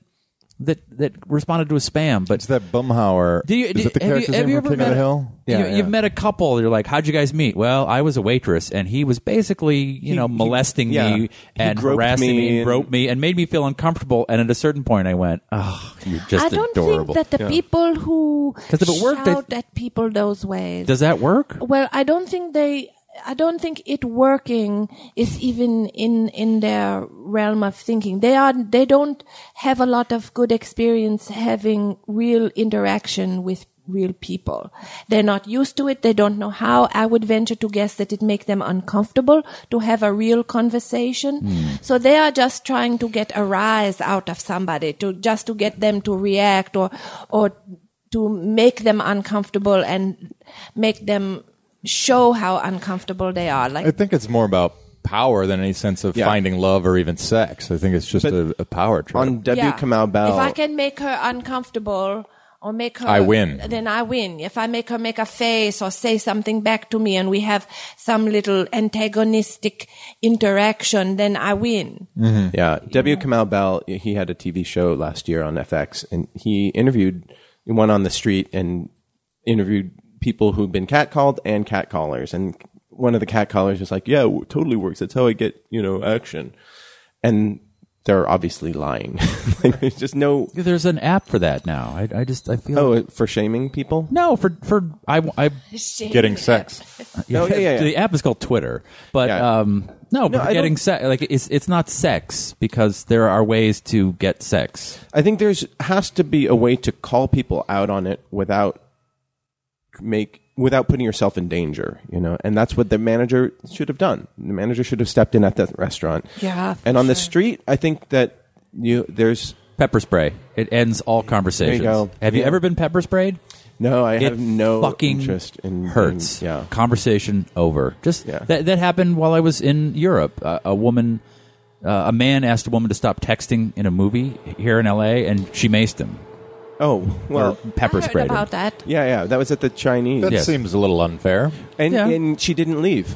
Speaker 4: that that responded to a spam. But
Speaker 6: it's that Bumhauer.
Speaker 4: do you,
Speaker 6: is
Speaker 4: do- have
Speaker 6: it the
Speaker 4: you-
Speaker 6: character's
Speaker 4: have
Speaker 6: name
Speaker 4: you
Speaker 6: from
Speaker 4: ever
Speaker 6: King
Speaker 4: met
Speaker 6: of the
Speaker 4: a-
Speaker 6: Hill?
Speaker 4: you know, You've met a couple. You're like, "How'd you guys meet?" Well, I was a waitress, and he was basically, you know, molesting
Speaker 2: yeah. He
Speaker 4: me and
Speaker 2: groped
Speaker 4: harassing
Speaker 2: me
Speaker 4: me, and
Speaker 2: and-
Speaker 4: groped me, and made me feel uncomfortable. And at a certain point, I went, "Oh, you're just
Speaker 3: I don't
Speaker 4: adorable."
Speaker 3: think that the people who
Speaker 4: 'Cause if it worked, they-
Speaker 3: shout at people those ways
Speaker 4: Does that work?
Speaker 3: well i don't think they i don't think it working is even in in their realm of thinking they are they don't have a lot of good experience having real interaction with real people they're not used to it they don't know how i would venture to guess that it make them uncomfortable to have a real conversation so they are just trying to get a rise out of somebody to just to get them to react or or to make them uncomfortable and make them show how uncomfortable they are. Like
Speaker 6: I think it's more about power than any sense of
Speaker 2: Yeah.
Speaker 6: finding love or even sex. I think it's just a, a power trip.
Speaker 2: on W.
Speaker 3: yeah.
Speaker 2: Kamau Bell.
Speaker 3: If I can make her uncomfortable or make her,
Speaker 6: I win.
Speaker 3: Then I win. If I make her make a face or say something back to me, and we have some little antagonistic interaction, then I win.
Speaker 2: Yeah, W. Kamau Bell. He had a TV show last year on FX, and he interviewed he went on the street and interviewed people who've been catcalled and catcallers. And one of the catcallers was like, "Yeah, it totally works. That's how I get you know action." And they're obviously lying. like, there's just no
Speaker 4: There's an app for that now. I, I just I feel
Speaker 2: oh for shaming people.
Speaker 4: no for for I, I
Speaker 6: Getting sex.
Speaker 2: No, Oh, yeah, yeah, yeah.
Speaker 4: the app is called Twitter, but
Speaker 2: Yeah.
Speaker 4: um no, but
Speaker 2: I don't-
Speaker 4: getting sex like it's it's not sex because there are ways to get sex.
Speaker 2: I think there's has to be a way to call people out on it without make without putting yourself in danger, you know. And that's what the manager should have done. The manager should have stepped in at that restaurant.
Speaker 3: Yeah, for
Speaker 2: And on the
Speaker 3: sure.
Speaker 2: street, I think that you there's
Speaker 4: Pepper spray. It ends all conversations.
Speaker 2: go.
Speaker 4: Have you
Speaker 2: Yeah.
Speaker 4: ever been pepper sprayed?
Speaker 2: no, I have
Speaker 4: it
Speaker 2: no
Speaker 4: fucking
Speaker 2: interest in
Speaker 4: hurts.
Speaker 2: in- yeah.
Speaker 4: Conversation over. Just
Speaker 2: Yeah.
Speaker 4: that that happened while I was in Europe. Uh, a woman uh, a man asked a woman to stop texting in a movie here in LA and she maced him.
Speaker 2: Oh, well,
Speaker 4: Pepper
Speaker 3: I heard
Speaker 4: sprayed him.
Speaker 3: about that.
Speaker 2: yeah, yeah. That was at the Chinese.
Speaker 6: That
Speaker 4: Yes.
Speaker 6: seems a little unfair.
Speaker 2: And
Speaker 4: Yeah.
Speaker 2: and she didn't leave.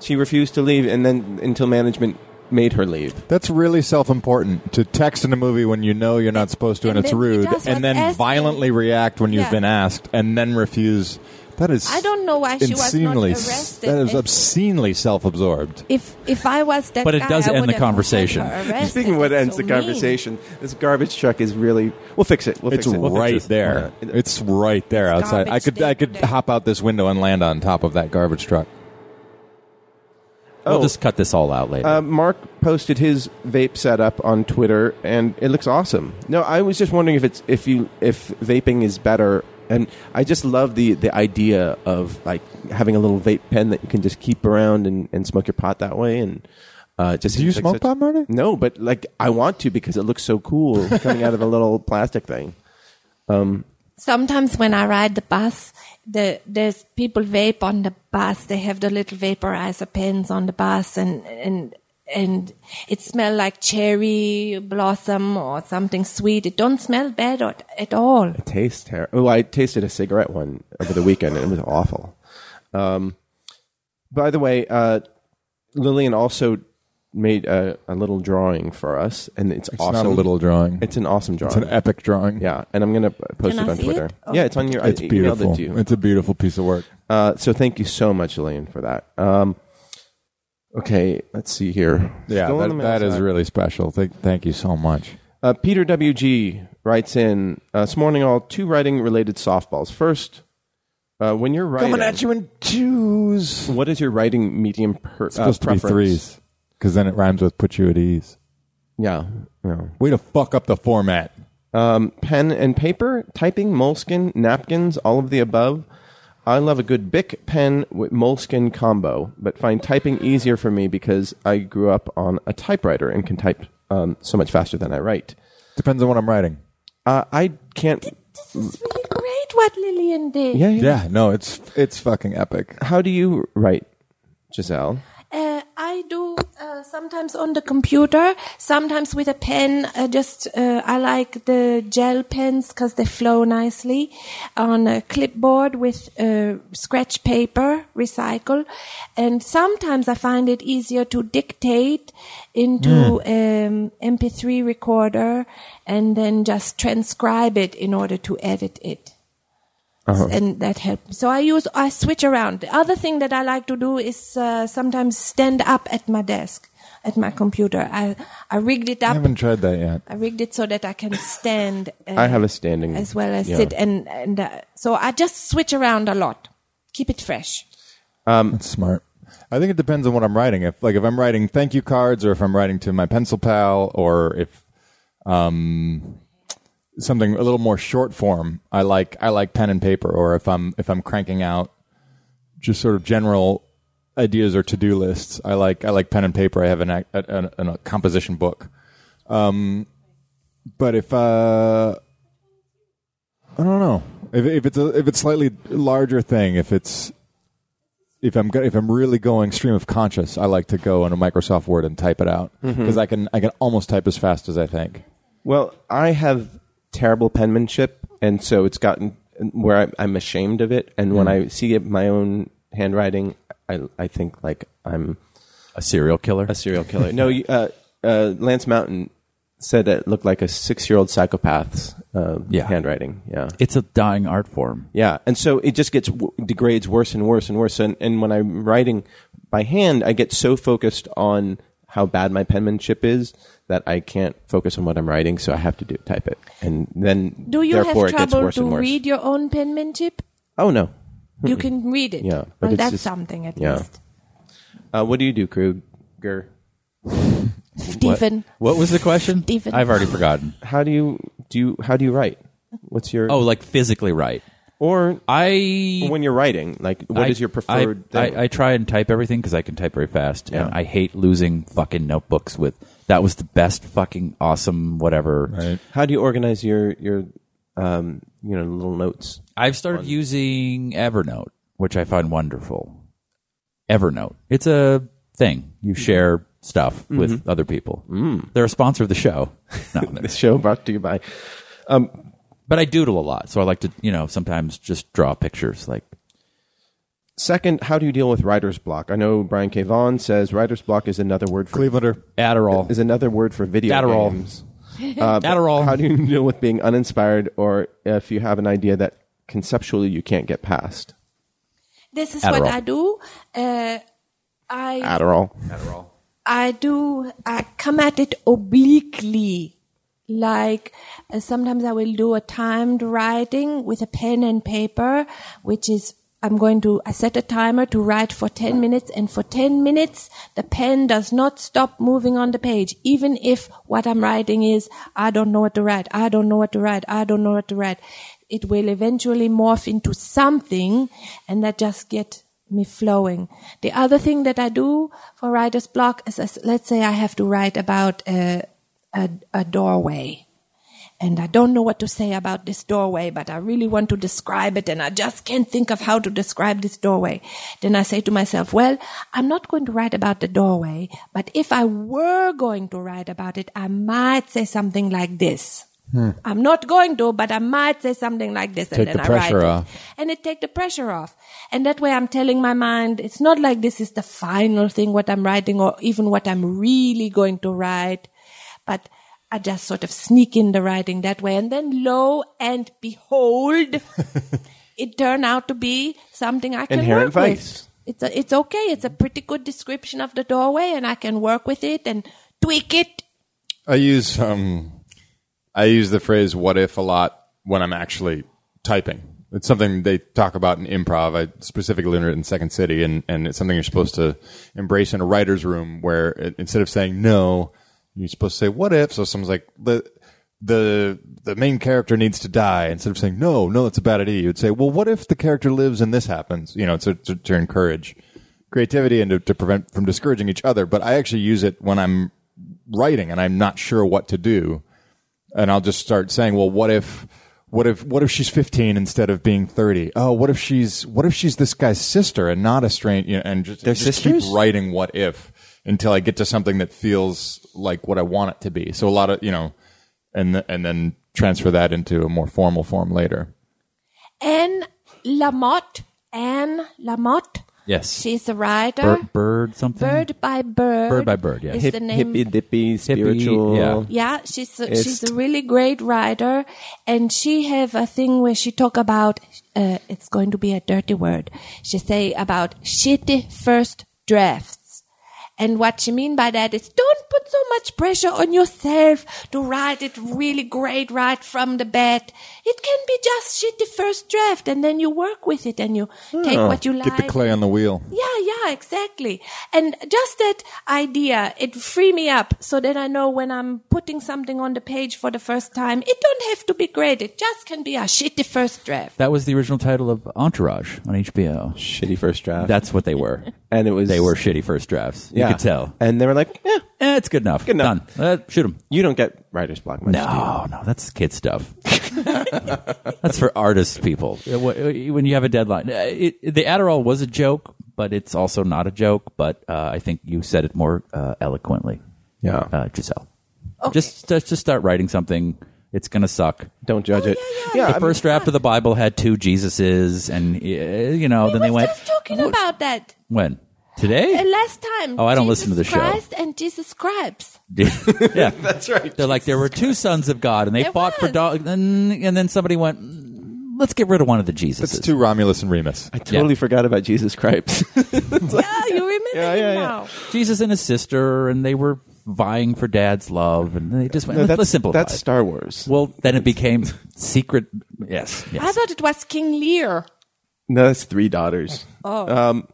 Speaker 2: She refused to leave and then until management made her leave.
Speaker 5: That's really self-important to text in a movie when you know you're not supposed to and,
Speaker 3: And
Speaker 5: it's
Speaker 3: then he
Speaker 5: rude,
Speaker 3: does
Speaker 5: and
Speaker 3: what
Speaker 5: then
Speaker 3: asking-
Speaker 5: violently react when you've
Speaker 3: Yeah.
Speaker 5: been asked, and then refuse. That is.
Speaker 3: I don't know why she was not
Speaker 5: obscenely-
Speaker 3: arrested.
Speaker 5: That is
Speaker 3: If-
Speaker 5: obscenely self-absorbed.
Speaker 3: If if I was that,
Speaker 4: But it
Speaker 3: guy,
Speaker 4: does
Speaker 3: I
Speaker 4: end
Speaker 3: would
Speaker 4: the
Speaker 3: have had her
Speaker 4: conversation.
Speaker 3: arrested.
Speaker 2: Speaking of what
Speaker 3: That's
Speaker 2: ends
Speaker 3: so
Speaker 2: the
Speaker 3: mean.
Speaker 2: conversation, this garbage truck is really. We'll fix it. We'll
Speaker 5: It's
Speaker 2: fix it. We'll
Speaker 5: right
Speaker 2: fix it.
Speaker 5: there. It's right there
Speaker 3: It's
Speaker 5: outside.
Speaker 3: garbage
Speaker 5: I could.
Speaker 3: day
Speaker 5: I could
Speaker 3: today.
Speaker 5: hop
Speaker 6: Hop out this window and land on top of that garbage truck.
Speaker 4: We'll just cut this all out later.
Speaker 2: Oh. Uh, Mark posted his vape setup on Twitter, and it looks awesome. No, I was just wondering if it's if you if vaping is better, and I just love the the idea of like having a little vape pen that you can just keep around and, and smoke your pot that way. And uh, just
Speaker 5: Do you
Speaker 2: seems like
Speaker 5: smoke
Speaker 2: such-
Speaker 5: pot, Marty?
Speaker 2: No, but like I want to because it looks so cool coming out of the little plastic thing.
Speaker 3: Sometimes when I ride the bus, the, there's people vape on the bus. They have the little vaporizer pens on the bus, and and and it smells like cherry blossom or something sweet. It don't smell bad at, at all.
Speaker 2: taste terrible. Oh, I tasted a cigarette one over the weekend, and it was awful. Um, by the way, uh, Lillian also made a, a little drawing for us, and it's,
Speaker 5: It's
Speaker 2: awesome.
Speaker 5: not a little drawing.
Speaker 2: It's an awesome
Speaker 5: It's
Speaker 2: drawing.
Speaker 5: an epic drawing.
Speaker 2: yeah, and I'm gonna post
Speaker 3: Can
Speaker 2: it
Speaker 3: I
Speaker 2: on
Speaker 3: see
Speaker 2: Twitter.
Speaker 3: it? Oh.
Speaker 2: Yeah, it's on your.
Speaker 5: It's
Speaker 2: I
Speaker 5: beautiful.
Speaker 2: Emailed it to you.
Speaker 5: It's a beautiful piece of work.
Speaker 2: Uh, so thank you so much, Lillian, for that. Um, okay, let's see here.
Speaker 6: Yeah,
Speaker 2: Still on
Speaker 6: that,
Speaker 2: the
Speaker 6: that is
Speaker 2: mailbag.
Speaker 6: really special. Thank, thank you so much.
Speaker 2: Uh, Peter WG writes in uh, this morning. All two writing related softballs. First, uh, when you're writing,
Speaker 5: you in twos.
Speaker 2: What is your writing medium per,
Speaker 5: It's supposed
Speaker 2: uh,
Speaker 5: to be
Speaker 2: preference?
Speaker 5: threes, because then it rhymes with put you at ease.
Speaker 2: Yeah. yeah.
Speaker 5: Way to fuck up the format.
Speaker 2: Um, pen and paper, typing, moleskin, napkins, all of the above. I love a good Bic pen with moleskin combo, but find typing easier for me because I grew up on a typewriter and can type um, so much faster than I write.
Speaker 5: Depends on what I'm writing.
Speaker 2: Uh, I can't.
Speaker 3: This is really great what Lillian did.
Speaker 2: Yeah, yeah.
Speaker 5: Yeah, no, it's it's fucking epic.
Speaker 2: How do you write, Giselle?
Speaker 3: Uh, I do uh, sometimes on the computer, sometimes with a pen. Uh, just uh, I like the gel pens because they flow nicely on a clipboard with uh, scratch paper, recycle, and sometimes I find it easier to dictate into um, MP3 recorder and then just transcribe it in order to edit it
Speaker 2: Uh-huh.
Speaker 3: and that helps. So I use I switch around. The other thing that I like to do is uh, sometimes stand up at my desk at my computer. I I rigged it
Speaker 5: I
Speaker 3: up.
Speaker 5: haven't tried that yet.
Speaker 3: I rigged it so that I can stand. Uh,
Speaker 2: I have a standing-
Speaker 3: as well as
Speaker 2: yeah.
Speaker 3: sit, and and uh, so I just switch around a lot. Keep it fresh.
Speaker 5: That's smart. I think it depends on what I'm writing. If like if I'm writing thank you cards, or if I'm writing to my pencil pal, or if um something a little more short form, I like I like pen and paper. Or if I'm if I'm cranking out just sort of general ideas or to do lists, I like I like pen and paper. I have an ac- a, a, a composition book. Um, but if uh, I don't know if if it's a, if it's slightly larger thing, if it's if I'm go- if I'm really going stream of conscious, I like to go into Microsoft Word and type it out because I can I can almost type as fast as I think.
Speaker 2: Well, I have terrible penmanship, and so it's gotten where I, I'm ashamed of it. And when I see it, my own handwriting, I, I think like I'm
Speaker 4: A serial killer.
Speaker 2: a serial killer. no, you- uh, uh, Lance Mountain said that it looked like a six year old psychopath's uh,
Speaker 4: Yeah.
Speaker 2: handwriting. Yeah.
Speaker 4: It's a dying art form.
Speaker 2: Yeah, and so it just gets w- degrades worse and worse and worse. And, and when I'm writing by hand, I get so focused on how bad my penmanship is that I can't focus on what I'm writing. So I have to do type it, and then
Speaker 3: Do you
Speaker 2: therefore
Speaker 3: have
Speaker 2: it gets
Speaker 3: trouble
Speaker 2: worse
Speaker 3: to
Speaker 2: and worse.
Speaker 3: read your own penmanship?
Speaker 2: Oh no!
Speaker 3: You can read it.
Speaker 2: Yeah, but
Speaker 3: well,
Speaker 2: it's
Speaker 3: that's
Speaker 2: just-
Speaker 3: something at
Speaker 2: yeah.
Speaker 3: least.
Speaker 2: Uh, what do you do, Kruger?
Speaker 3: Stephen,
Speaker 4: What was the question?
Speaker 3: Stephen.
Speaker 4: I've already forgotten.
Speaker 2: How do you do? You, how do you write? What's your
Speaker 4: Oh, like physically right.
Speaker 2: or
Speaker 4: I
Speaker 2: when you're writing? Like, what is
Speaker 4: I-
Speaker 2: your preferred?
Speaker 4: I,
Speaker 2: thing?
Speaker 4: I, I try and type everything because I can type very fast,
Speaker 2: Yeah.
Speaker 4: and I hate losing fucking notebooks. With that was the best fucking awesome whatever.
Speaker 2: how do you organize your your um, you know little notes?
Speaker 4: I've started using Evernote, which I find wonderful. Evernote, it's a thing you
Speaker 2: Mm-hmm.
Speaker 4: share stuff with other people. Mm. They're a sponsor of the show, no, they're-
Speaker 2: This show brought to you by
Speaker 4: but I doodle a lot, so I like to you know sometimes just draw pictures like.
Speaker 2: Second, how do you deal with writer's block? I know Brian K. Vaughan says writer's block is another word for
Speaker 5: Clevelander.
Speaker 4: Adderall.
Speaker 2: is another word for video
Speaker 4: Adderall.
Speaker 2: games.
Speaker 4: Adderall.
Speaker 2: How do you deal with being uninspired, or if you have an idea that conceptually you can't get past?
Speaker 3: this is
Speaker 4: Adderall.
Speaker 3: what I do. Uh, I
Speaker 2: Adderall.
Speaker 3: I do. I come at it obliquely. Like uh, sometimes I will do a timed writing with a pen and paper, which is I'm going to. I set a timer to write for ten minutes, and for ten minutes the pen does not stop moving on the page, even if what I'm writing is I don't know what to write. I don't know what to write. I don't know what to write. It will eventually morph into something, and that just get me flowing. The other thing that I do for writer's block is, is let's say I have to write about a, a, a doorway. And I don't know what to say about this doorway, but I really want to describe it and I just can't think of how to describe this doorway. Then I say to myself, well, I'm not going to write about the doorway, but if I were going to write about it, I might say something like this. I'm not going to, but I might say something like this.
Speaker 5: Hmm. Take
Speaker 3: and then
Speaker 5: the
Speaker 3: I write
Speaker 5: pressure
Speaker 3: it
Speaker 5: off.
Speaker 3: and it take the pressure off. And that way I'm telling my mind, it's not like this is the final thing what I'm writing or even what I'm really going to write, but I just sort of sneak in the writing that way. And then lo and behold, it turned out to be something I can
Speaker 2: Inherent
Speaker 3: work with.
Speaker 2: vice.
Speaker 3: It's a, it's okay. It's a pretty good description of the doorway and I can work with it and tweak it.
Speaker 6: I use um, I use the phrase "what if" a lot when I'm actually typing. It's something they talk about in improv. I specifically learned it in Second City, and and it's something you're supposed to embrace in a writer's room, where it, instead of saying no, you're supposed to say "what if." So someone's like the the the main character needs to die instead of saying no no it's a bad idea you'd say well what if the character lives and this happens you know to, to, to encourage creativity and to, to prevent from discouraging each other but i actually use it when i'm writing and I'm not sure what to do. And I'll just start saying, well, what if, what if, what if she's 15 instead of being 30? Oh, what if she's, what if she's this guy's sister and not a strange, you know, and just,
Speaker 2: They're
Speaker 6: just
Speaker 2: sisters?
Speaker 6: keep writing what if until I get to something that feels like what I want it to be. So a lot of, you know, and, th- and then transfer that into a more formal form later.
Speaker 3: Anne Lamotte, Anne Lamotte.
Speaker 4: Yes.
Speaker 3: She's a writer.
Speaker 4: bird, bird something.
Speaker 3: Bird by bird.
Speaker 4: Bird by Bird, yeah.
Speaker 3: Is
Speaker 2: Hip,
Speaker 3: the name.
Speaker 2: hippy dippy spiritual.
Speaker 4: yeah.
Speaker 3: Yeah, she's a, she's a really great writer, and she have a thing where she talk about. Uh, it's going to be a dirty word. She say about shitty first drafts, and what she mean by that is don't put so much pressure on yourself to write it really great right from the bat. It can be just shitty first draft, and then you work with it and you take
Speaker 4: Oh,
Speaker 3: what you like.
Speaker 6: Get the clay on the wheel.
Speaker 3: Yeah, yeah, exactly. And just that idea, it free me up so that I know when I'm putting something on the page for the first time, it don't have to be great. It just can be a shitty first draft.
Speaker 4: That was the original title of Entourage on HBO.
Speaker 2: Shitty first draft.
Speaker 4: That's what they were.
Speaker 2: and it was
Speaker 4: They were shitty first drafts. You
Speaker 2: yeah.
Speaker 4: could tell.
Speaker 2: And they were like, yeah,
Speaker 4: Eh, it's good enough.
Speaker 2: Good enough.
Speaker 4: Done. Uh, shoot him.
Speaker 2: you don't get writer's block. Much, do you?
Speaker 4: No, no, that's kid stuff. that's for artists, people. Uh, wh- uh, When you have a deadline, Uh, it, the Adderall was a joke, but it's also not a joke. But uh, I think you said it more uh, eloquently.
Speaker 2: Yeah.
Speaker 4: uh, Giselle. Just, just just start writing something. It's gonna suck.
Speaker 2: Don't judge it.
Speaker 3: Oh, yeah,
Speaker 4: the
Speaker 2: I mean,
Speaker 4: first draft of the Bible had two Jesuses, and uh, you know, then
Speaker 3: we
Speaker 4: they
Speaker 3: were
Speaker 4: went
Speaker 3: just talking about that
Speaker 4: when today.
Speaker 3: uh, last time.
Speaker 4: Oh, I don't
Speaker 3: Jesus
Speaker 4: listen to the show.
Speaker 3: Christ and Jesus Christ.
Speaker 4: yeah, that's right. They're like there were two sons of God, and they
Speaker 3: There
Speaker 4: fought for
Speaker 3: was.
Speaker 4: dog, and, and then somebody went, "Mm, "Let's get rid of one of the Jesuses."
Speaker 5: It's too Romulus and Remus.
Speaker 2: I totally forgot about Jesus Christ.
Speaker 3: yeah, you remember
Speaker 2: Yeah, yeah,
Speaker 3: him
Speaker 2: yeah.
Speaker 3: now.
Speaker 4: Jesus and his sister, and they were vying for dad's love, and they just went.
Speaker 2: No,
Speaker 4: let's,
Speaker 2: that's,
Speaker 4: let's simplify.
Speaker 2: that's
Speaker 4: it."
Speaker 2: Star Wars.
Speaker 4: Well, then it became secret. Yes, yes.
Speaker 3: I thought it was King Lear.
Speaker 2: No, that's three daughters. Oh. Um,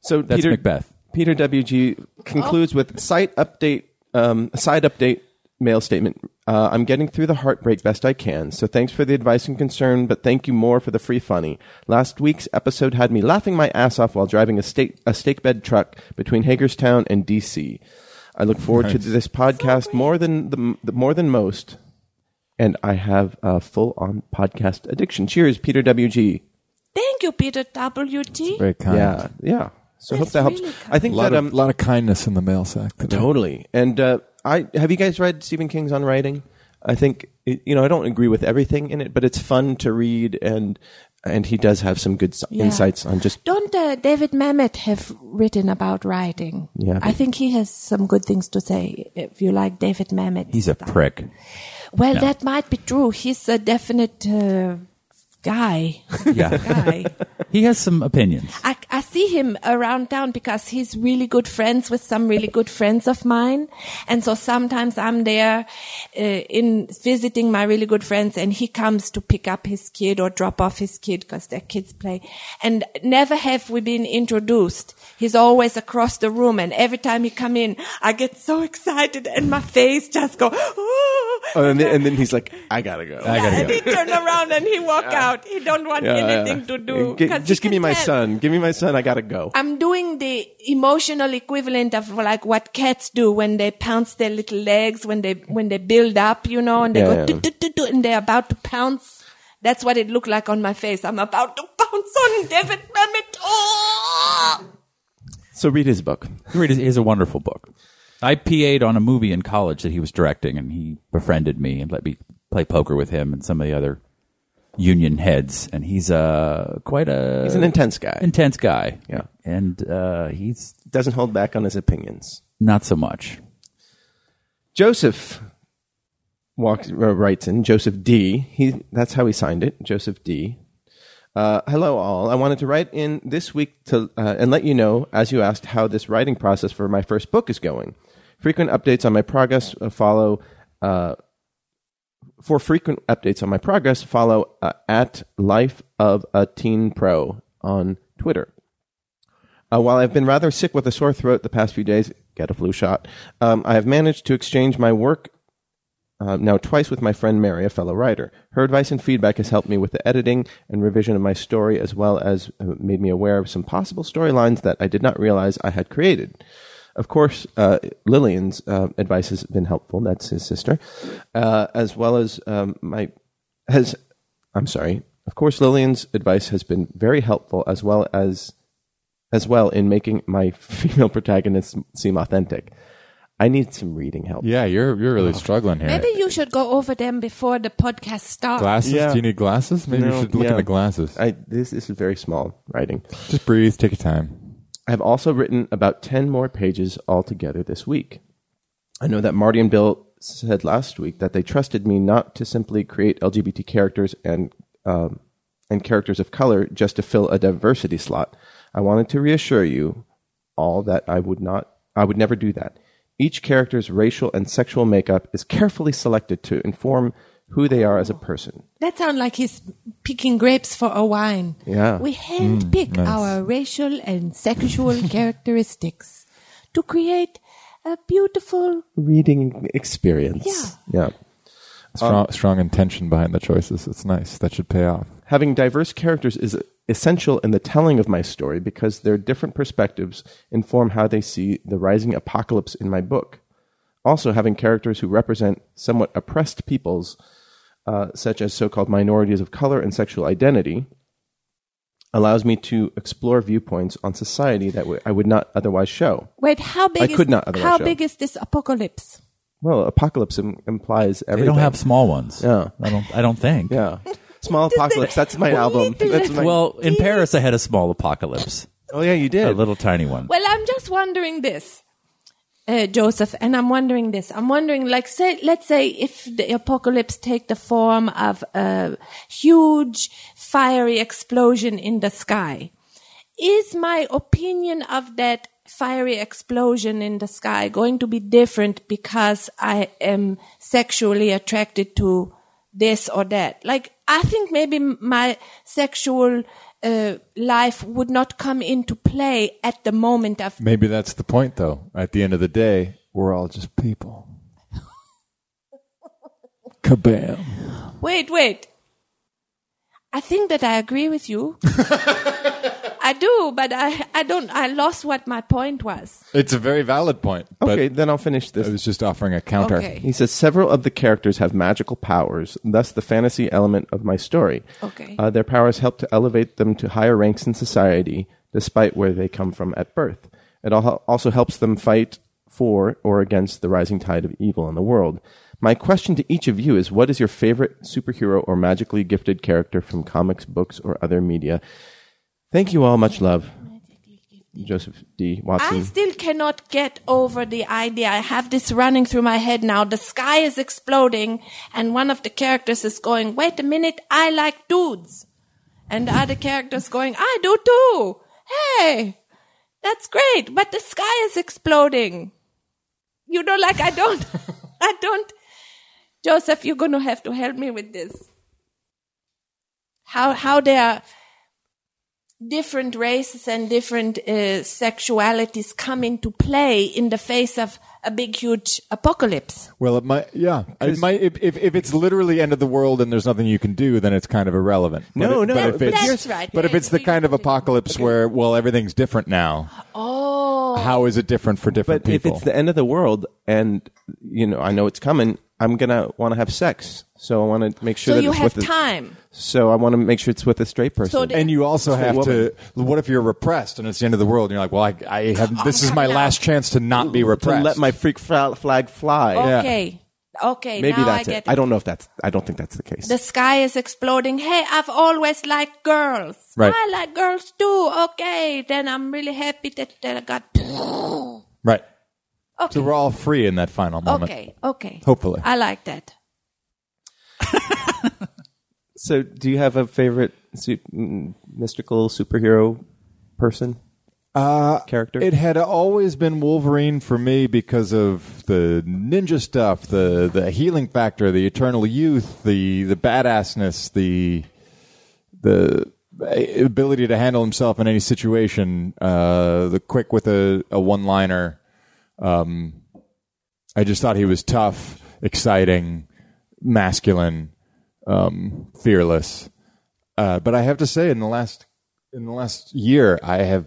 Speaker 2: so
Speaker 4: That's
Speaker 2: Peter,
Speaker 4: Macbeth.
Speaker 2: Peter WG concludes with site update, um, side update mail statement. Uh, I'm getting through the heartbreak best I can. So thanks for the advice and concern, but thank you more for the free funny. Last week's episode had me laughing my ass off while driving a steak a steak bed truck between Hagerstown and DC. I look forward to this podcast more than the, the more than most, and I have a full on podcast addiction. Cheers, Peter WG.
Speaker 3: Thank you, Peter WT.
Speaker 5: Very kind.
Speaker 2: Yeah, yeah. So I hope
Speaker 3: That's
Speaker 2: that helps.
Speaker 3: really
Speaker 2: I think
Speaker 5: A lot,
Speaker 2: that um,
Speaker 5: of, lot of kindness in the mail sack. today.
Speaker 2: totally. And uh, I have you guys read Stephen King's on writing? I think it- you know I don't agree with everything in it, but it's fun to read, and and he does have some good s
Speaker 3: Yeah.
Speaker 2: insights on just
Speaker 3: Don't uh, David Mamet have written about writing?
Speaker 2: Yeah.
Speaker 3: I think he has some good things to say. If you like David Mamet,
Speaker 4: He's a
Speaker 3: stuff.
Speaker 4: prick.
Speaker 3: Well, that might be true. He's a definite uh, guy.
Speaker 4: Yeah,
Speaker 3: guy.
Speaker 4: he has some opinions.
Speaker 3: I, I see him around town because he's really good friends with some really good friends of mine. And so sometimes I'm there uh, in visiting my really good friends and he comes to pick up his kid or drop off his kid because their kids play. And never have we been introduced. He's always across the room and every time he come in, I get so excited and my face just go, "Ooh."
Speaker 2: Oh, and, then, and then he's like, I gotta go.
Speaker 4: I gotta
Speaker 3: and he turn around and he walk out. He don't want
Speaker 2: Yeah, yeah.
Speaker 3: anything to do.
Speaker 2: Gi-
Speaker 3: 'cause he
Speaker 2: just give me
Speaker 3: can
Speaker 2: my
Speaker 3: tell.
Speaker 2: son. Give me my son. I gotta go.
Speaker 3: I'm doing the emotional equivalent of like what cats do when they pounce their little legs when they when they build up, you know, and they
Speaker 2: Yeah.
Speaker 3: go "Doo, doo, doo, doo," and they're about to pounce. That's what it looked like on my face. I'm about to pounce on David Mamet. Oh!
Speaker 2: So read his book.
Speaker 4: Read is, is a wonderful book. I PA'd on a movie in college that he was directing, and he befriended me and let me play poker with him and some of the other union heads. And he's uh, quite a
Speaker 2: He's an intense guy.
Speaker 4: intense guy.
Speaker 2: Yeah.
Speaker 4: and uh, he's
Speaker 2: Doesn't hold back on his opinions.
Speaker 4: not so much.
Speaker 2: Joseph walks, uh, writes in Joseph D. He that's how he signed it, Joseph D. Uh, hello, all. I wanted to write in this week to uh, and let you know, as you asked, how this writing process for my first book is going. Frequent updates on my progress uh, follow. Uh, for frequent updates on my progress, follow uh, at Life of a Teen Pro on Twitter. Uh, while I've been rather sick with a sore throat the past few days, get a flu shot, um, I have managed to exchange my work uh, now twice with my friend Mary, a fellow writer. Her advice and feedback has helped me with the editing and revision of my story, as well as uh, made me aware of some possible storylines that I did not realize I had created. Of course, uh, Lillian's uh, advice has been helpful. That's his sister, uh, as well as um, my has. I'm sorry. Of course, Lillian's advice has been very helpful, as well as as well in making my female protagonists seem authentic. I need some reading help.
Speaker 5: Yeah, you're you're really struggling here.
Speaker 3: Maybe you should go over them before the podcast starts.
Speaker 5: Glasses?
Speaker 2: Yeah.
Speaker 5: Do you need glasses? Maybe
Speaker 2: No,
Speaker 5: you should look
Speaker 2: yeah.
Speaker 5: at the glasses.
Speaker 2: I, this, this is very small writing.
Speaker 5: Just breathe. Take your time.
Speaker 2: I have also written about 10 more pages altogether this week. I know that Marty and Bill said last week that they trusted me not to simply create LGBT characters and, um, and characters of color just to fill a diversity slot. I wanted to reassure you all that I would not, I would never do that. Each character's racial and sexual makeup is carefully selected to inform who they are as a person.
Speaker 3: That sounds like he's picking grapes for a wine.
Speaker 2: Yeah. Mm,
Speaker 3: We handpick our racial and sexual characteristics to create a beautiful
Speaker 2: Reading experience. Yeah. Yeah.
Speaker 6: Uh,
Speaker 5: Strong, strong intention behind the choices. It's nice. That should pay off.
Speaker 2: Having diverse characters is essential in the telling of my story because their different perspectives inform how they see the rising apocalypse in my book. Also, having characters who represent somewhat oppressed peoples, uh, such as so called minorities of color and sexual identity, allows me to explore viewpoints on society that w- I would not otherwise show.
Speaker 3: Wait, how big?
Speaker 2: I
Speaker 3: is,
Speaker 2: could not otherwise
Speaker 3: How
Speaker 2: show.
Speaker 3: big is this apocalypse?
Speaker 2: Well, apocalypse im- implies
Speaker 4: They
Speaker 2: everything.
Speaker 4: don't have small ones.
Speaker 2: Yeah.
Speaker 4: I don't. I don't think.
Speaker 2: yeah. Small apocalypse. That's my album. That's my,
Speaker 4: Well, in Paris, I had a small apocalypse,
Speaker 2: oh yeah, you
Speaker 4: a
Speaker 2: did.
Speaker 4: little tiny one.
Speaker 3: Well, I'm just wondering this, uh, Joseph, and I'm wondering this. I'm wondering, like, say, let's say if the apocalypse take the form of a huge fiery explosion in the sky, is my opinion of that fiery explosion in the sky going to be different because I am sexually attracted to this or that? Like, I think maybe m- my sexual uh, life would not come into play at the moment of
Speaker 6: Maybe that's the point, though. At the end of the day, we're all just people. Kabam.
Speaker 3: Wait, wait. I think that I agree with you. I do, but I, I don't. I lost what my point was.
Speaker 6: It's a very valid point. But
Speaker 2: okay, then I'll finish this.
Speaker 6: I was just offering a counter.
Speaker 3: Okay.
Speaker 2: He says several of the characters have magical powers, thus the fantasy element of my story.
Speaker 3: Okay.
Speaker 2: Uh, their powers help to elevate them to higher ranks in society, despite where they come from at birth. It al- also helps them fight for or against the rising tide of evil in the world. My question to each of you is what is your favorite superhero or magically gifted character from comics, books, or other media? Thank you all. Much love. Joseph D. Watson.
Speaker 3: I still cannot get over the idea. I have this running through my head now. The sky is exploding, and one of the characters is going, Wait a minute, I like dudes. And the other character's going, I do too. Hey, that's great, but the sky is exploding. You know, like I don't, I don't. Joseph, you're going to have to help me with this. How, how they are different races and different uh, sexualities come into play in the face of a big, huge apocalypse.
Speaker 6: Well, it might. Yeah, it might. If, if if it's literally end of the world and there's nothing you can do, then it's kind of irrelevant.
Speaker 2: No,
Speaker 6: but,
Speaker 2: no,
Speaker 6: But
Speaker 2: no,
Speaker 6: if
Speaker 2: but
Speaker 6: it's,
Speaker 3: that's right.
Speaker 6: But if
Speaker 3: Yeah,
Speaker 6: it's the
Speaker 3: we
Speaker 6: kind of
Speaker 3: got it.
Speaker 6: apocalypse where well everything's different now. Oh. How is it different for different
Speaker 2: But if
Speaker 6: people?
Speaker 2: it's the end of the world and you know I know it's coming, I'm gonna want to have sex. So I want to make sure
Speaker 3: So
Speaker 2: that
Speaker 3: you
Speaker 2: it's
Speaker 3: have
Speaker 2: with a-
Speaker 3: time.
Speaker 2: so I want to make sure it's with a straight person.
Speaker 3: So the-
Speaker 6: and you also have
Speaker 2: woman.
Speaker 6: to. What if you're repressed and it's the end of the world? and You're like, well, I, I have. This is my last chance to not be
Speaker 2: to
Speaker 6: repressed.
Speaker 2: let my freak fla- flag fly.
Speaker 3: Okay. Okay.
Speaker 2: Maybe
Speaker 3: now
Speaker 2: that's
Speaker 3: I get
Speaker 2: it. I don't know if that's. I don't think that's the case.
Speaker 3: The sky is exploding. Hey, I've always liked girls.
Speaker 6: Right.
Speaker 3: I like girls too. Okay. Then I'm really happy that, that I got.
Speaker 6: right. So
Speaker 3: Okay.
Speaker 6: we're all free in that final moment.
Speaker 3: Okay. Okay.
Speaker 6: Hopefully.
Speaker 3: I like that.
Speaker 2: so do you have a favorite su- mm, mystical superhero person? Uh, character.
Speaker 6: It had always been Wolverine for me because of the ninja stuff, the the healing factor, the eternal youth, the the badassness, the the ability to handle himself in any situation, uh, the quick with a, a one liner. Um, I just thought he was tough, exciting, masculine, um, fearless. Uh, but I have to say, in the last in the last year, I have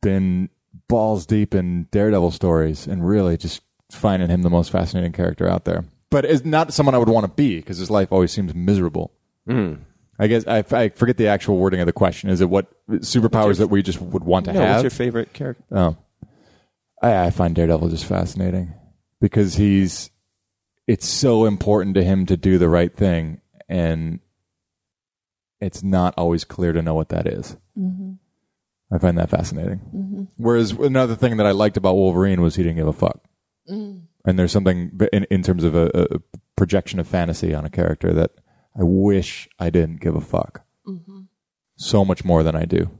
Speaker 6: been balls deep in Daredevil stories and really just finding him the most fascinating character out there. But it's not someone I would want to be because his life always seems miserable.
Speaker 2: Hmm.
Speaker 6: I guess I, I forget the actual wording of the question. Is it what superpowers that we just would want to
Speaker 2: no,
Speaker 6: have?
Speaker 2: what's your favorite uh, character?
Speaker 6: Oh, I, I find Daredevil just fascinating because he's. It's so important to him to do the right thing, and it's not always clear to know what that is. I find that fascinating. Whereas another thing that I liked about Wolverine was he didn't give a fuck. And there's something b- in, in terms of a, a projection of fantasy on a character that I wish I didn't give a fuck. So much more than I do.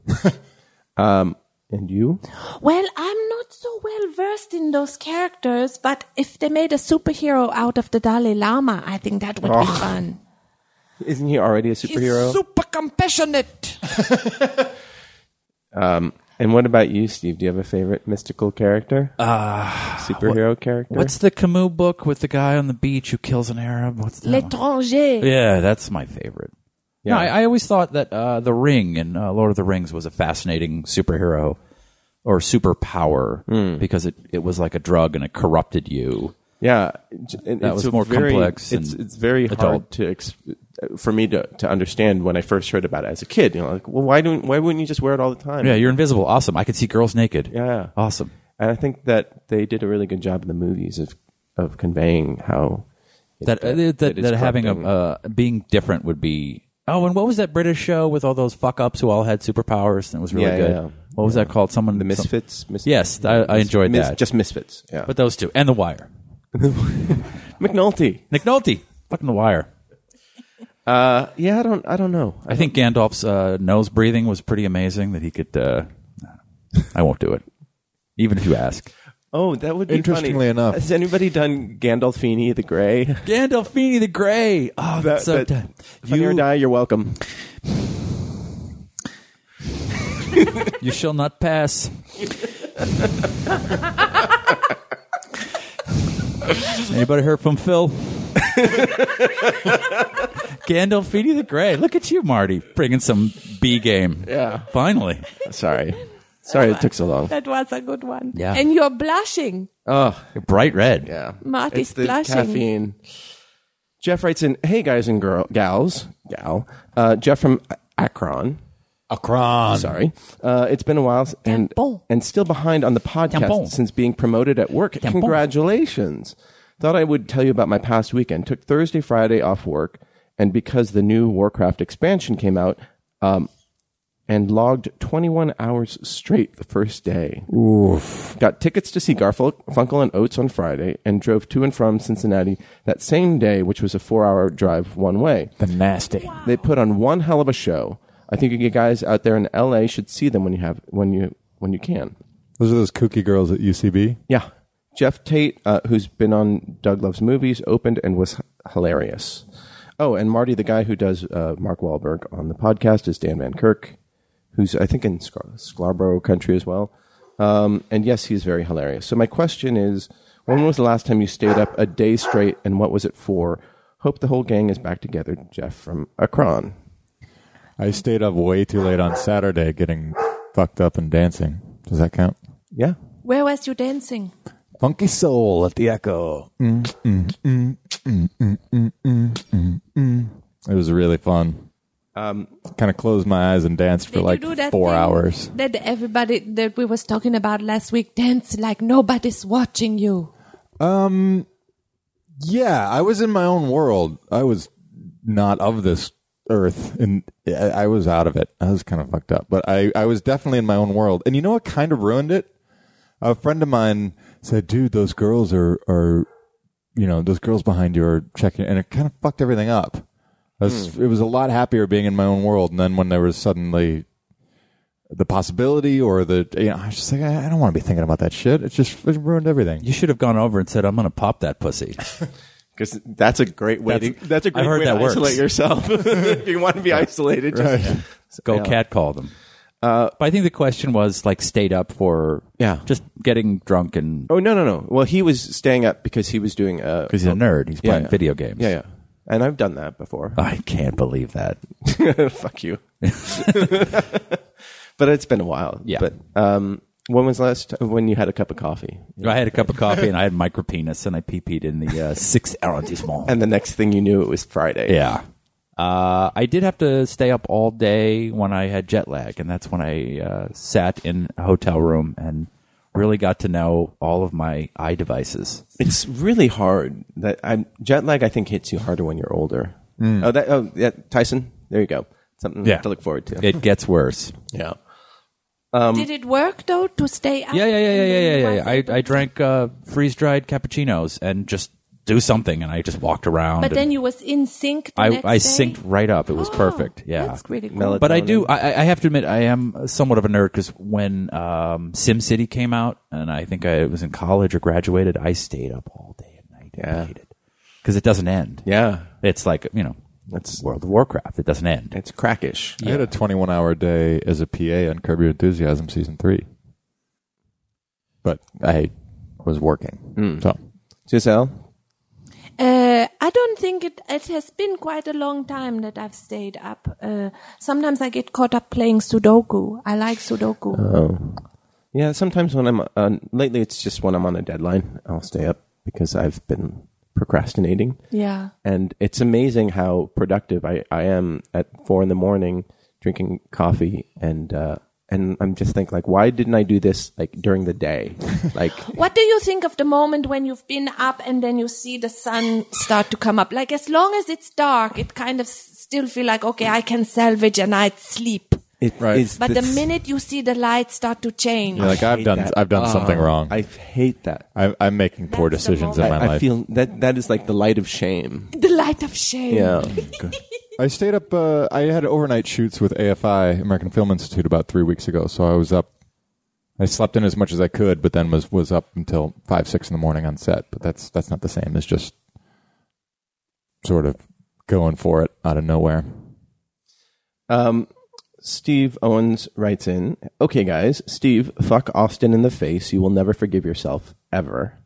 Speaker 2: Um, and you?
Speaker 3: Well, I'm not so well versed in those characters, but if they made a superhero out of the Dalai Lama, I think that would
Speaker 2: Oh.
Speaker 3: be fun.
Speaker 2: Isn't he already a superhero?
Speaker 3: super compassionate.
Speaker 2: Um, and what about you, Steve? Do you have a favorite mystical character? Uh, superhero character.
Speaker 4: What's the Camus book with the guy on the beach who kills an Arab? What's that? one?
Speaker 3: L'étranger.
Speaker 4: Yeah, that's my favorite. No, I, I always thought that uh, the Ring in uh, Lord of the Rings was a fascinating
Speaker 2: Hmm.
Speaker 4: superhero or superpower because it, it was like a drug and it corrupted you.
Speaker 2: Yeah, it- it-
Speaker 4: That
Speaker 2: it's
Speaker 4: was
Speaker 2: a
Speaker 4: more
Speaker 2: very-
Speaker 4: complex
Speaker 2: It's
Speaker 4: and
Speaker 2: it's very hard
Speaker 4: adult.
Speaker 2: to ex- for me to, to understand when I first heard about it as a kid. You know, like, well, why don't why wouldn't you just wear it all the time?
Speaker 4: Yeah, you're invisible. Awesome. I could see girls naked.
Speaker 2: Yeah.
Speaker 4: Awesome.
Speaker 2: and I think that they did a really good job in the movies of of conveying how it-
Speaker 4: That uh, that, that,
Speaker 2: it's
Speaker 4: having a
Speaker 2: corrupting.
Speaker 4: uh, being different would be. Oh, and what was that British show with all those fuck ups who all had superpowers and it was really
Speaker 2: Yeah,
Speaker 4: good?
Speaker 2: yeah, yeah.
Speaker 4: What was that called? Someone
Speaker 2: the
Speaker 4: some-
Speaker 2: misfits. Mis-
Speaker 4: Yes, I- I enjoyed
Speaker 2: mis-
Speaker 4: that.
Speaker 2: Just misfits. Yeah,
Speaker 4: but those two and The Wire.
Speaker 2: McNulty.
Speaker 4: Nick Nolte, fucking The Wire.
Speaker 2: Yeah, I don't I don't know.
Speaker 4: I think Gandalf's uh, nose breathing was pretty amazing. That he could. Uh, I won't do it, even if you ask.
Speaker 2: Oh, that would be
Speaker 5: Interestingly
Speaker 2: funny.
Speaker 5: enough-
Speaker 2: Has anybody done Gandolfini the Grey?
Speaker 4: Gandalfini the Grey. Oh, that's so.
Speaker 2: that- If I never die, you're welcome.
Speaker 4: You shall not pass. Anybody heard from Phil? Gandolfini the Grey. Look at you, Marty, bringing some B game. Yeah. Finally.
Speaker 2: Sorry, sorry it took so long.
Speaker 3: That was a good one.
Speaker 4: Yeah.
Speaker 3: And you're blushing.
Speaker 4: Bright red.
Speaker 2: Yeah.
Speaker 3: Marty's
Speaker 2: it's the
Speaker 3: blushing.
Speaker 2: caffeine. Jeff writes in, "Hey guys and girl, gals, gal, uh, Jeff from Akron.
Speaker 5: Akron.
Speaker 2: Sorry, uh, it's been a while s- and
Speaker 4: Tampon.
Speaker 2: and still behind on the podcast
Speaker 4: Tampon.
Speaker 2: since being promoted at work.
Speaker 4: Tampon.
Speaker 2: Congratulations! Thought I would tell you about my past weekend. Took Thursday, Friday off work, and because the new Warcraft expansion came out." Um, and logged 21 hours straight the first day. Got tickets to see Garfunkel and Oates on Friday and drove to and from Cincinnati that same day, which was a four hour drive one way.
Speaker 5: The nasty.
Speaker 2: They put on one hell of a show. I think you guys out there in LA should see them when you have when you when you can.
Speaker 5: Those are those kooky girls at UCB.
Speaker 2: Yeah. Jeff Tate, uh, who's been on Doug Love's movies, opened and was h- hilarious. Oh, and Marty, the guy who does uh, Mark Wahlberg on the podcast, is Dan Van Kirk, who's, I think, in Scar- Scarborough country as well. Um, and yes, he's very hilarious. So, my question is when was the last time you stayed up a day straight and what was it for? Hope the whole gang is back together. Jeff from Akron.
Speaker 5: I stayed up way too late on Saturday getting fucked up and dancing. Does that count?
Speaker 2: Yeah.
Speaker 3: Where was you dancing?
Speaker 5: Funky soul at the Echo. mm, mm. It was really fun. Um, kind of closed my eyes and danced for
Speaker 3: Did
Speaker 5: like
Speaker 3: you do that
Speaker 5: four
Speaker 3: thing
Speaker 5: hours.
Speaker 3: That everybody that we was talking about last week dance like nobody's watching you.
Speaker 5: Yeah, I was in my own world. I was not of this earth, and I I was out of it. I was kind of fucked up, but I, I was definitely in my own world. And you know what kind of ruined it? A friend of mine said, "Dude, those girls are are, you know, those girls behind you are checking," and it kind of fucked everything up. I was, It was a lot happier being in my own world, and then when there was suddenly the possibility or the, you know, I was just like, I, I don't want to be thinking about that shit. It just it ruined everything.
Speaker 4: You should have gone over and said, I'm going to pop that pussy.
Speaker 2: Because that's a great way
Speaker 4: That's-
Speaker 2: to, that's a
Speaker 4: I've
Speaker 2: great
Speaker 4: heard
Speaker 2: way
Speaker 4: that
Speaker 2: to
Speaker 4: works.
Speaker 2: isolate yourself. if you want to be isolated, just
Speaker 4: Go catcall them. Uh, but I think the question was like stayed up for
Speaker 2: Yeah.
Speaker 4: just getting drunk and
Speaker 2: Oh no no no! Well, he was staying up because he was doing a
Speaker 4: because he's a nerd. He's playing video games.
Speaker 2: Yeah yeah, and I've done that before.
Speaker 4: I can't believe that. Oh.
Speaker 2: Fuck you. but it's been a while.
Speaker 4: Yeah.
Speaker 2: But um, when was the last t- when you had a cup of coffee?
Speaker 4: I had a cup of coffee and I had micro penis and I pee peed in the uh, sixth arrondissement.
Speaker 2: And the next thing you knew, it was Friday.
Speaker 4: Yeah. Uh, I did have to stay up all day when I had jet lag, and that's when I uh, sat in a hotel room and really got to know all of my eye devices.
Speaker 2: It's really hard. That I'm, jet lag, I think, hits you harder when you're older. Oh, that. Oh, yeah, Tyson. There you go. Something
Speaker 4: Mm. Yeah.
Speaker 2: to look forward to.
Speaker 4: It gets worse.
Speaker 2: yeah. Um,
Speaker 3: Did it work though to stay up?
Speaker 4: Yeah, yeah, yeah, yeah,
Speaker 3: and
Speaker 4: yeah,
Speaker 3: then
Speaker 4: yeah.
Speaker 3: you
Speaker 4: yeah,
Speaker 3: was-
Speaker 4: yeah. I, I drank uh, freeze dried cappuccinos and just do something, and I just walked around.
Speaker 3: but
Speaker 4: and
Speaker 3: then you was in sync. The
Speaker 4: I,
Speaker 3: next
Speaker 4: I
Speaker 3: day?
Speaker 4: synced right up. It was
Speaker 3: Oh,
Speaker 4: perfect. Yeah.
Speaker 3: that's really cool.
Speaker 2: Melody.
Speaker 4: But I do. I, I- I have to admit, I am somewhat of a nerd because when um, SimCity came out, and I think I was in college or graduated, I stayed up all day and night.
Speaker 2: Yeah.
Speaker 4: Because it doesn't end.
Speaker 2: Yeah.
Speaker 4: It's like you know,
Speaker 2: That's-
Speaker 4: it's World of Warcraft. It doesn't end.
Speaker 2: It's crackish.
Speaker 5: I had a 21 hour day as a PA on Curb Your Enthusiasm season three, but I was working.
Speaker 2: Mm.
Speaker 5: So
Speaker 2: Giselle.
Speaker 3: Uh, I don't think it. It has been quite a long time that I've stayed up. Uh, sometimes I get caught up playing Sudoku. I like Sudoku.
Speaker 4: Uh,
Speaker 2: uh, Yeah, sometimes when I'm on, lately, it's just when I'm on a deadline, I'll stay up because I've been procrastinating.
Speaker 3: Yeah.
Speaker 2: And it's amazing how productive I, I am at four in the morning drinking coffee and uh, and I'm just think like why didn't I do this like during the day? Like
Speaker 3: What do you think of the moment when you've been up and then you see the sun start to come up? Like as long as it's dark, it kind of s- still feel like okay, I can salvage a night's sleep.
Speaker 2: it
Speaker 6: Right.
Speaker 2: is
Speaker 3: But the
Speaker 2: this-
Speaker 3: minute you see the light start to change,
Speaker 6: You're like I've
Speaker 2: hate
Speaker 6: done
Speaker 2: that.
Speaker 6: I've done something
Speaker 3: Ah.
Speaker 6: wrong.
Speaker 2: I hate that.
Speaker 6: I, I'm making poor
Speaker 3: That's the
Speaker 6: decisions in my
Speaker 2: I, I
Speaker 6: life.
Speaker 2: feel that that is like the light of shame.
Speaker 3: the light of shame.
Speaker 2: Yeah.
Speaker 5: I stayed up. Uh, I had overnight shoots with AFI, American Film Institute, about three weeks ago. So I was up. I slept in as much as I could, but then was was up until five six in the morning on set. But that's that's not the same as just sort of going for it out of nowhere.
Speaker 2: Um, Steve Owens writes in, okay, guys, Steve, fuck Austin in the face. You will never forgive yourself, ever.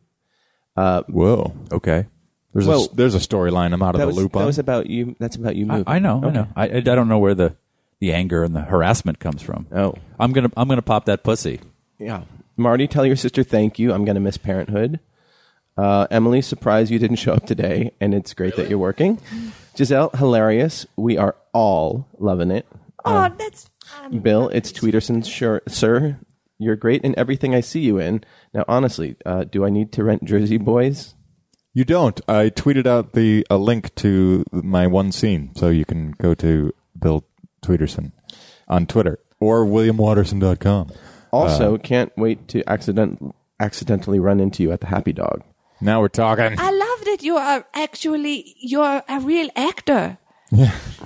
Speaker 5: Whoa. Okay. There's
Speaker 2: Well,
Speaker 5: a there's a storyline. I'm out of
Speaker 2: That
Speaker 5: the
Speaker 2: was,
Speaker 5: loop
Speaker 2: that
Speaker 5: on.
Speaker 2: was about you. That's about you
Speaker 4: I,
Speaker 2: moving.
Speaker 4: I know, I know. I, I don't know where the, the anger and the harassment comes from.
Speaker 2: Oh.
Speaker 4: I'm gonna I'm gonna pop that pussy.
Speaker 2: Yeah. Marty, tell your sister thank you. I'm going to miss parenthood. Uh, Emily, surprise you didn't show up today, and it's great that you're working. Giselle, hilarious. We are all loving it.
Speaker 3: Oh, that's um,
Speaker 2: Bill, it's Tweederson, sure, sir. You're great in everything I see you in. Now, honestly, uh, do I need to rent Jersey Boys?
Speaker 5: you don't. I tweeted out the a link to my one scene, so you can go to Bill Tweederson on Twitter or WilliamWaterson.com.
Speaker 2: Also,
Speaker 5: Uh,
Speaker 2: can't wait to accident accidentally run into you at the Happy Dog.
Speaker 5: Now we're talking.
Speaker 3: I love that you are actually you're a real actor.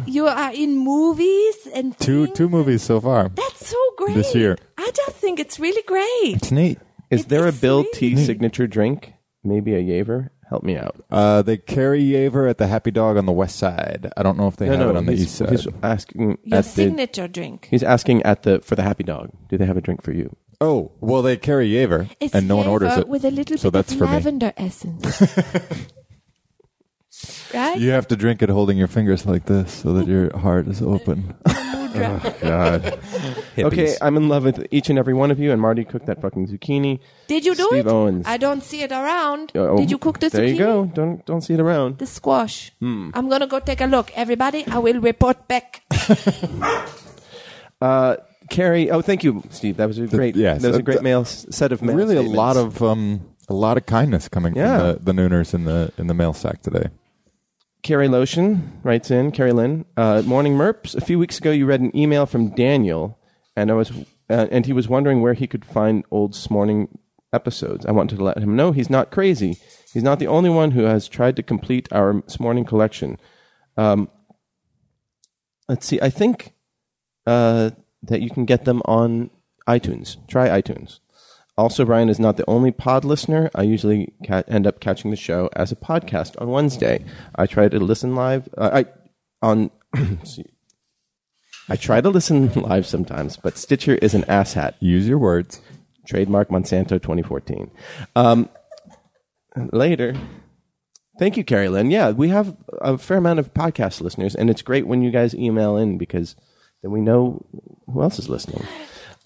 Speaker 3: You are in movies and
Speaker 5: Two
Speaker 3: things.
Speaker 5: two movies so far.
Speaker 3: That's so great.
Speaker 5: This year.
Speaker 3: I just think it's really great.
Speaker 5: It's neat.
Speaker 2: Is
Speaker 3: It
Speaker 2: there a
Speaker 3: is
Speaker 2: Bill
Speaker 3: sweet.
Speaker 2: T signature drink? Maybe a Yaver? Help me out.
Speaker 5: Uh, they carry Yaver at the Happy Dog on the west side. I don't know if they have it on the
Speaker 2: he's,
Speaker 5: east side.
Speaker 2: he's asking
Speaker 3: Your
Speaker 2: at the,
Speaker 3: signature drink.
Speaker 2: He's asking at the for the Happy Dog. Do they have a drink for you?
Speaker 5: oh, well, they carry Yaver,
Speaker 3: It's
Speaker 5: and no one orders
Speaker 3: flavor
Speaker 5: it.
Speaker 3: with a little
Speaker 5: so
Speaker 3: bit
Speaker 5: that's
Speaker 3: of
Speaker 5: for
Speaker 3: lavender essence. right?
Speaker 5: me. You have to drink it holding your fingers like this so that your heart is open. oh, God.
Speaker 4: Hippies.
Speaker 2: Okay, I'm in love with each and every one of you. And Marty cooked that fucking zucchini.
Speaker 3: Did you do
Speaker 2: Steve
Speaker 3: it?
Speaker 2: Owens.
Speaker 3: I don't see it around.
Speaker 2: Oh,
Speaker 3: Did you cook the
Speaker 2: There
Speaker 3: zucchini?
Speaker 2: you go. Hmm. Don't don't see it around.
Speaker 3: The squash. I'm gonna go take a look. Everybody, I will report back.
Speaker 2: Carrie. Oh, thank you, Steve. That was a great.
Speaker 5: yes,
Speaker 2: that was a
Speaker 5: uh,
Speaker 2: great
Speaker 5: th-
Speaker 2: mail s- set of mail
Speaker 5: really, a
Speaker 2: statements.
Speaker 5: lot of um, a lot of kindness coming
Speaker 2: Yeah.
Speaker 5: from the, the Nooners in the in the mail sack today.
Speaker 2: Carrie Lotion writes in, Carrie Lynn, uh, Morning Merps. A few weeks ago, you read an email from Daniel, and I was, uh, and he was wondering where he could find old Smorning episodes. I wanted to let him know he's not crazy. He's not the only one who has tried to complete our Smorning collection. Um, let's see. I think uh, that you can get them on iTunes. Try iTunes. Also, Brian is not the only pod listener. I usually ca- end up catching the show as a podcast on Wednesday. I try to listen live. Uh, I on. see. I try to listen live sometimes, but Stitcher is an asshat.
Speaker 5: Use your words.
Speaker 2: Trademark Monsanto 2014. Um, later. Thank you, Carrie Lynn. Yeah, we have a fair amount of podcast listeners, and it's great when you guys email in because then we know who else is listening.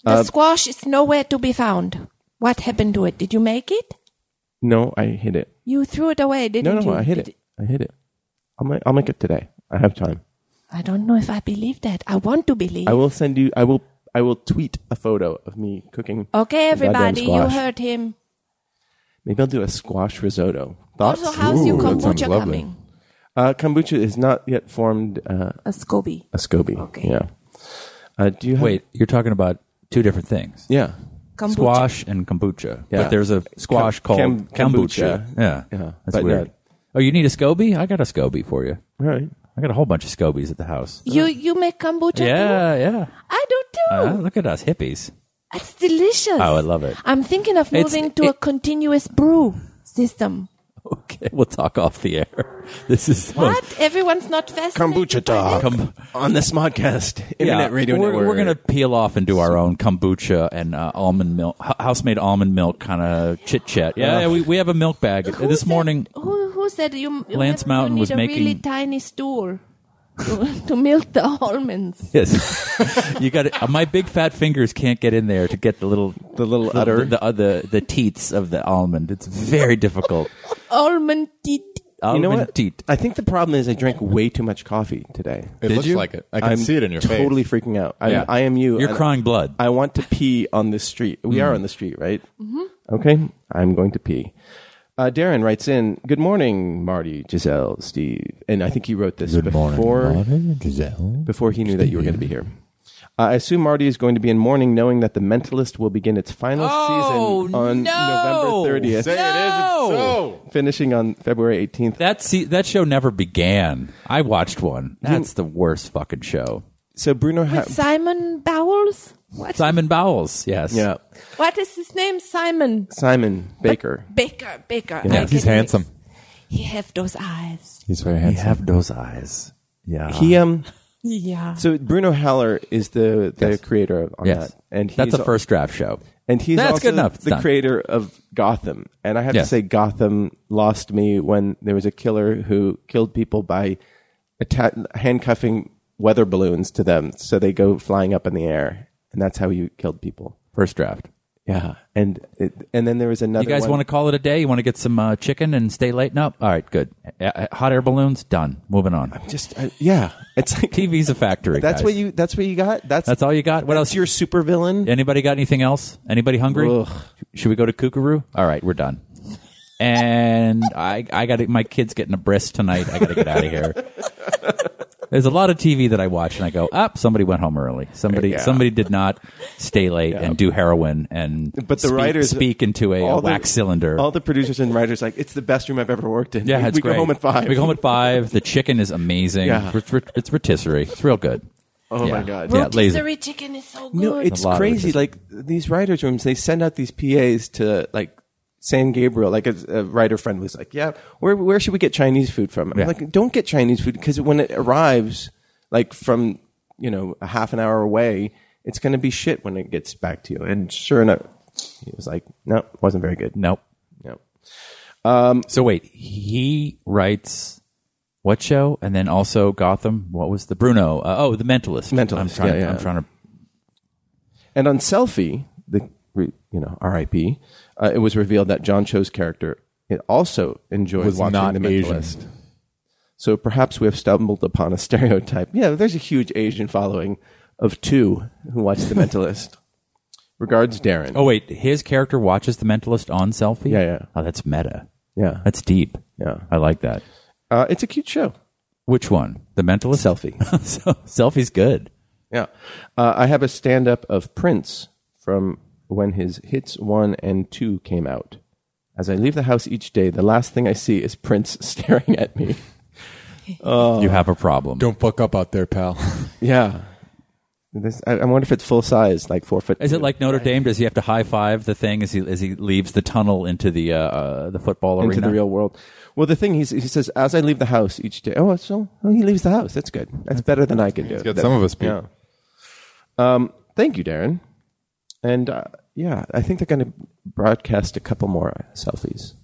Speaker 3: The
Speaker 2: Uh,
Speaker 3: squash is nowhere to be found. What happened to it? Did you make it?
Speaker 2: No, I hit it.
Speaker 3: You threw it away, didn't
Speaker 2: No, no,
Speaker 3: you?
Speaker 2: I hit
Speaker 3: Did-
Speaker 2: it. I hit it. I'll make, I'll make it today. I have time.
Speaker 3: I don't know if I believe that. I want to believe.
Speaker 2: I will send you. I will. I will tweet a photo of me cooking.
Speaker 3: okay,
Speaker 2: the goddamn
Speaker 3: everybody, you
Speaker 2: squash.
Speaker 3: heard him.
Speaker 2: Maybe I'll do a squash risotto. Thoughts?
Speaker 3: Also, how's your kombucha
Speaker 5: lovely.
Speaker 3: coming?
Speaker 2: Uh, kombucha is not yet formed. Uh,
Speaker 3: A scoby.
Speaker 2: a scoby.
Speaker 3: Okay.
Speaker 2: Yeah. Uh, do you have,
Speaker 4: Wait, you're talking about two different things.
Speaker 2: Yeah.
Speaker 3: Kombucha.
Speaker 4: Squash and kombucha.
Speaker 2: Yeah.
Speaker 4: But there's a squash
Speaker 2: Kam-
Speaker 4: called
Speaker 2: kam-
Speaker 4: kombucha.
Speaker 2: kombucha.
Speaker 4: Yeah.
Speaker 2: Yeah,
Speaker 4: That's
Speaker 2: but
Speaker 4: weird.
Speaker 2: no.
Speaker 4: Oh, you need a SCOBY? I got a SCOBY for you.
Speaker 2: All right.
Speaker 4: I got a whole bunch of SCOBYs at the house.
Speaker 3: You you make kombucha? Too?
Speaker 4: Yeah, yeah.
Speaker 3: I do too.
Speaker 4: Uh, look at us hippies.
Speaker 3: It's delicious.
Speaker 4: Oh, I love it.
Speaker 3: I'm thinking of
Speaker 4: It's-
Speaker 3: moving to a
Speaker 4: it-
Speaker 3: continuous brew system.
Speaker 4: Okay, we'll talk off the air. This is the most-
Speaker 3: What? Everyone's not fast.
Speaker 2: Kombucha talk
Speaker 4: Kom-
Speaker 2: on this podcast, Internet Radio
Speaker 4: we're,
Speaker 2: Network.
Speaker 4: We're going to peel off and do our own kombucha and uh, almond milk, h- house-made almond milk kind of chit-chat. Yeah, yeah, we, we have a milk bag.
Speaker 3: Who
Speaker 4: this
Speaker 3: said-
Speaker 4: morning,
Speaker 3: Who who said you? you
Speaker 4: Lance
Speaker 3: have-
Speaker 4: Mountain
Speaker 3: you
Speaker 4: was
Speaker 3: need a
Speaker 4: making-
Speaker 3: really tiny stool to, to milk the almonds.
Speaker 4: yes, you got it. My big fat fingers can't get in there to get the little,
Speaker 2: the little
Speaker 4: the,
Speaker 2: udder.
Speaker 4: the, uh, the, the teats of the almond. It's very difficult.
Speaker 3: almond tea.
Speaker 2: you know what?
Speaker 4: Almond-teat.
Speaker 2: I think the problem is I drank way too much coffee today.
Speaker 6: It looks like it. I can
Speaker 2: I'm
Speaker 6: see it in your face.
Speaker 2: totally freaking out. I,
Speaker 6: Yeah.
Speaker 2: I am you.
Speaker 4: You're
Speaker 2: and
Speaker 4: crying blood.
Speaker 2: I want to pee on this street. We are on the street, right? Mm-hmm. Okay, I'm going to pee. Uh, Darren writes in, "Good morning, Marty, Giselle, Steve." And I think he wrote this before before he knew that you were going to be here. Uh, I assume Marty is going to be in mourning, knowing that The Mentalist will begin its final
Speaker 4: Oh,
Speaker 2: season on
Speaker 4: no!
Speaker 2: November 30th,
Speaker 6: Say it isn't so.
Speaker 2: finishing on February 18th.
Speaker 4: That se- that show never began. I watched one. That's the worst fucking show.
Speaker 2: So Bruno, ha-
Speaker 3: Simon Bowles?
Speaker 4: Simon Bowles. Yes.
Speaker 2: yeah,
Speaker 3: What is his name? Simon
Speaker 2: Simon Baker.
Speaker 3: Baker. Baker.
Speaker 2: Yeah.
Speaker 3: I
Speaker 2: He's
Speaker 3: can-
Speaker 5: handsome.
Speaker 3: He have those eyes.
Speaker 5: He's very handsome.
Speaker 4: have those eyes. Yeah.
Speaker 2: He um.
Speaker 3: Yeah.
Speaker 2: So Bruno Haller is the, the creator of on
Speaker 4: yes.
Speaker 2: that, and he's
Speaker 4: that's a
Speaker 2: al-
Speaker 4: first draft show.
Speaker 2: And he's
Speaker 4: That's
Speaker 2: also
Speaker 4: good enough. It's
Speaker 2: the
Speaker 4: done.
Speaker 2: creator of Gotham, and I have
Speaker 4: Yeah.
Speaker 2: to say, Gotham lost me when there was a killer who killed people by atta- handcuffing weather balloons to them, so they go flying up in the air, and that's how you killed people.
Speaker 4: First draft.
Speaker 2: Yeah, and it, and then there was another.
Speaker 4: You guys want to call it a day? You want to get some uh, chicken and stay late? No. All right. Good. Uh, Uh, hot air balloons. Done. Moving on.
Speaker 2: to just uh, yeah? It's like
Speaker 4: TV's a factory.
Speaker 2: that's
Speaker 4: guys.
Speaker 2: what you that's what you got. That's
Speaker 4: That's all you got. What
Speaker 2: that's
Speaker 4: else?
Speaker 2: Your supervillain.
Speaker 4: Anybody got anything else? Anybody hungry?
Speaker 2: Ugh.
Speaker 4: Should we go to Kookaroo? All right, we're done. And I, I got my kids getting a brisk tonight. I got to get out of here. There's a lot of TV that I watch, and I go, up. somebody went home early. Somebody,
Speaker 2: Yeah.
Speaker 4: somebody did not stay late and do heroin and
Speaker 2: But the
Speaker 4: speak,
Speaker 2: writers
Speaker 4: speak into a,
Speaker 2: all
Speaker 4: a
Speaker 2: the-
Speaker 4: wax cylinder.
Speaker 2: All the producers and writers like it's the best room I've ever worked in.
Speaker 4: yeah,
Speaker 2: we,
Speaker 4: it's
Speaker 2: we
Speaker 4: great.
Speaker 2: go home at five.
Speaker 4: We go home at five. The chicken is amazing.
Speaker 2: Yeah.
Speaker 4: It's, rit- it's rotisserie. It's real good.
Speaker 2: Oh
Speaker 4: Yeah.
Speaker 2: my god.
Speaker 4: Yeah, lazy.
Speaker 3: Rotisserie chicken is so good.
Speaker 2: No, it's
Speaker 4: A lot of
Speaker 2: crazy.
Speaker 4: racism.
Speaker 2: Like these writers' rooms, they send out these PAs to like San Gabriel. Like a, a writer friend was like, "Yeah, where where should we get Chinese food from?" I'm
Speaker 4: Yeah.
Speaker 2: like, "Don't get Chinese food because when it arrives, like from you know a half an hour away, it's going to be shit when it gets back to you." And sure enough, he was like, "No, it wasn't very good."
Speaker 4: Nope.
Speaker 2: No.
Speaker 4: So wait, he writes what show, and then also Gotham. What was the Bruno? Uh, oh, The Mentalist.
Speaker 2: Mentalist,
Speaker 4: I'm trying.
Speaker 2: yeah, yeah.
Speaker 4: I'm trying to.
Speaker 2: And on Selfie, the re- you know R.I.P. Uh, it was revealed that John Cho's character it also enjoyed
Speaker 5: Was
Speaker 2: watching
Speaker 5: not
Speaker 2: The
Speaker 5: Asian.
Speaker 2: Mentalist. So perhaps we have stumbled upon a stereotype. Yeah, there's a huge Asian following of two who watch The Mentalist. Regards, Darren.
Speaker 4: Oh wait, his character watches The Mentalist on selfie.
Speaker 2: Yeah, yeah.
Speaker 4: Oh, that's meta.
Speaker 2: yeah,
Speaker 4: That's deep.
Speaker 2: Yeah.
Speaker 4: I like that.
Speaker 2: uh, it's a cute show.
Speaker 4: Which one? The Mentalist
Speaker 2: Selfie.
Speaker 4: so, selfie's good.
Speaker 2: Yeah, uh, I have a stand-up of Prince from when his hits one and two came out. As I leave the house each day, the last thing I see is Prince staring at me. Uh,
Speaker 4: You have a problem.
Speaker 5: Don't fuck up out there, pal.
Speaker 2: Yeah. This, I, I wonder if it's full size, like four foot.
Speaker 4: Is it like Notre Dame? Does he have to high five the thing as he as he leaves the tunnel into the uh, uh, the football
Speaker 2: into
Speaker 4: arena?
Speaker 2: the real world? Well, the thing he's, he says, as I leave the house each day. Oh, so well, he leaves the house. That's good. That's better than I can do.
Speaker 5: got
Speaker 2: That-
Speaker 5: some of us beat.
Speaker 2: Yeah. Um, thank you, Darren. And uh, yeah, I think they're going to broadcast a couple more selfies.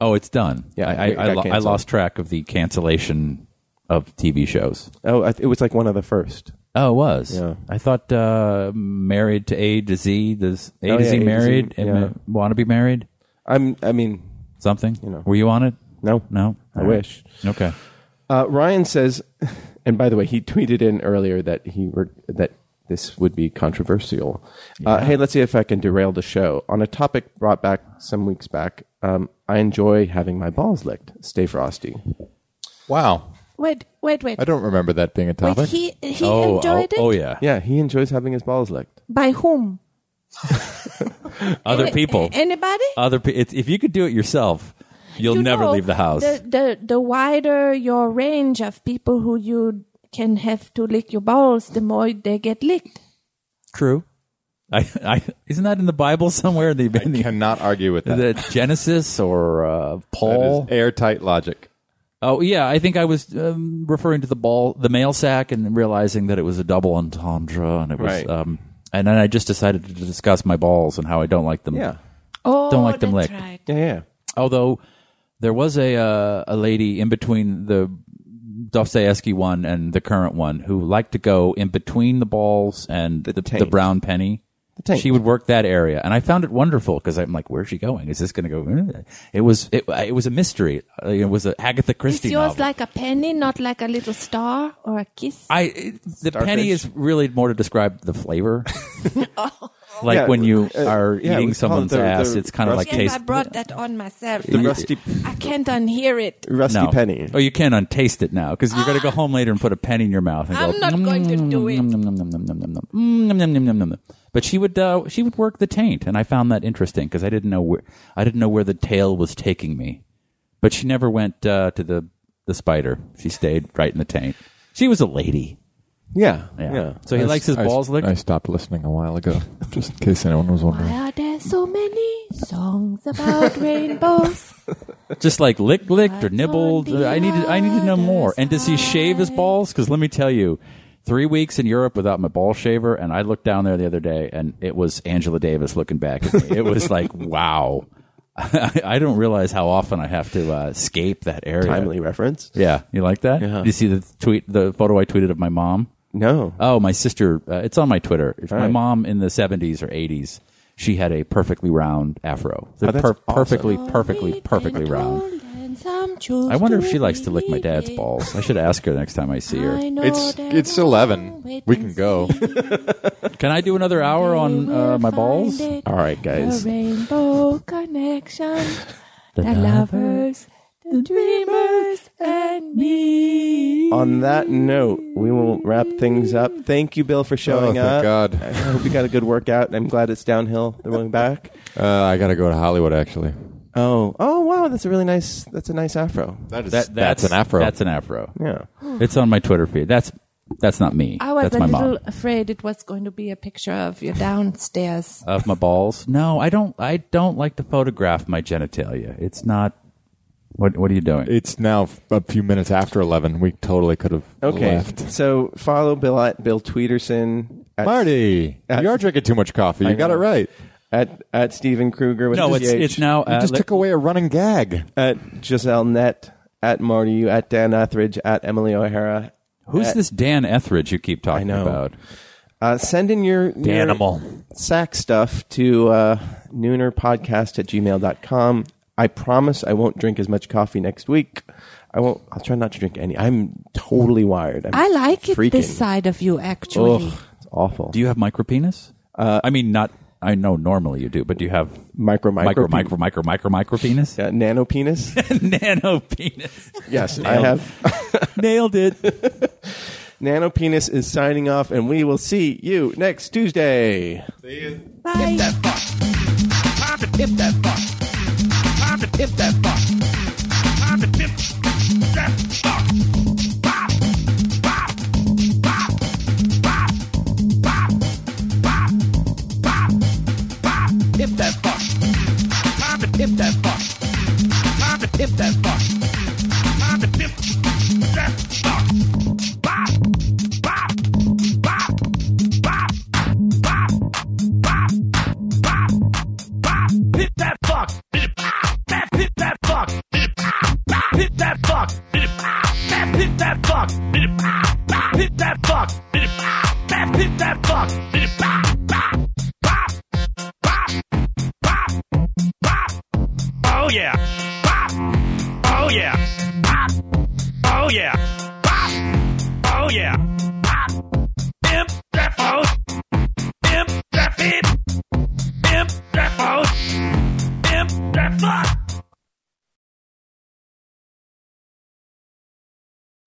Speaker 4: oh, it's done.
Speaker 2: Yeah,
Speaker 4: I
Speaker 2: it
Speaker 4: I, I,
Speaker 2: got
Speaker 4: lo- I
Speaker 2: canceled.
Speaker 4: lost track of the cancellation of TV shows.
Speaker 2: Oh, I, it was like one of the first.
Speaker 4: Oh, it was.
Speaker 2: Yeah.
Speaker 4: I thought uh, married to A to Z. Does A
Speaker 2: Oh,
Speaker 4: to
Speaker 2: yeah,
Speaker 4: Z
Speaker 2: A to Z,
Speaker 4: married? and
Speaker 2: yeah.
Speaker 4: Want to be married?
Speaker 2: I'm. I mean,
Speaker 4: Something.
Speaker 2: know.
Speaker 4: Were you on it?
Speaker 2: no,
Speaker 4: No.
Speaker 2: I
Speaker 4: All right.
Speaker 2: wish.
Speaker 4: Okay.
Speaker 2: Uh, Ryan says, and by the way, he tweeted in earlier that he were, that this would be controversial. Uh, hey, let's see if I can derail the show on a topic brought back some weeks back. Um, I enjoy having my balls licked. Stay frosty.
Speaker 5: Wow.
Speaker 3: Wait, wait, wait.
Speaker 5: I don't remember that being a
Speaker 3: Wait,
Speaker 5: topic.
Speaker 3: he he
Speaker 4: Oh, oh,
Speaker 3: enjoyed it
Speaker 4: oh, yeah.
Speaker 2: Yeah, he enjoys having his balls licked.
Speaker 3: by whom?
Speaker 4: Other
Speaker 3: Any-
Speaker 4: people.
Speaker 3: Anybody?
Speaker 4: Other pe- it's, if you could do it yourself, you'll
Speaker 3: You
Speaker 4: Uh, never
Speaker 3: know,
Speaker 4: leave the house.
Speaker 3: The, the the wider your range of people who you can have to lick your balls, the more they get licked.
Speaker 4: True. I, I, isn't that in the Bible somewhere? The, in
Speaker 6: I
Speaker 4: the,
Speaker 6: cannot argue with that.
Speaker 4: the Genesis or uh,
Speaker 6: That is
Speaker 4: Paul?
Speaker 6: airtight logic.
Speaker 4: Oh yeah, I think I was um, referring to the ball, the mail sack, and realizing that it was a double entendre, and it was.
Speaker 2: Right.
Speaker 4: Um, and then I just decided to discuss my balls and how I don't like them.
Speaker 2: Yeah,
Speaker 3: Oh,
Speaker 4: Don't like them
Speaker 3: that's
Speaker 4: licked.
Speaker 3: right.
Speaker 2: yeah, yeah.
Speaker 4: Although there was a uh, a lady in between the Dostoevsky one and the current one who liked to go in between the balls and the, the,
Speaker 2: taint.
Speaker 4: brown penny.
Speaker 2: The tank.
Speaker 4: She would work that area, and I found it wonderful because I'm like, "Where's she going? Is this going to go?" eh? It was it, it was a mystery. Uh, It was a Agatha
Speaker 3: Is
Speaker 4: Christie
Speaker 3: yours
Speaker 4: novel.
Speaker 3: like a penny, not like a little star or a kiss?
Speaker 4: I it, the penny is really more to describe the flavor.
Speaker 3: Oh.
Speaker 4: like
Speaker 2: Yeah,
Speaker 4: when you
Speaker 2: uh,
Speaker 4: are
Speaker 2: yeah, we call
Speaker 4: eating
Speaker 2: it
Speaker 4: someone's
Speaker 2: the- the
Speaker 4: ass, it's kind of like
Speaker 3: yes,
Speaker 4: taste.
Speaker 3: I brought that on myself.
Speaker 2: the rusty
Speaker 3: I can't unhear it.
Speaker 2: rusty
Speaker 4: no.
Speaker 2: penny.
Speaker 4: Oh, you can't untaste it now because you're going to go home later and put a penny in your mouth. And
Speaker 3: Ah. I'm
Speaker 4: go,
Speaker 3: not
Speaker 4: "Nom,
Speaker 3: going to
Speaker 4: nom,
Speaker 3: do
Speaker 4: nom,
Speaker 3: it."
Speaker 4: nom, nom, nom, nom, nom, nom, nom, mm, nom, nom, nom, nom, nom, nom. But she would uh, she would work the taint, and I found that interesting because I didn't know where I didn't know where the tail was taking me. But she never went uh, to the the spider. She stayed right in the taint. She was a lady.
Speaker 2: Yeah,
Speaker 4: Yeah.
Speaker 2: yeah.
Speaker 4: So he
Speaker 5: I-
Speaker 4: likes his
Speaker 5: I-
Speaker 4: balls licked.
Speaker 5: I stopped listening a while ago, just in case anyone was wondering.
Speaker 3: Why are there so many songs about rainbows?
Speaker 4: just like licked, licked or nibbled.
Speaker 3: on the
Speaker 4: I need to, I need to know
Speaker 3: other
Speaker 4: more. And does he shave his
Speaker 3: side?
Speaker 4: balls? Because let me tell you, three weeks in Europe without my ball shaver, and I looked down there the other day, and it was Angela Davis looking back at me. It was like, wow, I, I don't realize how often I have to uh, escape that area.
Speaker 2: Timely reference.
Speaker 4: Yeah, you like that?
Speaker 2: Yeah.
Speaker 4: Did you see the tweet, the photo I tweeted of my mom?
Speaker 2: No.
Speaker 4: Oh, my sister. Uh, it's on my Twitter. It's my
Speaker 2: right.
Speaker 4: mom in the seventies or eighties. She had a perfectly round afro. The
Speaker 2: Oh, that's awesome.
Speaker 4: Perfectly, perfectly, perfectly round. I wonder if she likes to lick my dad's balls. I should ask her next time I see her.
Speaker 6: It's- it's 11. We can go.
Speaker 4: Can I do another hour on uh, my balls?
Speaker 2: All right, guys.
Speaker 3: The rainbow connection, the lovers, the dreamers, and me.
Speaker 2: On that note, we will wrap things up. Thank you, Bill, for
Speaker 6: Oh,
Speaker 2: showing
Speaker 6: thank
Speaker 2: up.
Speaker 6: God.
Speaker 2: I hope you got a good workout. I'm glad it's downhill. They're going back.
Speaker 6: Uh, I got to go to Hollywood, actually.
Speaker 2: Oh, oh, wow, that's a really nice. That's a nice afro.
Speaker 6: That is,
Speaker 4: That, that's,
Speaker 6: an afro.
Speaker 4: That's an afro.
Speaker 2: Yeah.
Speaker 4: It's on my Twitter feed. That's that's not me.
Speaker 3: I was
Speaker 4: that's
Speaker 3: a
Speaker 4: my
Speaker 3: little
Speaker 4: mom.
Speaker 3: afraid it was going to be a picture of you downstairs.
Speaker 4: Of my balls? No, I don't. I don't like to photograph my genitalia. It's not. What What are you doing?
Speaker 6: it's now f- a few minutes after 11. We totally could have
Speaker 2: Okay.
Speaker 6: left.
Speaker 2: So follow Bill at Bill Tweederson at,
Speaker 6: Marty, you are drinking too much coffee. You got it right.
Speaker 2: at at Steven Kruger with
Speaker 4: no,
Speaker 2: the
Speaker 4: it's
Speaker 2: CH,
Speaker 4: it's now.
Speaker 6: You
Speaker 4: Uh,
Speaker 6: just
Speaker 4: let-
Speaker 6: took away a running gag.
Speaker 2: at Giselle Net at Marty U at Dan Etheridge at Emily O'Hara.
Speaker 4: who's
Speaker 2: at-
Speaker 4: this Dan Etheridge you keep talking
Speaker 2: I know.
Speaker 4: about?
Speaker 2: Uh, send in your, your
Speaker 6: Danimal.
Speaker 2: sack stuff to uh, noonerpodcast at gmail.com. I promise I won't drink as much coffee next week. I won't. I'll try not to drink any. I'm totally wired. I'm
Speaker 3: I like it
Speaker 2: freaking.
Speaker 3: this side of you actually.
Speaker 2: Ugh, it's awful.
Speaker 4: Do you have micropenis? Uh, I mean, not. I know normally you do, but do you have
Speaker 2: micro micro
Speaker 4: micro micro micro micro micro penis?
Speaker 2: uh, nano penis?
Speaker 4: Nano penis.
Speaker 2: yes, I have.
Speaker 4: Nailed it.
Speaker 2: Nano Penis is signing off, and we will see you next Tuesday.
Speaker 3: Bye.
Speaker 7: Time to tip that box. Time to tip that box. Time to tip that box. Bop, bop, bop, bop, bop, bop, bop, bop. Tip that box. Time to tip that box. Time to tip that box. Time to tip that box. Bop, bop, bop, bop, bop, bop, bop bop, hit that fuck, hit it, pow, that hit that fuck, hit it, pow, pow, hit that fuck, hit it, pow, that hit that fuck, hit it, pow, pow, hit that fuck, hit it, pow, that hit that fuck, hit it, pow, pow, pop, pop, pop, pop, oh yeah, pop, oh yeah, pop, oh yeah, pop, oh yeah, pop, imp that phone, imp that feet. Imp that phone. Imp that fuck.